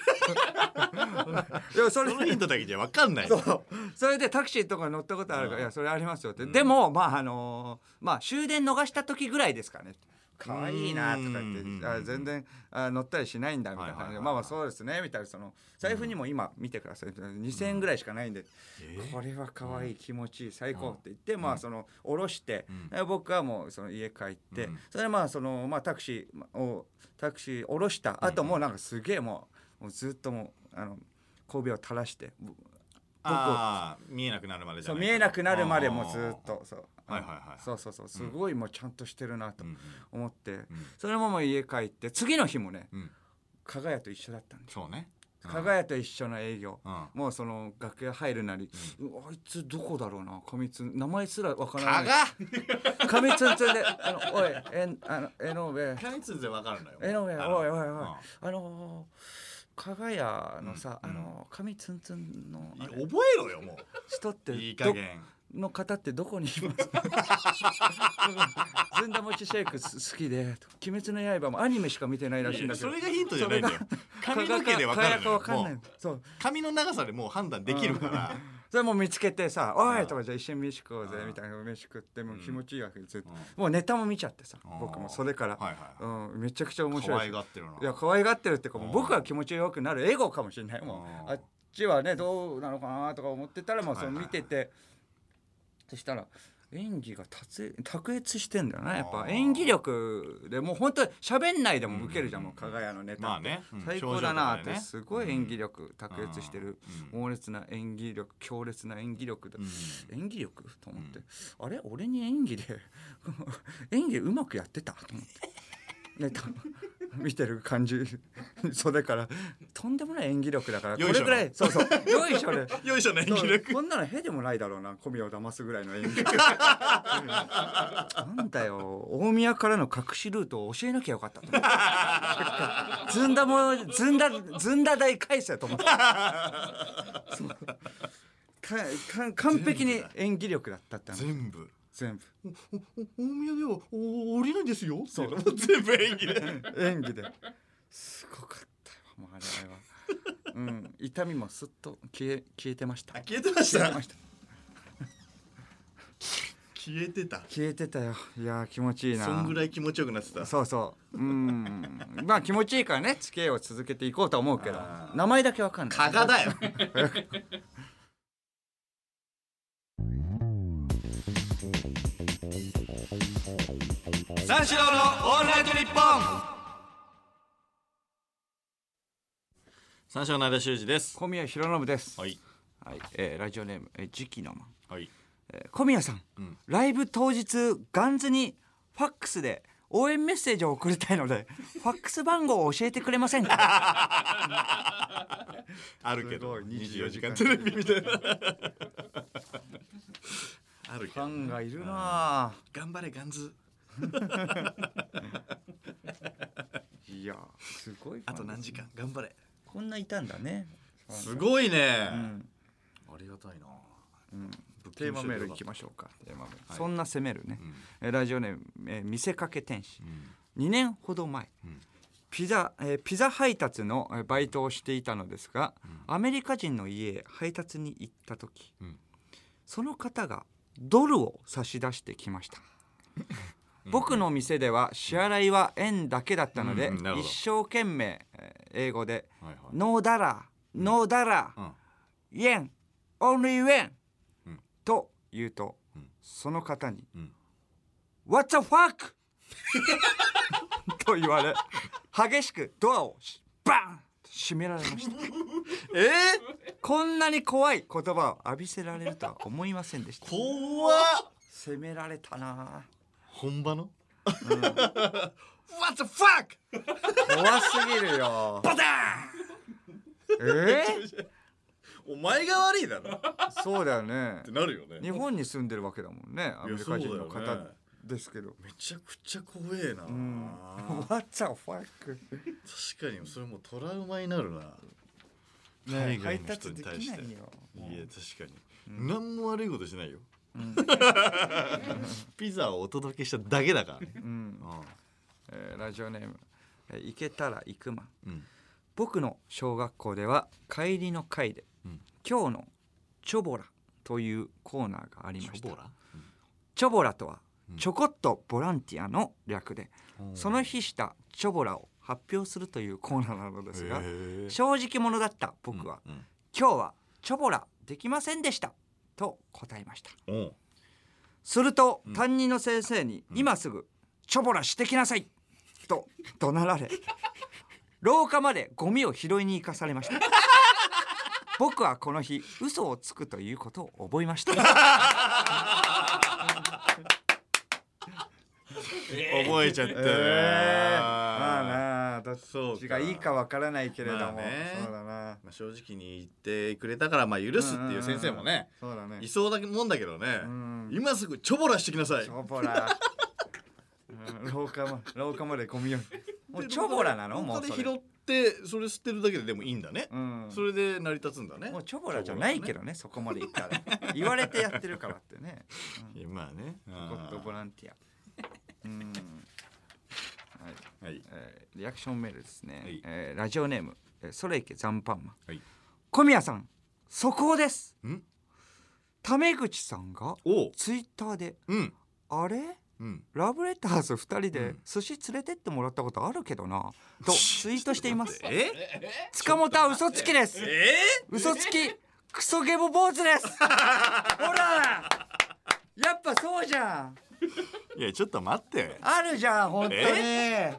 Speaker 2: でもそれ
Speaker 1: そのヒントだけじゃ分かんないよ
Speaker 2: そうそれでタクシーとか乗ったことあるか
Speaker 1: うん
Speaker 2: ら「いやそれありますよ」って、でもまああのーまあ終電逃した時ぐらいですかね可愛いなとか
Speaker 1: うん
Speaker 2: 言
Speaker 1: うん
Speaker 2: っ
Speaker 1: うん
Speaker 2: てあ全然あ乗ったりしないんだみたいな
Speaker 1: はいはい
Speaker 2: 感じ
Speaker 1: はい
Speaker 2: でまあまあそうですねみたいなその財布にも今見てください2000円ぐらいしかないんでこれは可愛い気持ちいい最高って言ってまあその下ろして
Speaker 1: うん
Speaker 2: で僕はもうその家帰って
Speaker 1: うん
Speaker 2: それでまあそのまあタクシーをタクシー降ろした後もなんかすげえもうもうずっともうあの神戸を垂らして
Speaker 1: ああ見えなくなるまでじ
Speaker 2: そ
Speaker 1: ゃ
Speaker 2: う
Speaker 1: ない
Speaker 2: 見えなくなるまでもうずっとそう
Speaker 1: はいはいはい
Speaker 2: そうそうそうすごいもうちゃんとしてるなと
Speaker 1: うん
Speaker 2: 思って
Speaker 1: うん
Speaker 2: それももう家帰って次の日もね
Speaker 1: うん
Speaker 2: 加賀屋と一緒だったんです
Speaker 1: そうねうん
Speaker 2: 加賀屋と一緒の営業
Speaker 1: うん
Speaker 2: もうその楽屋入るなり、うわあいつどこだろうな上津名前すらわから
Speaker 1: 加
Speaker 2: ない
Speaker 1: 賀
Speaker 2: 上津つであのおいえんあの江上
Speaker 1: 加賀つんでわかるんだよ
Speaker 2: 江上おい
Speaker 1: あ
Speaker 2: お
Speaker 1: の
Speaker 2: いおいおい
Speaker 1: うん
Speaker 2: あのー加賀屋のさ、
Speaker 1: うん
Speaker 2: あのー上津んつんの
Speaker 1: い
Speaker 2: あ
Speaker 1: や
Speaker 2: れ
Speaker 1: 覚えろよも
Speaker 2: 人って
Speaker 1: ういい加
Speaker 2: ど
Speaker 1: 減
Speaker 2: の方ってどこにいます かずんだ餅シェイク好きで「鬼滅の刃」もアニメしか見てないらしいん
Speaker 1: いや
Speaker 2: だけ
Speaker 1: そ
Speaker 2: ど
Speaker 1: れがヒントじゃないんだよ
Speaker 2: 加
Speaker 1: 髪
Speaker 2: 賀
Speaker 1: の毛でわかるの
Speaker 2: か
Speaker 1: よ
Speaker 2: わかんな
Speaker 1: もう
Speaker 2: いそう
Speaker 1: 髪の長さでもう判断できるから
Speaker 2: それもう見つけてさ「お
Speaker 1: うん
Speaker 2: い!」とかじゃあ一緒に飯食おうぜ
Speaker 1: うん
Speaker 2: みたいな飯食ってもう気持ちいいわけですよ
Speaker 1: うん
Speaker 2: もうネタも見ちゃってさ
Speaker 1: うん
Speaker 2: 僕もそれから、
Speaker 1: はいはい
Speaker 2: うん、めちゃくちゃ面
Speaker 1: 可
Speaker 2: 白い
Speaker 1: 愛
Speaker 2: です
Speaker 1: がってるない
Speaker 2: や可愛がってるっていうかもう
Speaker 1: うん
Speaker 2: 僕は気持ちよくなるエゴかもしれないも
Speaker 1: うん
Speaker 2: うあっちはねどうなのかなとか思ってたらもうそ
Speaker 1: はい
Speaker 2: の
Speaker 1: はい
Speaker 2: 見ててそしたら演技が達卓越してんだよなやっぱ
Speaker 1: うん
Speaker 2: 演技力でもう本当に喋んないでも受けるじゃん
Speaker 1: うん
Speaker 2: もう加賀屋のネタって、
Speaker 1: まあねうん
Speaker 2: 最高だなっ
Speaker 1: 表情とか
Speaker 2: て
Speaker 1: ね
Speaker 2: すごい演技力卓越してる
Speaker 1: うん
Speaker 2: 猛烈な演技力強烈な演技力だ
Speaker 1: うん
Speaker 2: 演技力と思って、あれ俺に演技で 演技うまくやってたと思って。ね、た 見てる感じ袖からとんでもない演技力だからこ
Speaker 1: よいしょ
Speaker 2: れぐらいそうそうよいしょで
Speaker 1: よいしょね演技
Speaker 2: そう
Speaker 1: 力
Speaker 2: こんなのへでもないだろうな小宮を騙すぐらいの演 技力なんだよ大宮からの隠しルートを教えなきゃよかったと思 ってずんだもずんだずんだ大返せと思ってそうかか完璧に演技力だったって話
Speaker 1: 全部
Speaker 2: 全部
Speaker 1: 大宮では降りないんですよそう全部演技で
Speaker 2: 演技ですごかったよもうあれは、うん、痛みもすっと消え消えてました
Speaker 1: あ消えてました
Speaker 2: 消えてました
Speaker 1: 消えてた
Speaker 2: 消えてたよいやー気持ちいいな
Speaker 1: そんぐらい気持ちよくなってた
Speaker 2: そうそう。うん。まあ気持ちいいからね、付き合いを続けていこうとは思うけど
Speaker 1: あ、ー
Speaker 2: 名前だけわかんない。
Speaker 1: 加賀だよ三四郎のオールナイトニッポン三四郎の間修二です
Speaker 2: 小宮弘信です。
Speaker 1: はい
Speaker 2: はい。えーラジオネーム、えー、時期の間。
Speaker 1: はい
Speaker 2: えー小宮さん,、
Speaker 1: うん
Speaker 2: ライブ当日、ガンズにファックスで応援メッセージを送りたいの で、ファックス番号を教えてくれませんか
Speaker 1: あるけど
Speaker 2: すごい24
Speaker 1: 24時
Speaker 2: 時
Speaker 1: 間
Speaker 2: 間
Speaker 1: テレビみた いなあるけ
Speaker 2: ファ
Speaker 1: ど
Speaker 2: ンがいるなぁ
Speaker 1: 頑張れガンズ
Speaker 2: いやー、すごいファ
Speaker 1: あ
Speaker 2: ン
Speaker 1: と何時間頑張れ
Speaker 2: こんないたんだね。
Speaker 1: すごいね、
Speaker 2: うん
Speaker 1: ありがたいな、うん、
Speaker 2: テーマメールいき
Speaker 1: ま
Speaker 2: ましょうか。テーマメールそんな攻めるね
Speaker 1: ん。
Speaker 2: えーラジオネーム、えー見せかけ天使。
Speaker 1: うん
Speaker 2: 2年ほど前、
Speaker 1: うん
Speaker 2: ピザえーピザ配達のえーバイトをしていたのですが、アメリカ人の家へ配達に行った時、
Speaker 1: うん
Speaker 2: その方がドルを差し出してきました。僕の店では支払いは円だけだったので、
Speaker 1: うんうんなるほど
Speaker 2: 一生懸命えー英語で
Speaker 1: はいはい
Speaker 2: 「ノーダラーノーダラ
Speaker 1: うん
Speaker 2: ーイエンオンリーイエン
Speaker 1: うん」
Speaker 2: と言うと、
Speaker 1: うん
Speaker 2: その方に
Speaker 1: うん
Speaker 2: What the fuck! と言われ激しくドアをしバーンと閉められました
Speaker 1: えー、
Speaker 2: こんなに怖い言葉を浴びせられるとは思いませんでした
Speaker 1: 怖っ
Speaker 2: 責められたな
Speaker 1: 本場の、What the fuck
Speaker 2: ぁ怖すぎるよ
Speaker 1: バタ
Speaker 2: えー、
Speaker 1: ーンお前が悪いだろっ
Speaker 2: そうだよね
Speaker 1: てなるよね
Speaker 2: 日本に住んでるわけだもんねアメリカ人の
Speaker 1: そうだよね
Speaker 2: 方ですけど
Speaker 1: めちゃくちゃ怖えな、
Speaker 2: ん What the fuck
Speaker 1: 確かにそれもうトラウマになるな、
Speaker 2: ね
Speaker 1: 海
Speaker 2: 配
Speaker 1: 外の人
Speaker 2: 達
Speaker 1: に
Speaker 2: で
Speaker 1: 対
Speaker 2: き
Speaker 1: し
Speaker 2: な
Speaker 1: て
Speaker 2: いよ
Speaker 1: いや確かに、何も悪いことしないよ、ピザをお届けしただけだからね、
Speaker 2: うんえーラジオネームえー行けたら行くまん
Speaker 1: うん
Speaker 2: 僕の小学校では帰りの会で、
Speaker 1: うん
Speaker 2: 今日のチョボラというコーナーがありま
Speaker 1: チ
Speaker 2: し
Speaker 1: ョボ
Speaker 2: た
Speaker 1: ラ
Speaker 2: チョボラとはちょこっとボランティアの略で
Speaker 1: うん
Speaker 2: その日したチョボラを発表するというコーナーなのですが
Speaker 1: へー
Speaker 2: 正直者だった僕は
Speaker 1: うん
Speaker 2: 今日はチョボラできませんでしたと答えました
Speaker 1: うんお
Speaker 2: すると
Speaker 1: うん
Speaker 2: 担任の先生に
Speaker 1: うん
Speaker 2: 今すぐチョボラしてきなさいと怒鳴 られ廊下までゴミを拾いに行かされました僕はこの日嘘をつくということを覚え ました
Speaker 1: 覚えちゃったね
Speaker 2: えーまあなあどっ
Speaker 1: そうか
Speaker 2: ちがいいかわからないけれども、
Speaker 1: まあね
Speaker 2: そうだな
Speaker 1: まあ正直に言ってくれたからまあ許すっていう先生もね
Speaker 2: そうだね
Speaker 1: いそうだもんだけどね
Speaker 2: うん
Speaker 1: 今すぐチョボラしてきなさい
Speaker 2: チョボラ、うん廊下ま廊下までゴミをもうチョボラなのも
Speaker 1: 廊
Speaker 2: う
Speaker 1: 下で
Speaker 2: それ、
Speaker 1: 拾ってそれ捨てるだけででもいいんだね
Speaker 2: うん、
Speaker 1: それで成り立つんだね
Speaker 2: もうチョボラじゃないけどねそこまで行ったら言われてやってるからってね
Speaker 1: 今ね
Speaker 2: ちょこっと ボ
Speaker 1: あ
Speaker 2: ランティアうんはい
Speaker 1: ーはい
Speaker 2: えーリアクションメールですね、
Speaker 1: はい
Speaker 2: えーラジオネームえーソレイケザンパンマン、
Speaker 1: はい
Speaker 2: 小宮さん速報です
Speaker 1: ん
Speaker 2: タメ口さんが
Speaker 1: おう
Speaker 2: ツイッターで
Speaker 1: うん
Speaker 2: 「あれ
Speaker 1: うん
Speaker 2: ラブレターズ2人
Speaker 1: う
Speaker 2: で
Speaker 1: ん
Speaker 2: 寿司連れてってもらったことあるけどな」 とツイートしています
Speaker 1: え
Speaker 2: 塚本は嘘つきです
Speaker 1: え
Speaker 2: 嘘つきクソゲボ坊主です ほらやっぱそうじゃん
Speaker 1: いやちょっと待って
Speaker 2: あるじゃん本当に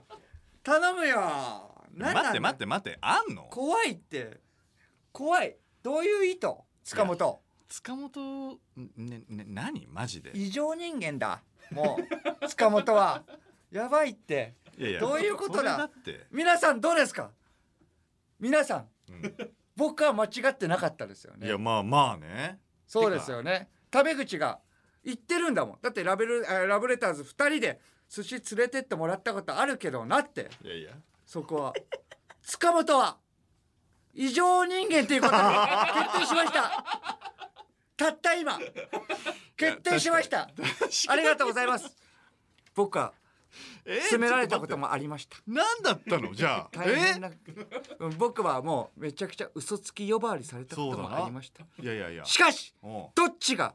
Speaker 2: 頼むよ
Speaker 1: 待
Speaker 2: 何な
Speaker 1: っ
Speaker 2: んだ
Speaker 1: て待って待ってあんの
Speaker 2: 怖いって怖いどういう意図塚本
Speaker 1: 塚本ねね何マジで
Speaker 2: 異常人間だもう塚本はやばいって
Speaker 1: いやいや
Speaker 2: どういうことだ
Speaker 1: それだって
Speaker 2: 皆さんどうですか皆さん
Speaker 1: うん
Speaker 2: 僕は間違ってなかったですよ
Speaker 1: いや
Speaker 2: ね
Speaker 1: まあまあね
Speaker 2: そうですよね食べ口が言ってるんだもんだってラベルあラブレターズ2人で寿司連れてってもらったことあるけどなって
Speaker 1: いやいや
Speaker 2: そこは塚本は異常人間ということに決定しましたたった今決定しましたありがとうございます僕は
Speaker 1: えー
Speaker 2: 責められたこと
Speaker 1: ちょっ
Speaker 2: もありました
Speaker 1: 待って何だった のじゃあ
Speaker 2: 大変なうん僕はもうめちゃくちゃ嘘つき呼ばわりされたこと
Speaker 1: そうだ
Speaker 2: も
Speaker 1: な
Speaker 2: ありました
Speaker 1: えいやいやいや
Speaker 2: しかし
Speaker 1: おう
Speaker 2: どっちが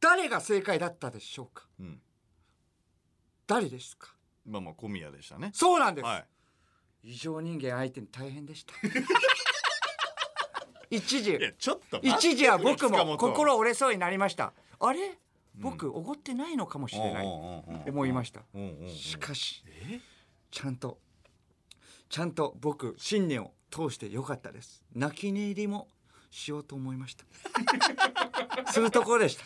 Speaker 2: 誰が正解だったでしょうか
Speaker 1: うん
Speaker 2: 誰ですか
Speaker 1: まあまあ小宮でしたね
Speaker 2: そうなんです、
Speaker 1: はい
Speaker 2: 異常人間相手に大変 でした一時
Speaker 1: いやちょっと待って
Speaker 2: 一時は僕
Speaker 1: 塚
Speaker 2: も
Speaker 1: 本
Speaker 2: 心折れそうになりましたあれ
Speaker 1: ん
Speaker 2: 僕おごってないのかもし
Speaker 1: おう
Speaker 2: れない
Speaker 1: おうおうおう
Speaker 2: 思いました
Speaker 1: おうおうおう
Speaker 2: しかし
Speaker 1: え
Speaker 2: ちゃんとちゃんと僕信念を通してよかったです泣き寝入りもしようと思いました するところでした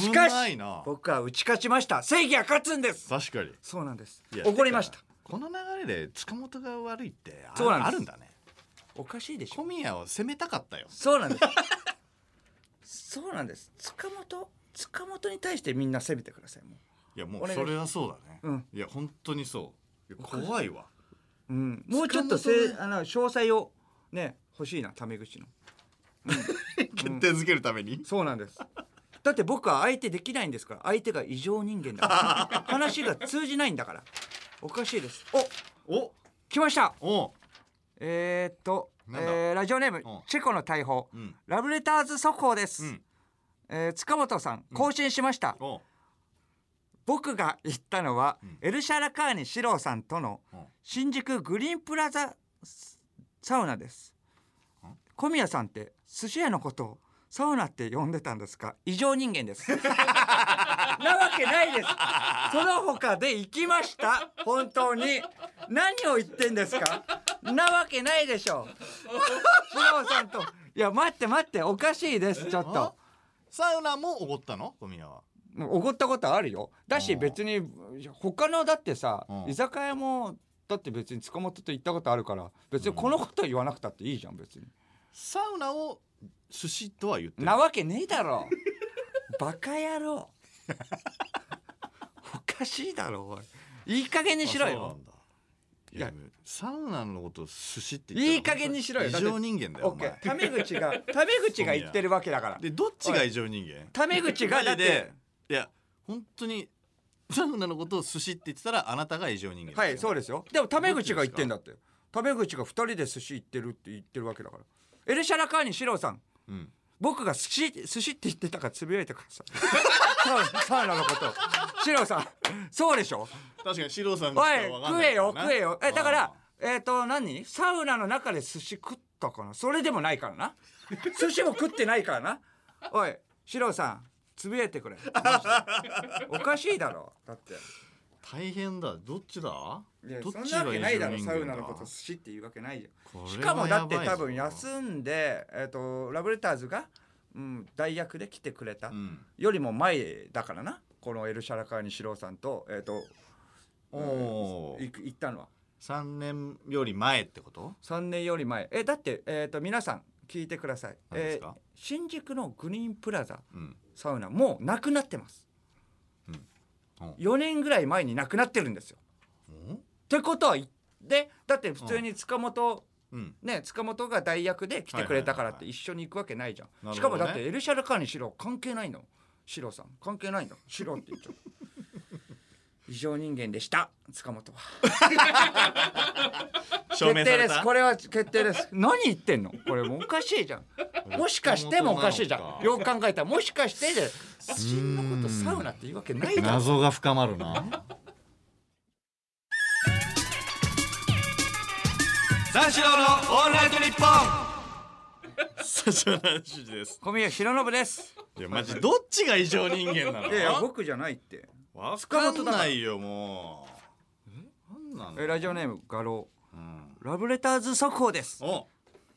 Speaker 1: 危ないな
Speaker 2: 僕は打ち勝ちました正義は勝つんです
Speaker 1: 確かに
Speaker 2: そうなんです
Speaker 1: いや
Speaker 2: 怒りまし
Speaker 1: て
Speaker 2: た
Speaker 1: かこの流れで塚本が悪いってあ
Speaker 2: そうなんです
Speaker 1: あるんだね
Speaker 2: おかしいでし
Speaker 1: 小
Speaker 2: ょ
Speaker 1: 宮を責めたかったよ
Speaker 2: そうなんですそうなんです塚本塚本に対してみんな責めてくださいも
Speaker 1: いやも
Speaker 2: お
Speaker 1: う
Speaker 2: 願い
Speaker 1: それはそうだね、
Speaker 2: うん
Speaker 1: いや本当にそういや怖い わ
Speaker 2: う、うん、もうちょっとせ
Speaker 1: 塚
Speaker 2: あの詳細をね欲しいなタメ口の
Speaker 1: 決定づけるために、
Speaker 2: そうなんです。だって僕は相手できないんですから相手が異常人間だから話が通じないんだからおかしいですお
Speaker 1: お
Speaker 2: 来ました
Speaker 1: お
Speaker 2: えー、っと、
Speaker 1: なんだ
Speaker 2: えー、ラジオネーム
Speaker 1: うん
Speaker 2: チェコの大砲
Speaker 1: うん
Speaker 2: ラブレターズ速報で
Speaker 1: う
Speaker 2: す、
Speaker 1: ん
Speaker 2: えー塚本さん更新しました、
Speaker 1: お
Speaker 2: 僕が言ったのは、
Speaker 1: うん
Speaker 2: エルシャラカーニ史郎さんとの
Speaker 1: うん
Speaker 2: 新宿グリーンプラザサウナです
Speaker 1: ん
Speaker 2: 小宮さんって寿司屋のことをサウナって呼んでたんですか異常人間です なわけないですその他で行きました本当に何を言ってんですかなわけないでしょう史郎さんといや待って待っておかしいですちょっと
Speaker 1: あサウナもおごったの小宮は
Speaker 2: おごったことあるよだし
Speaker 1: うん
Speaker 2: 別に他のだってさ
Speaker 1: うん
Speaker 2: 居酒屋もだって別に塚本と行ったことあるから別にこのことは言わなくたっていいじゃん別に
Speaker 1: サウナを寿司とは言ってる
Speaker 2: なわけねえだろ バカ野 郎おかしいだろおいいい加減にしろ
Speaker 1: あそう
Speaker 2: よ
Speaker 1: なんだいや
Speaker 2: い
Speaker 1: サウナのことを寿司って
Speaker 2: いい加減にしろよ
Speaker 1: 異
Speaker 2: だって
Speaker 1: 常人間だよ
Speaker 2: オ
Speaker 1: お
Speaker 2: ッケー
Speaker 1: 前
Speaker 2: タメ 口がタメ口が言ってるわけだから
Speaker 1: でどっちが異常人間
Speaker 2: タメ口がだっ
Speaker 1: マジで
Speaker 2: て
Speaker 1: いや本当にサウナのことを寿司って言ってたらあなたが異常人間
Speaker 2: はいそう
Speaker 1: で
Speaker 2: ですよでもタメ口が言ってんだってタメ口が2人で寿司行ってるって言ってるわけだからエルシャラカーニシローさん
Speaker 1: すよ、うん、
Speaker 2: 僕が寿司寿司って言ってたからつぶやいたからさサウサウナのことシロさんそうでしょ
Speaker 1: 確かに四郎さんの
Speaker 2: おい
Speaker 1: 人は分かん
Speaker 2: 食
Speaker 1: ないからな
Speaker 2: えよ食えよえだか
Speaker 1: うん
Speaker 2: らえっ、と何サウナの中で寿司食ったかなそれでもないからな寿司も食ってないからなおいシロさんつぶやいてくれマジでおかしいだろだって
Speaker 1: 大変だどっちだ
Speaker 2: いや
Speaker 1: どっ
Speaker 2: そん
Speaker 1: ち
Speaker 2: なわ
Speaker 1: が
Speaker 2: け
Speaker 1: 異
Speaker 2: ないだ
Speaker 1: 常
Speaker 2: ろ
Speaker 1: 人
Speaker 2: サ
Speaker 1: 間
Speaker 2: ウナ
Speaker 1: だ
Speaker 2: のこと寿司って言うわけないじ
Speaker 1: これ
Speaker 2: ゃん
Speaker 1: は
Speaker 2: しかもだって
Speaker 1: やばいぞ
Speaker 2: 多分休んで、えっとラブレターズが、うん、代役で来てくれた
Speaker 1: うん
Speaker 2: よりも前だからなこのエルシャラカーニシロさんと,、えっと
Speaker 1: おお
Speaker 2: い行ったのは
Speaker 1: 3年より前ってこと
Speaker 2: 3年より前えだって、えっと皆さん聞いてください、
Speaker 1: 何で
Speaker 2: え
Speaker 1: す
Speaker 2: ー
Speaker 1: か
Speaker 2: 新宿のグリーンプラザ
Speaker 1: うん
Speaker 2: サウナもうなくなってます、
Speaker 1: うんうん
Speaker 2: 4年ぐらい前になくなってるんですよ
Speaker 1: うん
Speaker 2: ってことはいでだって普通に塚本
Speaker 1: うん
Speaker 2: ね、塚本が代役で来てくれたからっ
Speaker 1: はいはい
Speaker 2: て
Speaker 1: はい
Speaker 2: 一緒に行くわけないじゃん、
Speaker 1: なるほどね
Speaker 2: しかもだってエルシャルカーニシロ関係ないのシロさん関係ないのシロって言っちゃう異常人間でした塚本は
Speaker 1: 証明さ
Speaker 2: 決定
Speaker 1: れ
Speaker 2: で
Speaker 1: た
Speaker 2: すこれは決定です何言ってんのこれもうおかしいじゃんもしかしてもおかしいじゃ
Speaker 1: 塚
Speaker 2: ん
Speaker 1: 本
Speaker 2: よく考えたらもしかしてで死人のことサウナって言うわけないだろ
Speaker 1: 謎が深まるな三四郎のオールナイトニッポン三四郎の話です
Speaker 2: 小宮浩信です
Speaker 1: いやマジどっちが異常人間なの
Speaker 2: いやいや僕じゃないって
Speaker 1: わかんないよもうなんなの
Speaker 2: えラジオネーム画廊
Speaker 1: うん
Speaker 2: ラブレターズ速報です
Speaker 1: お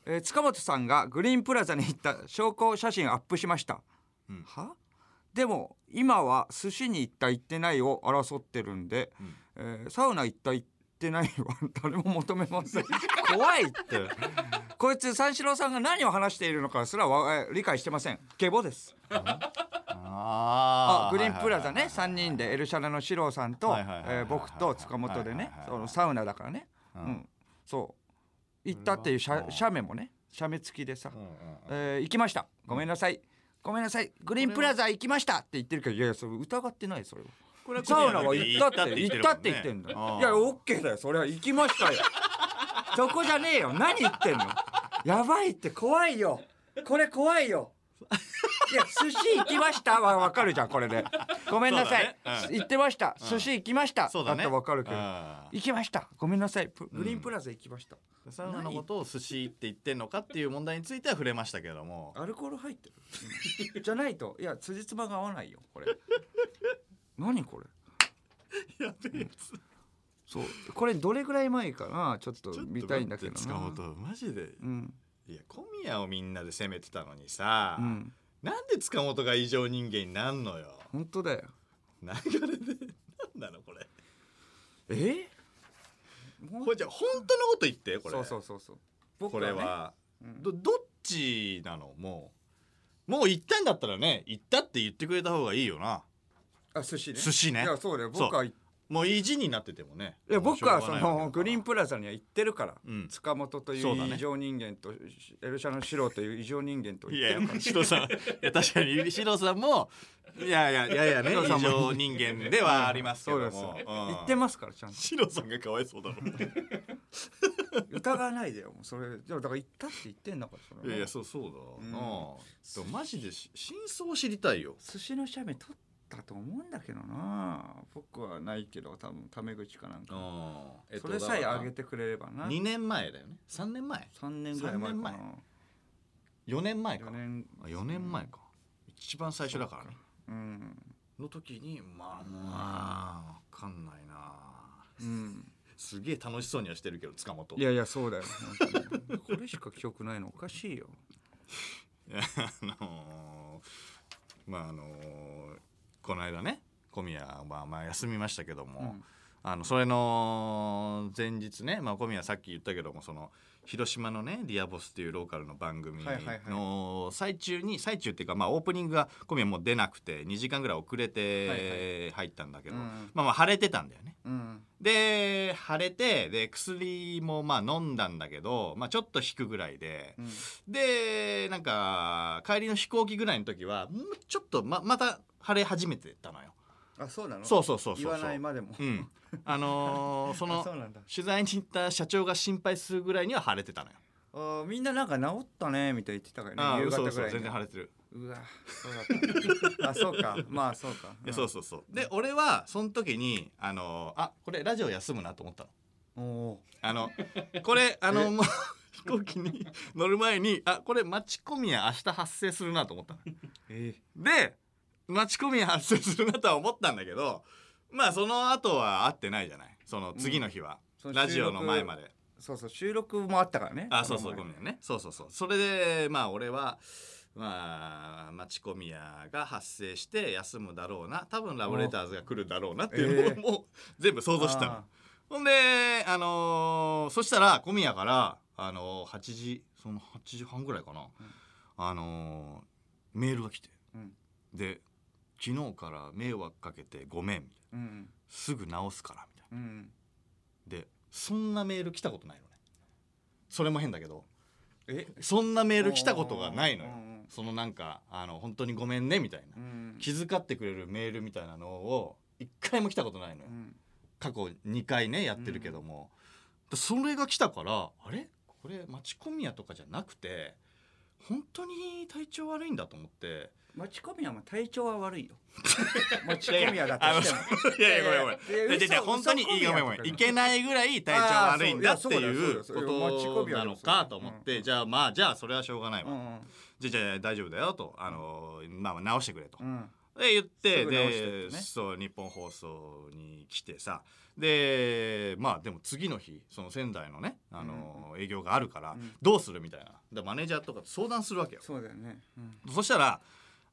Speaker 2: えー塚本さんがグリーンプラザに行った証拠写真をアップしました、
Speaker 1: うん
Speaker 2: はでも今は寿司に行った行ってないを争ってるんで、
Speaker 1: ん
Speaker 2: えーサウナ行った行ってないは 誰も求めま せん怖い
Speaker 1: で
Speaker 2: こいつ三四郎さんが何を話しているのかすらわえー理解してません下ボです
Speaker 1: あ
Speaker 2: あグリーンプラザね
Speaker 1: 三
Speaker 2: 3人でエルシャラの四郎さんと
Speaker 1: はいはいはいはい
Speaker 2: えー僕と塚本でね
Speaker 1: はいはいはいはい
Speaker 2: そのサウナだからね、うんそう行ったっていう写写メもね写メ付きでさ、えー行きましたごめんなさい、ごめんなさいグリーンプラザ行きましたって言ってるけどいやいやそれ疑ってないそれはサウナは行ったって行ったって言ってんだよいやオッケーだよそれは行きましたよ そこじゃねえよ何言ってんのやばいって怖いよこれ怖いよいや寿司行きましたはわかるじゃんこれでごめんなさい、
Speaker 1: そうだねうん
Speaker 2: 行ってました、
Speaker 1: ん
Speaker 2: 寿司行きました
Speaker 1: そうだね
Speaker 2: ってわかるけど
Speaker 1: ど
Speaker 2: 行きましたごめんなさいプグリーンプラザ行きました、
Speaker 1: サウナのことを寿司って言ってんのかっていう問題については触れましたけれど も
Speaker 2: アルコール入ってる じゃないといや辻褄が合わないよこれ 何これ
Speaker 1: やべえ
Speaker 2: そうこれどれぐらい前かなちょっと見たいんだけど
Speaker 1: 塚
Speaker 2: な
Speaker 1: 本マジで
Speaker 2: うん
Speaker 1: いや小宮をみんなで責めてたのにさ、
Speaker 2: うん
Speaker 1: なんで塚本が異常人間になんのよ
Speaker 2: 本当だよ
Speaker 1: 流れでなんなのこれ
Speaker 2: え
Speaker 1: これじゃあ本当のこと言ってこれ
Speaker 2: そうそうそうそう僕
Speaker 1: これは、
Speaker 2: ねうん
Speaker 1: どどっちなのもうもう行ったんだったらね行ったって言ってくれた方がいいよな
Speaker 2: あ寿司ね
Speaker 1: 寿司ね
Speaker 2: いやそうだよ
Speaker 1: そう
Speaker 2: 僕はい
Speaker 1: もう意地になっててもね
Speaker 2: や僕はそ
Speaker 1: も
Speaker 2: の
Speaker 1: うしょう
Speaker 2: グ
Speaker 1: がな
Speaker 2: リ
Speaker 1: い
Speaker 2: ーンプラザには行ってるから、
Speaker 1: うん
Speaker 2: 塚本とい
Speaker 1: そうだ
Speaker 2: う
Speaker 1: ね
Speaker 2: 異常人間と、エルシャのシロという異常人間と
Speaker 1: い
Speaker 2: 言って
Speaker 1: や
Speaker 2: るから
Speaker 1: シロさんいや確かにシロさんもいやいやいやいやね
Speaker 2: シロさん
Speaker 1: 異
Speaker 2: も
Speaker 1: 常人間ではありますけ
Speaker 2: そ
Speaker 1: ども
Speaker 2: うですよ行って
Speaker 1: も
Speaker 2: ますからちゃんと
Speaker 1: シロさんがかわいそうだろ
Speaker 2: 疑わないでよもうそれでもだから行ったって言ってんだからそれ
Speaker 1: いやいや
Speaker 2: 寿
Speaker 1: そうそうだ
Speaker 2: ん
Speaker 1: なあでもマジでし真相を知りたいよ
Speaker 2: 司の写メ撮ったと思うんだけどな僕はないけど多分タメ口かなんか、
Speaker 1: ああ
Speaker 2: それさえ上げ
Speaker 1: て
Speaker 2: てくれればな
Speaker 1: 2年前だよね3年前
Speaker 2: 3年ぐらい前かな
Speaker 1: 4年前か
Speaker 2: 4年
Speaker 1: あ4年前か一番最初だからね
Speaker 2: うん、
Speaker 1: の時にまあまあ分かんないな
Speaker 2: うん、
Speaker 1: すげえ楽しそうにはしてるけど塚本
Speaker 2: いやいやそうだよ本当にこれしか記憶ないのおかしいよ
Speaker 1: いやあのーまああのーこの間ね小宮はまあまあ休みましたけども、
Speaker 2: うん
Speaker 1: あのそれの前日ね、まあ、小宮さっき言ったけどもその広島のね「ディアボス」っていうローカルの番組
Speaker 2: はいはい
Speaker 1: の最中に最中っていうか、まあ、オープニングが小宮もう出なくて2時間ぐらい遅れて入ったんだけど、
Speaker 2: うん
Speaker 1: まあまあ晴れてたんだよね。
Speaker 2: うん
Speaker 1: で腫れてで薬もまあ飲んだんだけど、まあ、ちょっと引くぐらいで
Speaker 2: う、ん
Speaker 1: でなんか帰りの飛行機ぐらいの時はもうちょっとままた腫れ始めてたのよ
Speaker 2: あそうなの
Speaker 1: そうそうそうそう
Speaker 2: 言わないまでも、
Speaker 1: うんあのーそ
Speaker 2: あ
Speaker 1: の
Speaker 2: そうなんだ
Speaker 1: 取材に行った社長が心配するぐらいには腫れてたのよ
Speaker 2: あーみんななんか治ったねみたいに言ってたから
Speaker 1: あー
Speaker 2: ね夕
Speaker 1: 嘘
Speaker 2: 方ぐ
Speaker 1: 嘘
Speaker 2: らい
Speaker 1: 全
Speaker 2: に
Speaker 1: 然晴れてる
Speaker 2: うわそうだったあそ うかまあそうか
Speaker 1: いやそうそうそうで俺はその時にあのーあこれラジオ休むなと思ったの
Speaker 2: うんおー
Speaker 1: あのこれあのもう飛行機に乗る前にあこれ待ち込みや明日発生するなと思ったの
Speaker 2: え
Speaker 1: で待ち込みや発生するなとは思ったんだけどまあその後は会ってないじゃないその次の日は、
Speaker 2: うん
Speaker 1: ラジオの前まで
Speaker 2: ーそうそう収録もあったからね
Speaker 1: あそうそう
Speaker 2: こ
Speaker 1: ご
Speaker 2: の
Speaker 1: め
Speaker 2: 前
Speaker 1: んねそうそうそうそれでまあ俺はまあ町小宮が発生して休むだろうな多分ラブレターズが来るだろうなっていうのをもう全部想像してたの、
Speaker 2: あ
Speaker 1: ほんであのーそしたら小宮からあのー8時その8時半ぐらいかな、
Speaker 2: うん
Speaker 1: あのーメールが来て
Speaker 2: ーうん
Speaker 1: で「昨日から迷惑かけてごめん」みたいな
Speaker 2: うん
Speaker 1: 「すぐ直すから」みたい
Speaker 2: うん
Speaker 1: なでそんなメール来たことないのねそれも変だけど
Speaker 2: え
Speaker 1: そんなメール来たことがないのよ
Speaker 2: うんうんうん
Speaker 1: そのなんかあの本当にごめんねみたいな
Speaker 2: うん
Speaker 1: 気遣ってくれるメールみたいなのを一回も来たことないのよ
Speaker 2: うん
Speaker 1: 過去2回ねやってるけども、でそれが来たからあれこれ町小宮とかじゃなくて本当に体調悪いんだと思って
Speaker 2: 持ち込みはまあ体調は悪 いよ持ち込みはだ
Speaker 1: あ
Speaker 2: と
Speaker 1: の
Speaker 2: しても
Speaker 1: いやいやごめんごめん
Speaker 2: いやいや
Speaker 1: ででで
Speaker 2: 嘘
Speaker 1: 本当に
Speaker 2: 嘘小
Speaker 1: いい
Speaker 2: 宮
Speaker 1: ご
Speaker 2: とか
Speaker 1: めんご
Speaker 2: じゃな
Speaker 1: め
Speaker 2: い
Speaker 1: んいけないぐらい体調悪いんだっていう
Speaker 2: あー
Speaker 1: こ
Speaker 2: そういやそうだそうだそう
Speaker 1: と
Speaker 2: だ
Speaker 1: なのかと思っ
Speaker 2: う
Speaker 1: て
Speaker 2: ん
Speaker 1: じゃあまあじゃあそれはしょうがないわ、
Speaker 2: うん
Speaker 1: じゃあじゃあ大丈夫だよとあのーまあまあ直してくれと
Speaker 2: う、ん
Speaker 1: で言って
Speaker 2: すぐ直してって
Speaker 1: で
Speaker 2: ね
Speaker 1: そう日本放送に来てさでまあでも次の日その仙台のねあの、営業があるから、
Speaker 2: うん
Speaker 1: どうするみたいなでマネージャーとかと相談するわけよ
Speaker 2: そうだよねうん
Speaker 1: そしたら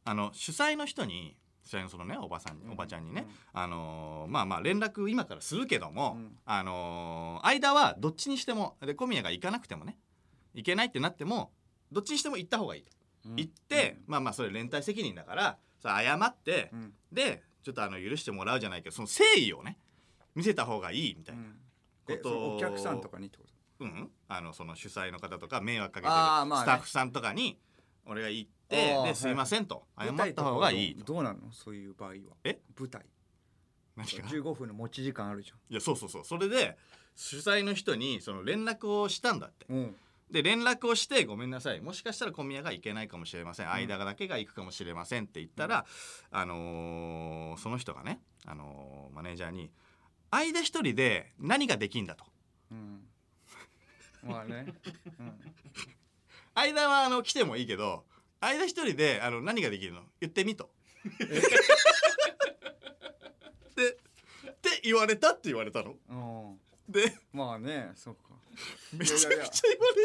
Speaker 1: あの主催の人に主催のそのねおばさんに、
Speaker 2: うん
Speaker 1: おばちゃんにね、あのーまあまあ連絡今からするけども、
Speaker 2: うん
Speaker 1: あのー間はどっちにしてもで小宮が行かなくてもね行けないってなってもどっちにしても行った方がいいと、
Speaker 2: うん
Speaker 1: 行って、まあまあそれ連帯責任だからさ謝って、
Speaker 2: うんうん
Speaker 1: でちょっとあの許してもらうじゃないけどその誠意をね見せた方がいいみたいな、
Speaker 2: え
Speaker 1: こと
Speaker 2: そのお客さんとかにってこと
Speaker 1: うんあのその主催の方とか迷惑かけてる
Speaker 2: あーまあね
Speaker 1: スタッフさんとかに俺が行って、
Speaker 2: あー
Speaker 1: ですいませんと謝
Speaker 2: 舞台
Speaker 1: った
Speaker 2: とか
Speaker 1: 方がいい
Speaker 2: どう
Speaker 1: と
Speaker 2: どうなのそういう場合は
Speaker 1: え
Speaker 2: 舞台
Speaker 1: 何が
Speaker 2: 15分の持ち時間あるじ
Speaker 1: いやそうそうそうそれで主催の人にその連絡をしたんだって
Speaker 2: ゃんうん
Speaker 1: で連絡をして「ごめんなさいもしかしたら小宮が行けないかもしれません間だけが行くかもしれません」って言ったら、あのーその人がね、あのーマネージャーに「間一人で何ができんだ」と。
Speaker 2: うんまあねうん
Speaker 1: 間はあの来てもいいけど間一人であの何ができるの言って みと。でって言われたって言われたの。
Speaker 2: うん
Speaker 1: で
Speaker 2: まあねそうか
Speaker 1: めちゃくちゃ言われ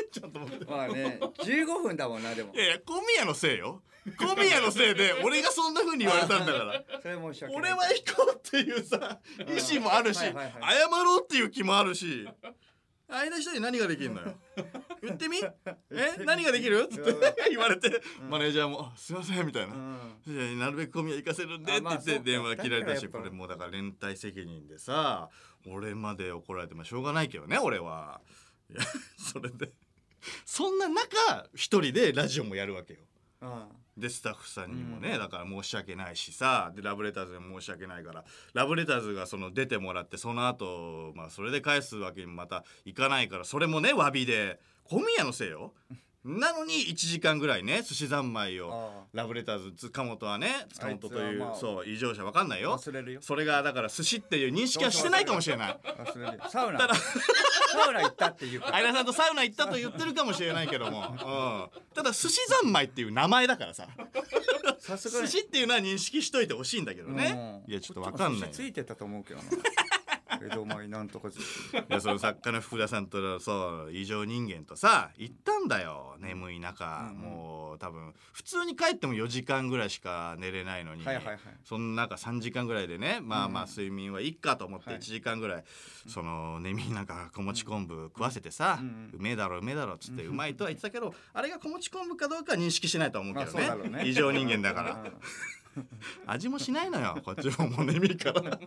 Speaker 1: んじゃんと思って。
Speaker 2: まあね15分だもんなでも
Speaker 1: いやいや小宮のせいよ。小宮のせい で俺がそんな風に言われたんだから。
Speaker 2: それ申し訳な
Speaker 1: 俺
Speaker 2: い
Speaker 1: は行こうっていうさ
Speaker 2: ん
Speaker 1: 意思もあるし、
Speaker 2: はいはいはい
Speaker 1: 謝ろうっていう気もあるし間一人で何ができるのよ言ってみえ何ができるって 言われて、
Speaker 2: うん
Speaker 1: マネージャーもあ「すいません」みたいな
Speaker 2: う。ん
Speaker 1: いやなるべくコミは行かせるんでっ
Speaker 2: あ
Speaker 1: て
Speaker 2: ま
Speaker 1: 言
Speaker 2: あ
Speaker 1: って
Speaker 2: そうか
Speaker 1: 電話切られたし
Speaker 2: だから
Speaker 1: こ
Speaker 2: やっぱ
Speaker 1: れもうだから連帯責任でさ俺まで怒られてもしょうがないけどね俺はいや それでそんな中一人でラジオもやるわけよ
Speaker 2: うん
Speaker 1: でスタッフさんにもね、
Speaker 2: うん
Speaker 1: だから申し訳ないしさでラブレターズにも申し訳ないからラブレターズがその出てもらってその後、まあそれで返すわけにもまたいかないからそれもね詫びで小宮のせいよなのに1時間ぐらいね寿司三昧を
Speaker 2: あ
Speaker 1: ラブレターズ塚本はね塚本という、
Speaker 2: あいつはまあ
Speaker 1: そう異常者わかんない
Speaker 2: あ
Speaker 1: よ
Speaker 2: 忘れるよ
Speaker 1: それがだから寿司っていう認識はしてないかもしれない
Speaker 2: 忘れ るよサウナサウナ行ったっていうから
Speaker 1: 相田さんとサウナ行ったと言ってるかもしれないけども、うん、ただ寿司三昧っていう名前だからさ
Speaker 2: さすが
Speaker 1: 寿
Speaker 2: に
Speaker 1: 司っていうのは認識しといてほしいんだけどね、
Speaker 2: うん
Speaker 1: いやちょっとわかんない
Speaker 2: こっちも寿司ついてたと思うけどな江戸前なんとか寿 司
Speaker 1: いやその作家の福田さんとのそう異常人間とさ行ったんだよ眠い中、
Speaker 2: うん
Speaker 1: もう多分普通に帰っても4時間ぐらいしか寝れないのに、
Speaker 2: はいはいはい
Speaker 1: その中3時間ぐらいでねまあまあ
Speaker 2: うん
Speaker 1: 睡眠はいっかと思って
Speaker 2: は
Speaker 1: 1
Speaker 2: い
Speaker 1: 時間ぐらい、その眠い中小餅昆布食わせてさ、う
Speaker 2: うんうん
Speaker 1: めえだろうめえだろっつって
Speaker 2: う
Speaker 1: うんまいとは言ってたけどあれが小餅昆布かどうかは認識しないとは思う
Speaker 2: ま
Speaker 1: けど
Speaker 2: あそう
Speaker 1: ね,、
Speaker 2: だろうね
Speaker 1: 異常人間だから。
Speaker 2: うん
Speaker 1: 味もしないの よこっちももう眠いから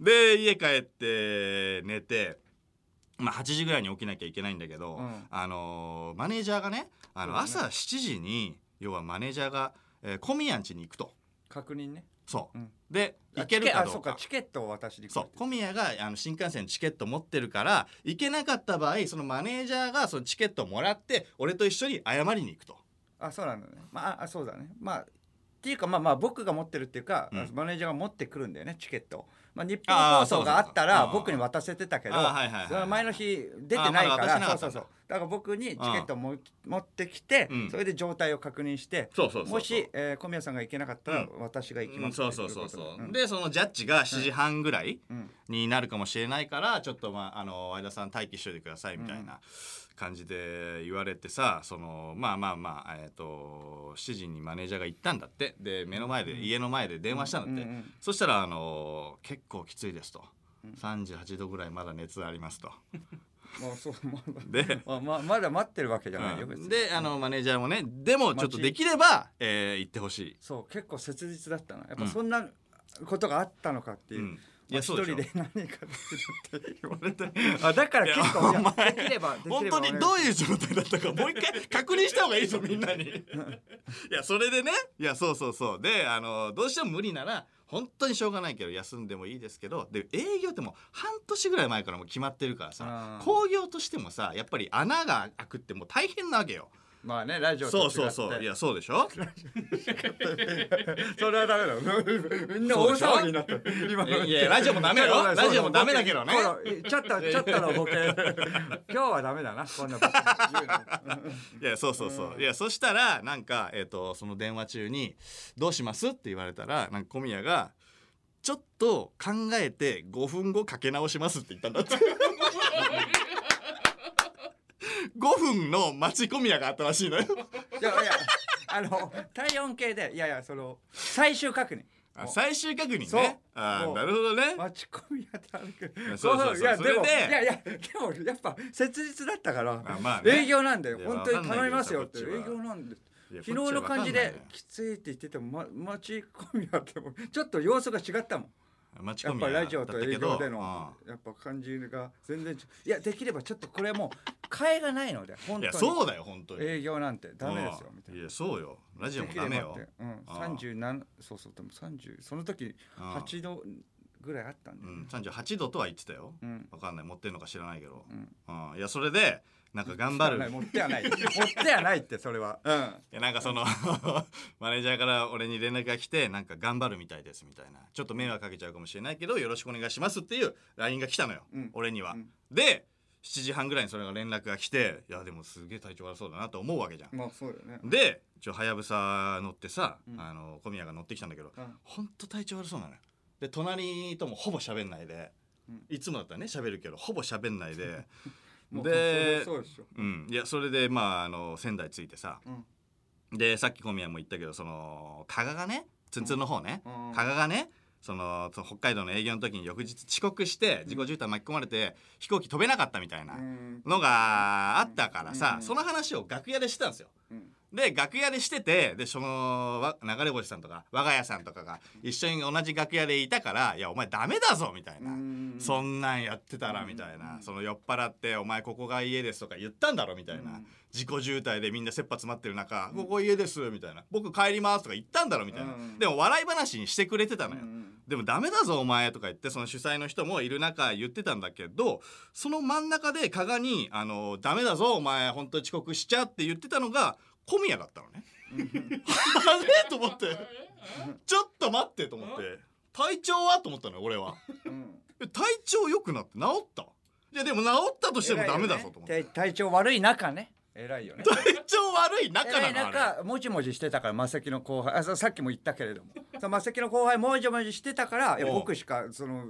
Speaker 1: で家帰って寝てまあ8時ぐらいに起きなきゃいけないんだけど、
Speaker 2: うん
Speaker 1: あのーマネージャーがねあの
Speaker 2: そうだ
Speaker 1: 朝
Speaker 2: ね
Speaker 1: 7時に要はマネージャーが、えー、小宮ん家に行くと
Speaker 2: 確認ね
Speaker 1: そう、
Speaker 2: うん
Speaker 1: で行けるか
Speaker 2: あ
Speaker 1: ど
Speaker 2: そううか
Speaker 1: か
Speaker 2: チケットを渡しに来る
Speaker 1: そう小宮があの新幹線のチケット持ってるから行けなかった場合そのマネージャーがそのチケットをもらって俺と一緒に謝りに行くと
Speaker 2: あそうなのねまああそうだねまあっていうかまあまあ僕が持ってるっていうか、
Speaker 1: うん
Speaker 2: マネージャーが持ってくるんだよねチケットをまあ、日
Speaker 1: あ
Speaker 2: 本
Speaker 1: ー
Speaker 2: 放送があった
Speaker 1: そうそう
Speaker 2: ら
Speaker 1: そう
Speaker 2: 僕に渡せてたけど
Speaker 1: あーはいはいはい
Speaker 2: その前の日出てないか
Speaker 1: あーまだ渡して
Speaker 2: ら、
Speaker 1: な
Speaker 2: そ
Speaker 1: か
Speaker 2: う
Speaker 1: ったん
Speaker 2: そ
Speaker 1: だ
Speaker 2: うそうだから僕にチケットをも持ってきて、
Speaker 1: うん
Speaker 2: それで状態を確認して
Speaker 1: そうそうそうそう
Speaker 2: もし、えー小宮さんが行けなかったら
Speaker 1: う
Speaker 2: 私が行き
Speaker 1: う
Speaker 2: ま
Speaker 1: ん
Speaker 2: す、
Speaker 1: そうそうそうそう、
Speaker 2: ん
Speaker 1: でそのジャッジが7時半ぐらい
Speaker 2: うん
Speaker 1: になるかもしれないからちょっとまああの相田さん待機しといてくださいみたいな感じで言われてさそのまあまあまあえっ、と7時にマネージャーが行ったんだってで目の前で、家の前で電話したんだって、
Speaker 2: うんうん
Speaker 1: そしたらあの結構きついですと。38度ぐらいまだ熱ありますと。
Speaker 2: もうそうもう
Speaker 1: で、
Speaker 2: まあまあまだ待ってるわけじゃ ないよ、
Speaker 1: うん
Speaker 2: 別に
Speaker 1: であのマネージャーもねでもちょっとできれば、えー行ってほしい。
Speaker 2: そう結構切実だったなやっ
Speaker 1: う
Speaker 2: ぱ
Speaker 1: ん
Speaker 2: そんなことがあったのかっていう、
Speaker 1: うんい
Speaker 2: まあ
Speaker 1: や
Speaker 2: 一
Speaker 1: そうでしょ
Speaker 2: 人で何かするって言われて
Speaker 1: あ
Speaker 2: あだから結構
Speaker 1: いやお
Speaker 2: いや
Speaker 1: 前
Speaker 2: できればできれ ば
Speaker 1: 本当にどういう状態だったかもう一回確認した方がいいぞみんな にいやそれでねいやそうそうそうであのどうしても無理なら本当にしょうがないけど休んでもいいですけどで営業ってもう半年ぐらい前からもう決まってるからさ
Speaker 2: あー
Speaker 1: 興行としてもさやっぱり穴が開くってもう大変なわけよ
Speaker 2: まあねラジオと
Speaker 1: そ
Speaker 2: 違
Speaker 1: う
Speaker 2: って
Speaker 1: そうそういやそうでしょ
Speaker 2: それはダメだろみんな大騒ぎになった今
Speaker 1: い
Speaker 2: の
Speaker 1: やいやラジオもダメだよ
Speaker 2: そうだそうだ
Speaker 1: ラジオもダメだけどね
Speaker 2: このちょっとちょっとのボケ今日はダメだなこんなボケ言うの
Speaker 1: いやそうそうそう、いやそしたらなんか、えっとその電話中に「どうします?」って言われたらなんか小宮が「ちょっと考えて5分後かけ直します」って言ったんだって 5分の待ち小宮があったらしい のよ
Speaker 2: いやいやあの体温計でいやいやその最終確認
Speaker 1: あ最終確認
Speaker 2: そう
Speaker 1: ねあー
Speaker 2: そう
Speaker 1: なるほどね
Speaker 2: 待ち込みやって歩く
Speaker 1: やそうそうそう
Speaker 2: いや
Speaker 1: そ
Speaker 2: で
Speaker 1: れ
Speaker 2: もい
Speaker 1: で
Speaker 2: やいやでもやっぱ切実だったから、
Speaker 1: あまあね
Speaker 2: 営業なんだよ
Speaker 1: いや
Speaker 2: 本当に頼みますよ
Speaker 1: わ
Speaker 2: っ
Speaker 1: か
Speaker 2: て
Speaker 1: んない
Speaker 2: 営
Speaker 1: けどさ
Speaker 2: 業なんで
Speaker 1: いや
Speaker 2: 昨日の感じで
Speaker 1: こっ
Speaker 2: きついって言ってても、ま、待ち込みやってもちょっと様子が違ったもん
Speaker 1: ちは分かんないのよ待ち小宮だった
Speaker 2: やっぱラ
Speaker 1: け
Speaker 2: ジ
Speaker 1: ど
Speaker 2: オと営業での
Speaker 1: うん
Speaker 2: やっぱ感じが全然ちいやできればちょっとこれはもう替えがないので本
Speaker 1: いや
Speaker 2: 当
Speaker 1: そうだよ本当
Speaker 2: に
Speaker 1: に
Speaker 2: 営業なんてダメですよ
Speaker 1: うん
Speaker 2: みたいな。
Speaker 1: やそうよラジオ
Speaker 2: で
Speaker 1: も
Speaker 2: き
Speaker 1: ダ
Speaker 2: れ
Speaker 1: メ
Speaker 2: ばっ
Speaker 1: よ
Speaker 2: て、うん、
Speaker 1: ああ
Speaker 2: 37そうそうでも30その時
Speaker 1: うん
Speaker 2: 8度ぐらいあったん
Speaker 1: う
Speaker 2: だよね
Speaker 1: ん、38度とは言ってたよ
Speaker 2: うん
Speaker 1: わかんない持ってるのか知らないけど、
Speaker 2: うん
Speaker 1: うんいやそれでなんか頑張る
Speaker 2: 持ってはない持ってはないってそれはうん
Speaker 1: いやなんかその マネージャーから俺に連絡が来てなんか頑張るみたいですみたいなちょっと迷惑かけちゃうかもしれないけどよろしくお願いしますっていう LINE が来たのよ、
Speaker 2: うん
Speaker 1: 俺には、
Speaker 2: うん
Speaker 1: で7時半ぐらいにそれが連絡が来ていやでもすげえ体調悪そうだなと思うわけじゃん、
Speaker 2: まあそうだよね
Speaker 1: でちょはやぶさ乗ってさ、
Speaker 2: うん
Speaker 1: あの小宮が乗ってきたんだけど、
Speaker 2: うん
Speaker 1: ほんと体調悪そうなのよで隣ともほぼ喋んないで、
Speaker 2: うん
Speaker 1: いつもだったらね喋るけどほぼ喋んないで
Speaker 2: もう
Speaker 1: で
Speaker 2: そうでしょ
Speaker 1: うん、いやそれでまああの仙台着いてさ
Speaker 2: うん
Speaker 1: でさっき小宮も言ったけどその加賀がねツンツンの方ね、
Speaker 2: うん
Speaker 1: 加賀がねそのそ北海道の営業の時に翌日遅刻して自己渋滞巻き込まれて飛行機飛べなかったみたいな
Speaker 2: うん
Speaker 1: のがあったからさ、
Speaker 2: うん
Speaker 1: その話を楽屋でしてたんですよ。
Speaker 2: うん
Speaker 1: で楽屋でしててでそのわ流れ星さんとか我が家さんとかが一緒に同じ楽屋でいたから「いやお前ダメだぞ」みたいな、
Speaker 2: うん
Speaker 1: そんなんやってたらみたいな、
Speaker 2: うん
Speaker 1: その酔っ払って「お前ここが家です」とか言ったんだろみたいな、
Speaker 2: うん
Speaker 1: 自己渋滞でみんな切羽詰まってる中「
Speaker 2: うん
Speaker 1: ここ家です」みたいな「僕帰ります」とか言ったんだろみたいな、
Speaker 2: うん
Speaker 1: でも笑い話にしてくれてたのよ。
Speaker 2: うん
Speaker 1: でもダメだぞお前とか言ってその主催の人もいる中言ってたんだけどその真ん中で加賀にあの「ダメだぞお前本当に遅刻しちゃ」って言ってたのが小宮だったのね。 あれと思ってちょっと待ってと思って体調はと思ったのよ俺は。
Speaker 2: うん
Speaker 1: え体調良くなって治ったいやでも治ったとしてもダメだぞと思って、
Speaker 2: 偉いよね体体調悪い中ね偉いよ ね
Speaker 1: 体調悪い中
Speaker 2: え
Speaker 1: なの
Speaker 2: えな
Speaker 1: あ
Speaker 2: ん
Speaker 1: れ
Speaker 2: かもじもじしてたからマセキの後輩あそうさっきも言ったけれどもそうマセキの後輩もじもじしてたからいや
Speaker 1: おう
Speaker 2: 僕しかその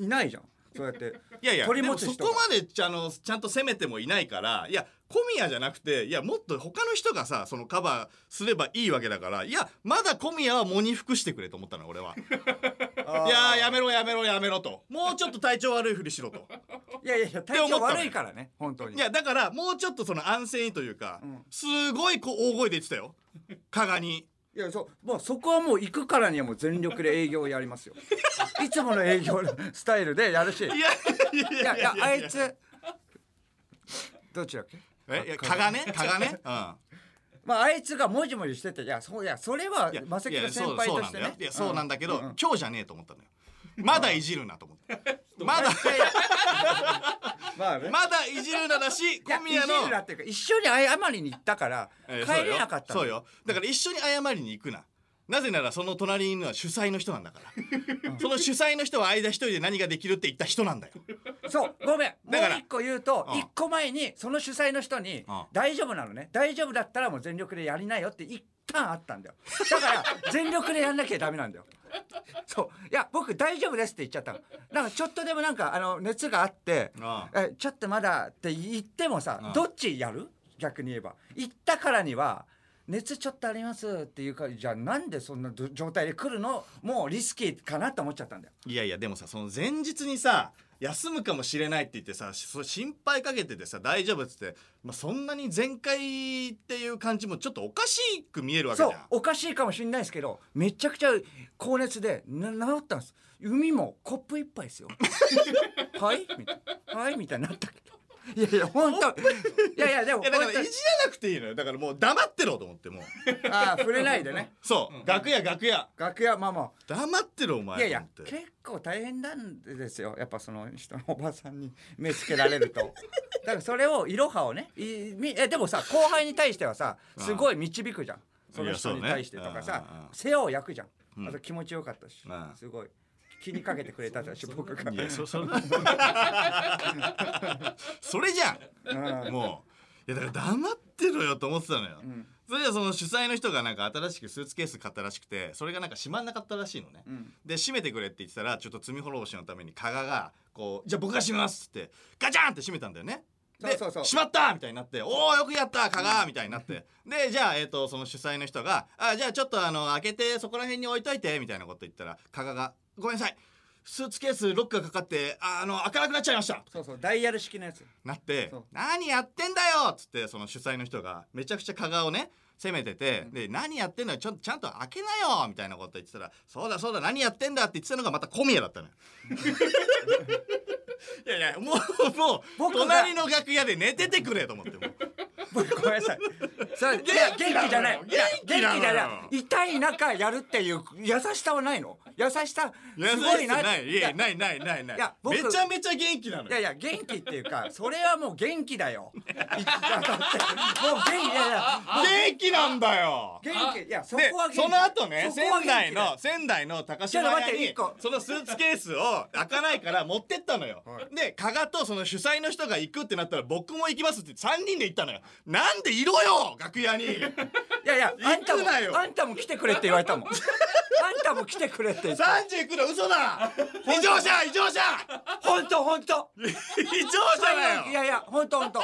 Speaker 2: いいないじゃんそうやって
Speaker 1: いやいや
Speaker 2: 取
Speaker 1: で
Speaker 2: り持
Speaker 1: も
Speaker 2: つ
Speaker 1: そ
Speaker 2: 人
Speaker 1: こまでちゃあのちゃんと責めてもいないからいや小宮じゃなくていやもっと他の人がさそのカバーすればいいわけだからいやまだ小宮は喪に服してくれと思ったの俺 はいやーやめろやめろやめろともうちょっと体調悪いふりしろと
Speaker 2: いやいやいや体調悪いからね本当に
Speaker 1: いやだからもうちょっとその安静にというか、
Speaker 2: うん
Speaker 1: すごいこう大声で言ってたよ加賀に。
Speaker 2: いやそうもうそこはもう行くからにはもう全力で営業をやり ますよいつもの営業のスタイルでやるしい
Speaker 1: い
Speaker 2: や
Speaker 1: やいやい
Speaker 2: いやあいつどっちだっけ
Speaker 1: えいや蚊がね蚊がね、うん、
Speaker 2: まああいつがもじもじしてていやそういやそれはい
Speaker 1: や
Speaker 2: マセキの
Speaker 1: いや
Speaker 2: 先
Speaker 1: そう
Speaker 2: 輩
Speaker 1: そう
Speaker 2: と
Speaker 1: な
Speaker 2: し
Speaker 1: ん
Speaker 2: て
Speaker 1: だよ
Speaker 2: ね
Speaker 1: いやそうなんだけど、
Speaker 2: うう
Speaker 1: 今日じゃねえと思ったのよまだいじるなと思ってまだ
Speaker 2: いやい やまあね
Speaker 1: まだいじるなだし
Speaker 2: いや
Speaker 1: 小宮の
Speaker 2: いじるなっていうか一緒に謝りに行ったから
Speaker 1: えー
Speaker 2: 帰れなかったの
Speaker 1: そうよそうよだから一緒に謝りに行くななぜならその隣にいるのは主催の人なんだからその主催の人は間一人で何ができるって言った人なんだよ
Speaker 2: そうごめんも
Speaker 1: だから
Speaker 2: う一個言うと
Speaker 1: うん
Speaker 2: 一個前にその主催の人に
Speaker 1: うん
Speaker 2: 「大丈夫なのね大丈夫だったらもう全力でやりなよ」って一旦あったんだよだから 全力でやんなきゃダメなんだよそういや僕大丈夫ですって言っちゃったのなんかちょっとでもなんかあの熱があって
Speaker 1: あ
Speaker 2: えちょっとまだって言ってもさ、
Speaker 1: うん
Speaker 2: どっちやる逆に言えば言ったからには熱ちょっとありますっていうからじゃあなんでそんなど状態で来るのもうリスキーかなと思っちゃったんだよ
Speaker 1: いやいやでもさその前日にさ休むかもしれないって言ってさそ心配かけててさ大丈夫っつって、まあ、そんなに全開っていう感じもちょっとおかしく見えるわけじ
Speaker 2: そ
Speaker 1: ゃ
Speaker 2: うんおかしいかもしれないですけどめちゃくちゃ高熱でな治ったんです海もコップ一杯ですよ はいみたいなはいみたいになったけどいやいや本当いやいやでも
Speaker 1: いやだからい
Speaker 2: 本
Speaker 1: じ
Speaker 2: 当
Speaker 1: ら
Speaker 2: に
Speaker 1: なくていいのよだからもう黙ってろと思ってもう
Speaker 2: ああ触れないでね
Speaker 1: そう、楽屋楽屋
Speaker 2: 楽屋まあまあ
Speaker 1: 黙ってろお前
Speaker 2: いやいや
Speaker 1: と思って
Speaker 2: 結構大変なんですよやっぱその人のおばさんに目つけられる とだからそれをいろはをねいみえでもさ後輩に対してはさすごい導くじゃんその人に対してとか
Speaker 1: いやそうねうんうん
Speaker 2: さ
Speaker 1: うん
Speaker 2: 世話を焼くじゃ
Speaker 1: うん
Speaker 2: んあと気持ちよかったし
Speaker 1: うん
Speaker 2: すごい気にかけてくれたし僕が
Speaker 1: いや そそれ それじゃん
Speaker 2: うん
Speaker 1: もういやだから黙ってろよと思ってたのよ、
Speaker 2: ん
Speaker 1: それじゃその主催の人がなんか新しくスーツケース買ったらしくてそれがなんか閉まんなかったらしいのね、
Speaker 2: うん
Speaker 1: で閉めてくれって言ってたらちょっと罪滅ぼしのために加賀がこう「じゃあ僕が閉めます」ってガチャンって閉めたんだよねで
Speaker 2: そうそうそう
Speaker 1: 閉まったみたいになって「おおよくやった加賀!」みたいになってでじゃあ、えー、とその主催の人が「あじゃあちょっとあの開けてそこら辺に置いといて」みたいなこと言ったら加賀が「ごめんなさいスーツケースロックがかかってああの開かなくなっちゃいました」
Speaker 2: そうそうダイヤル式のやつ
Speaker 1: なって
Speaker 2: そう
Speaker 1: 「何やってんだよ!」っつってその主催の人がめちゃくちゃ加賀をね責めてて、で「何やってんのよちょちゃんと開けなよ!」みたいなこと言ってたら「そうだそうだ何やってんだ!」って言ってたのがまた小宮だ ったのよ。いやいやもうもう
Speaker 2: 僕が
Speaker 1: 隣の楽屋で寝ててくれと思ってもう
Speaker 2: 僕ごめんなさいそれいや元気じゃない
Speaker 1: 元
Speaker 2: いや元
Speaker 1: 気
Speaker 2: 気
Speaker 1: なのよ
Speaker 2: じゃない痛い中やるっていう優しさはないの優しさ
Speaker 1: 優し
Speaker 2: す
Speaker 1: く
Speaker 2: ごい な
Speaker 1: ないいやないないないない
Speaker 2: いや僕
Speaker 1: めちゃめちゃ元気なのよ
Speaker 2: いやいや元気っていうかそれはもう元気だよ。いやだってもう元気いやいや
Speaker 1: 元気なんだよ
Speaker 2: 元気いやそ
Speaker 1: で
Speaker 2: こは元気
Speaker 1: その後ね
Speaker 2: そこは
Speaker 1: 仙
Speaker 2: 元気だ
Speaker 1: 台
Speaker 2: よ
Speaker 1: の仙台の高島屋に
Speaker 2: ちょっと待って一個
Speaker 1: そのスーツケースを開かないから持ってったのよ、
Speaker 2: は
Speaker 1: で加賀とその主催の人が行くってなったら僕も行きますって3人で行ったのよなんでいろよ楽屋 に
Speaker 2: いやいやあんた
Speaker 1: 行くなよ
Speaker 2: もあんたも来てくれって言われたもん。あんたも来てくれって
Speaker 1: 39度嘘だ異常者異 常者
Speaker 2: 本当本当。
Speaker 1: 異常者だよ
Speaker 2: いやいや本当本当。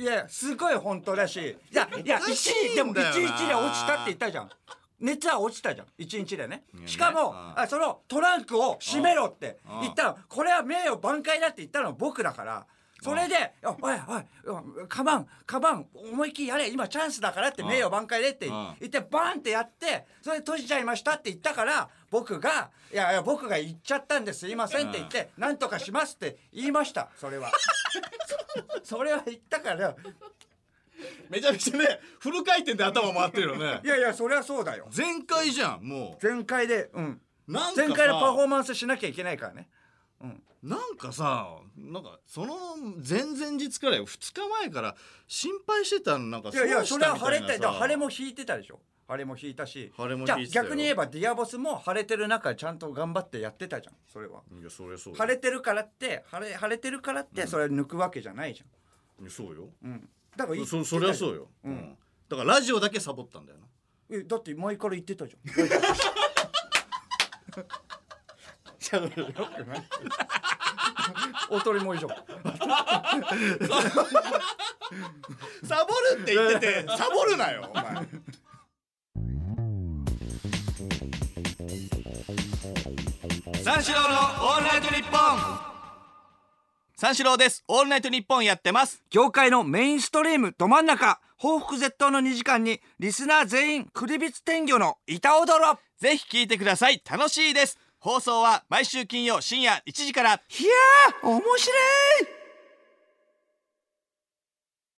Speaker 2: いやいやすごい本当だしいやいや
Speaker 1: おかし
Speaker 2: 一
Speaker 1: いん
Speaker 2: 日
Speaker 1: だ
Speaker 2: で
Speaker 1: よ
Speaker 2: も一
Speaker 1: な
Speaker 2: 日で落ちたって言ったじゃん。熱は落ちたじゃん一日でね
Speaker 1: いやね
Speaker 2: しかも
Speaker 1: うん
Speaker 2: あそのトランクを閉めろって
Speaker 1: うん
Speaker 2: 言ったのこれは名誉挽回だって言ったのは僕だからそれで「おいおいおいカバンカバン思いっきりやれ今チャンスだから」って名誉挽回でって
Speaker 1: うん
Speaker 2: 言ってバーンってやってそれで閉じちゃいましたって言ったから僕が「いやいや僕が言っちゃったんですいません」って言って「なんとかします」って言いましたそ れは。それは言ったから
Speaker 1: めちゃめちゃねフル回転で頭回ってるよね
Speaker 2: いやいやそれはそうだよ
Speaker 1: 全開じゃんも
Speaker 2: 全開でうん
Speaker 1: うなんかさ
Speaker 2: 全開でパフォーマンスしなきゃいけないからね
Speaker 1: なんかさなんかその前々日からよ2日前から心配してたのなんか
Speaker 2: いやいやそれは晴れ
Speaker 1: た
Speaker 2: ただから晴れも引いてたでしょ晴れも引いたし
Speaker 1: 晴れも
Speaker 2: じゃあ
Speaker 1: 引いてたよ
Speaker 2: 逆に言えばディアボスも晴れてる中ちゃんと頑張ってやってたじゃんそれはい
Speaker 1: やそれそうよ
Speaker 2: 晴れてるからって晴れ晴れてるからってそれ抜くわけじゃないじ
Speaker 1: いやそうよ
Speaker 2: ゃん、うん、だから言って
Speaker 1: そ
Speaker 2: たじゃん
Speaker 1: そりゃそうよ、
Speaker 2: うん
Speaker 1: うんだからラジオだけサボったんだよな
Speaker 2: えだって前から言ってたじゃんおとりも以 上
Speaker 1: サボるって言っててサボるなよお前三四郎のオールナイトニッポン三四郎ですオールナイトニッポンやってます
Speaker 2: 業界のメインストリームど真ん中報復絶倒の2時間にリスナー全員クリビツ天魚の板踊ろ
Speaker 1: ぜひ聞いてください楽しいです放送は毎週金曜深夜1時から
Speaker 2: いやー面白い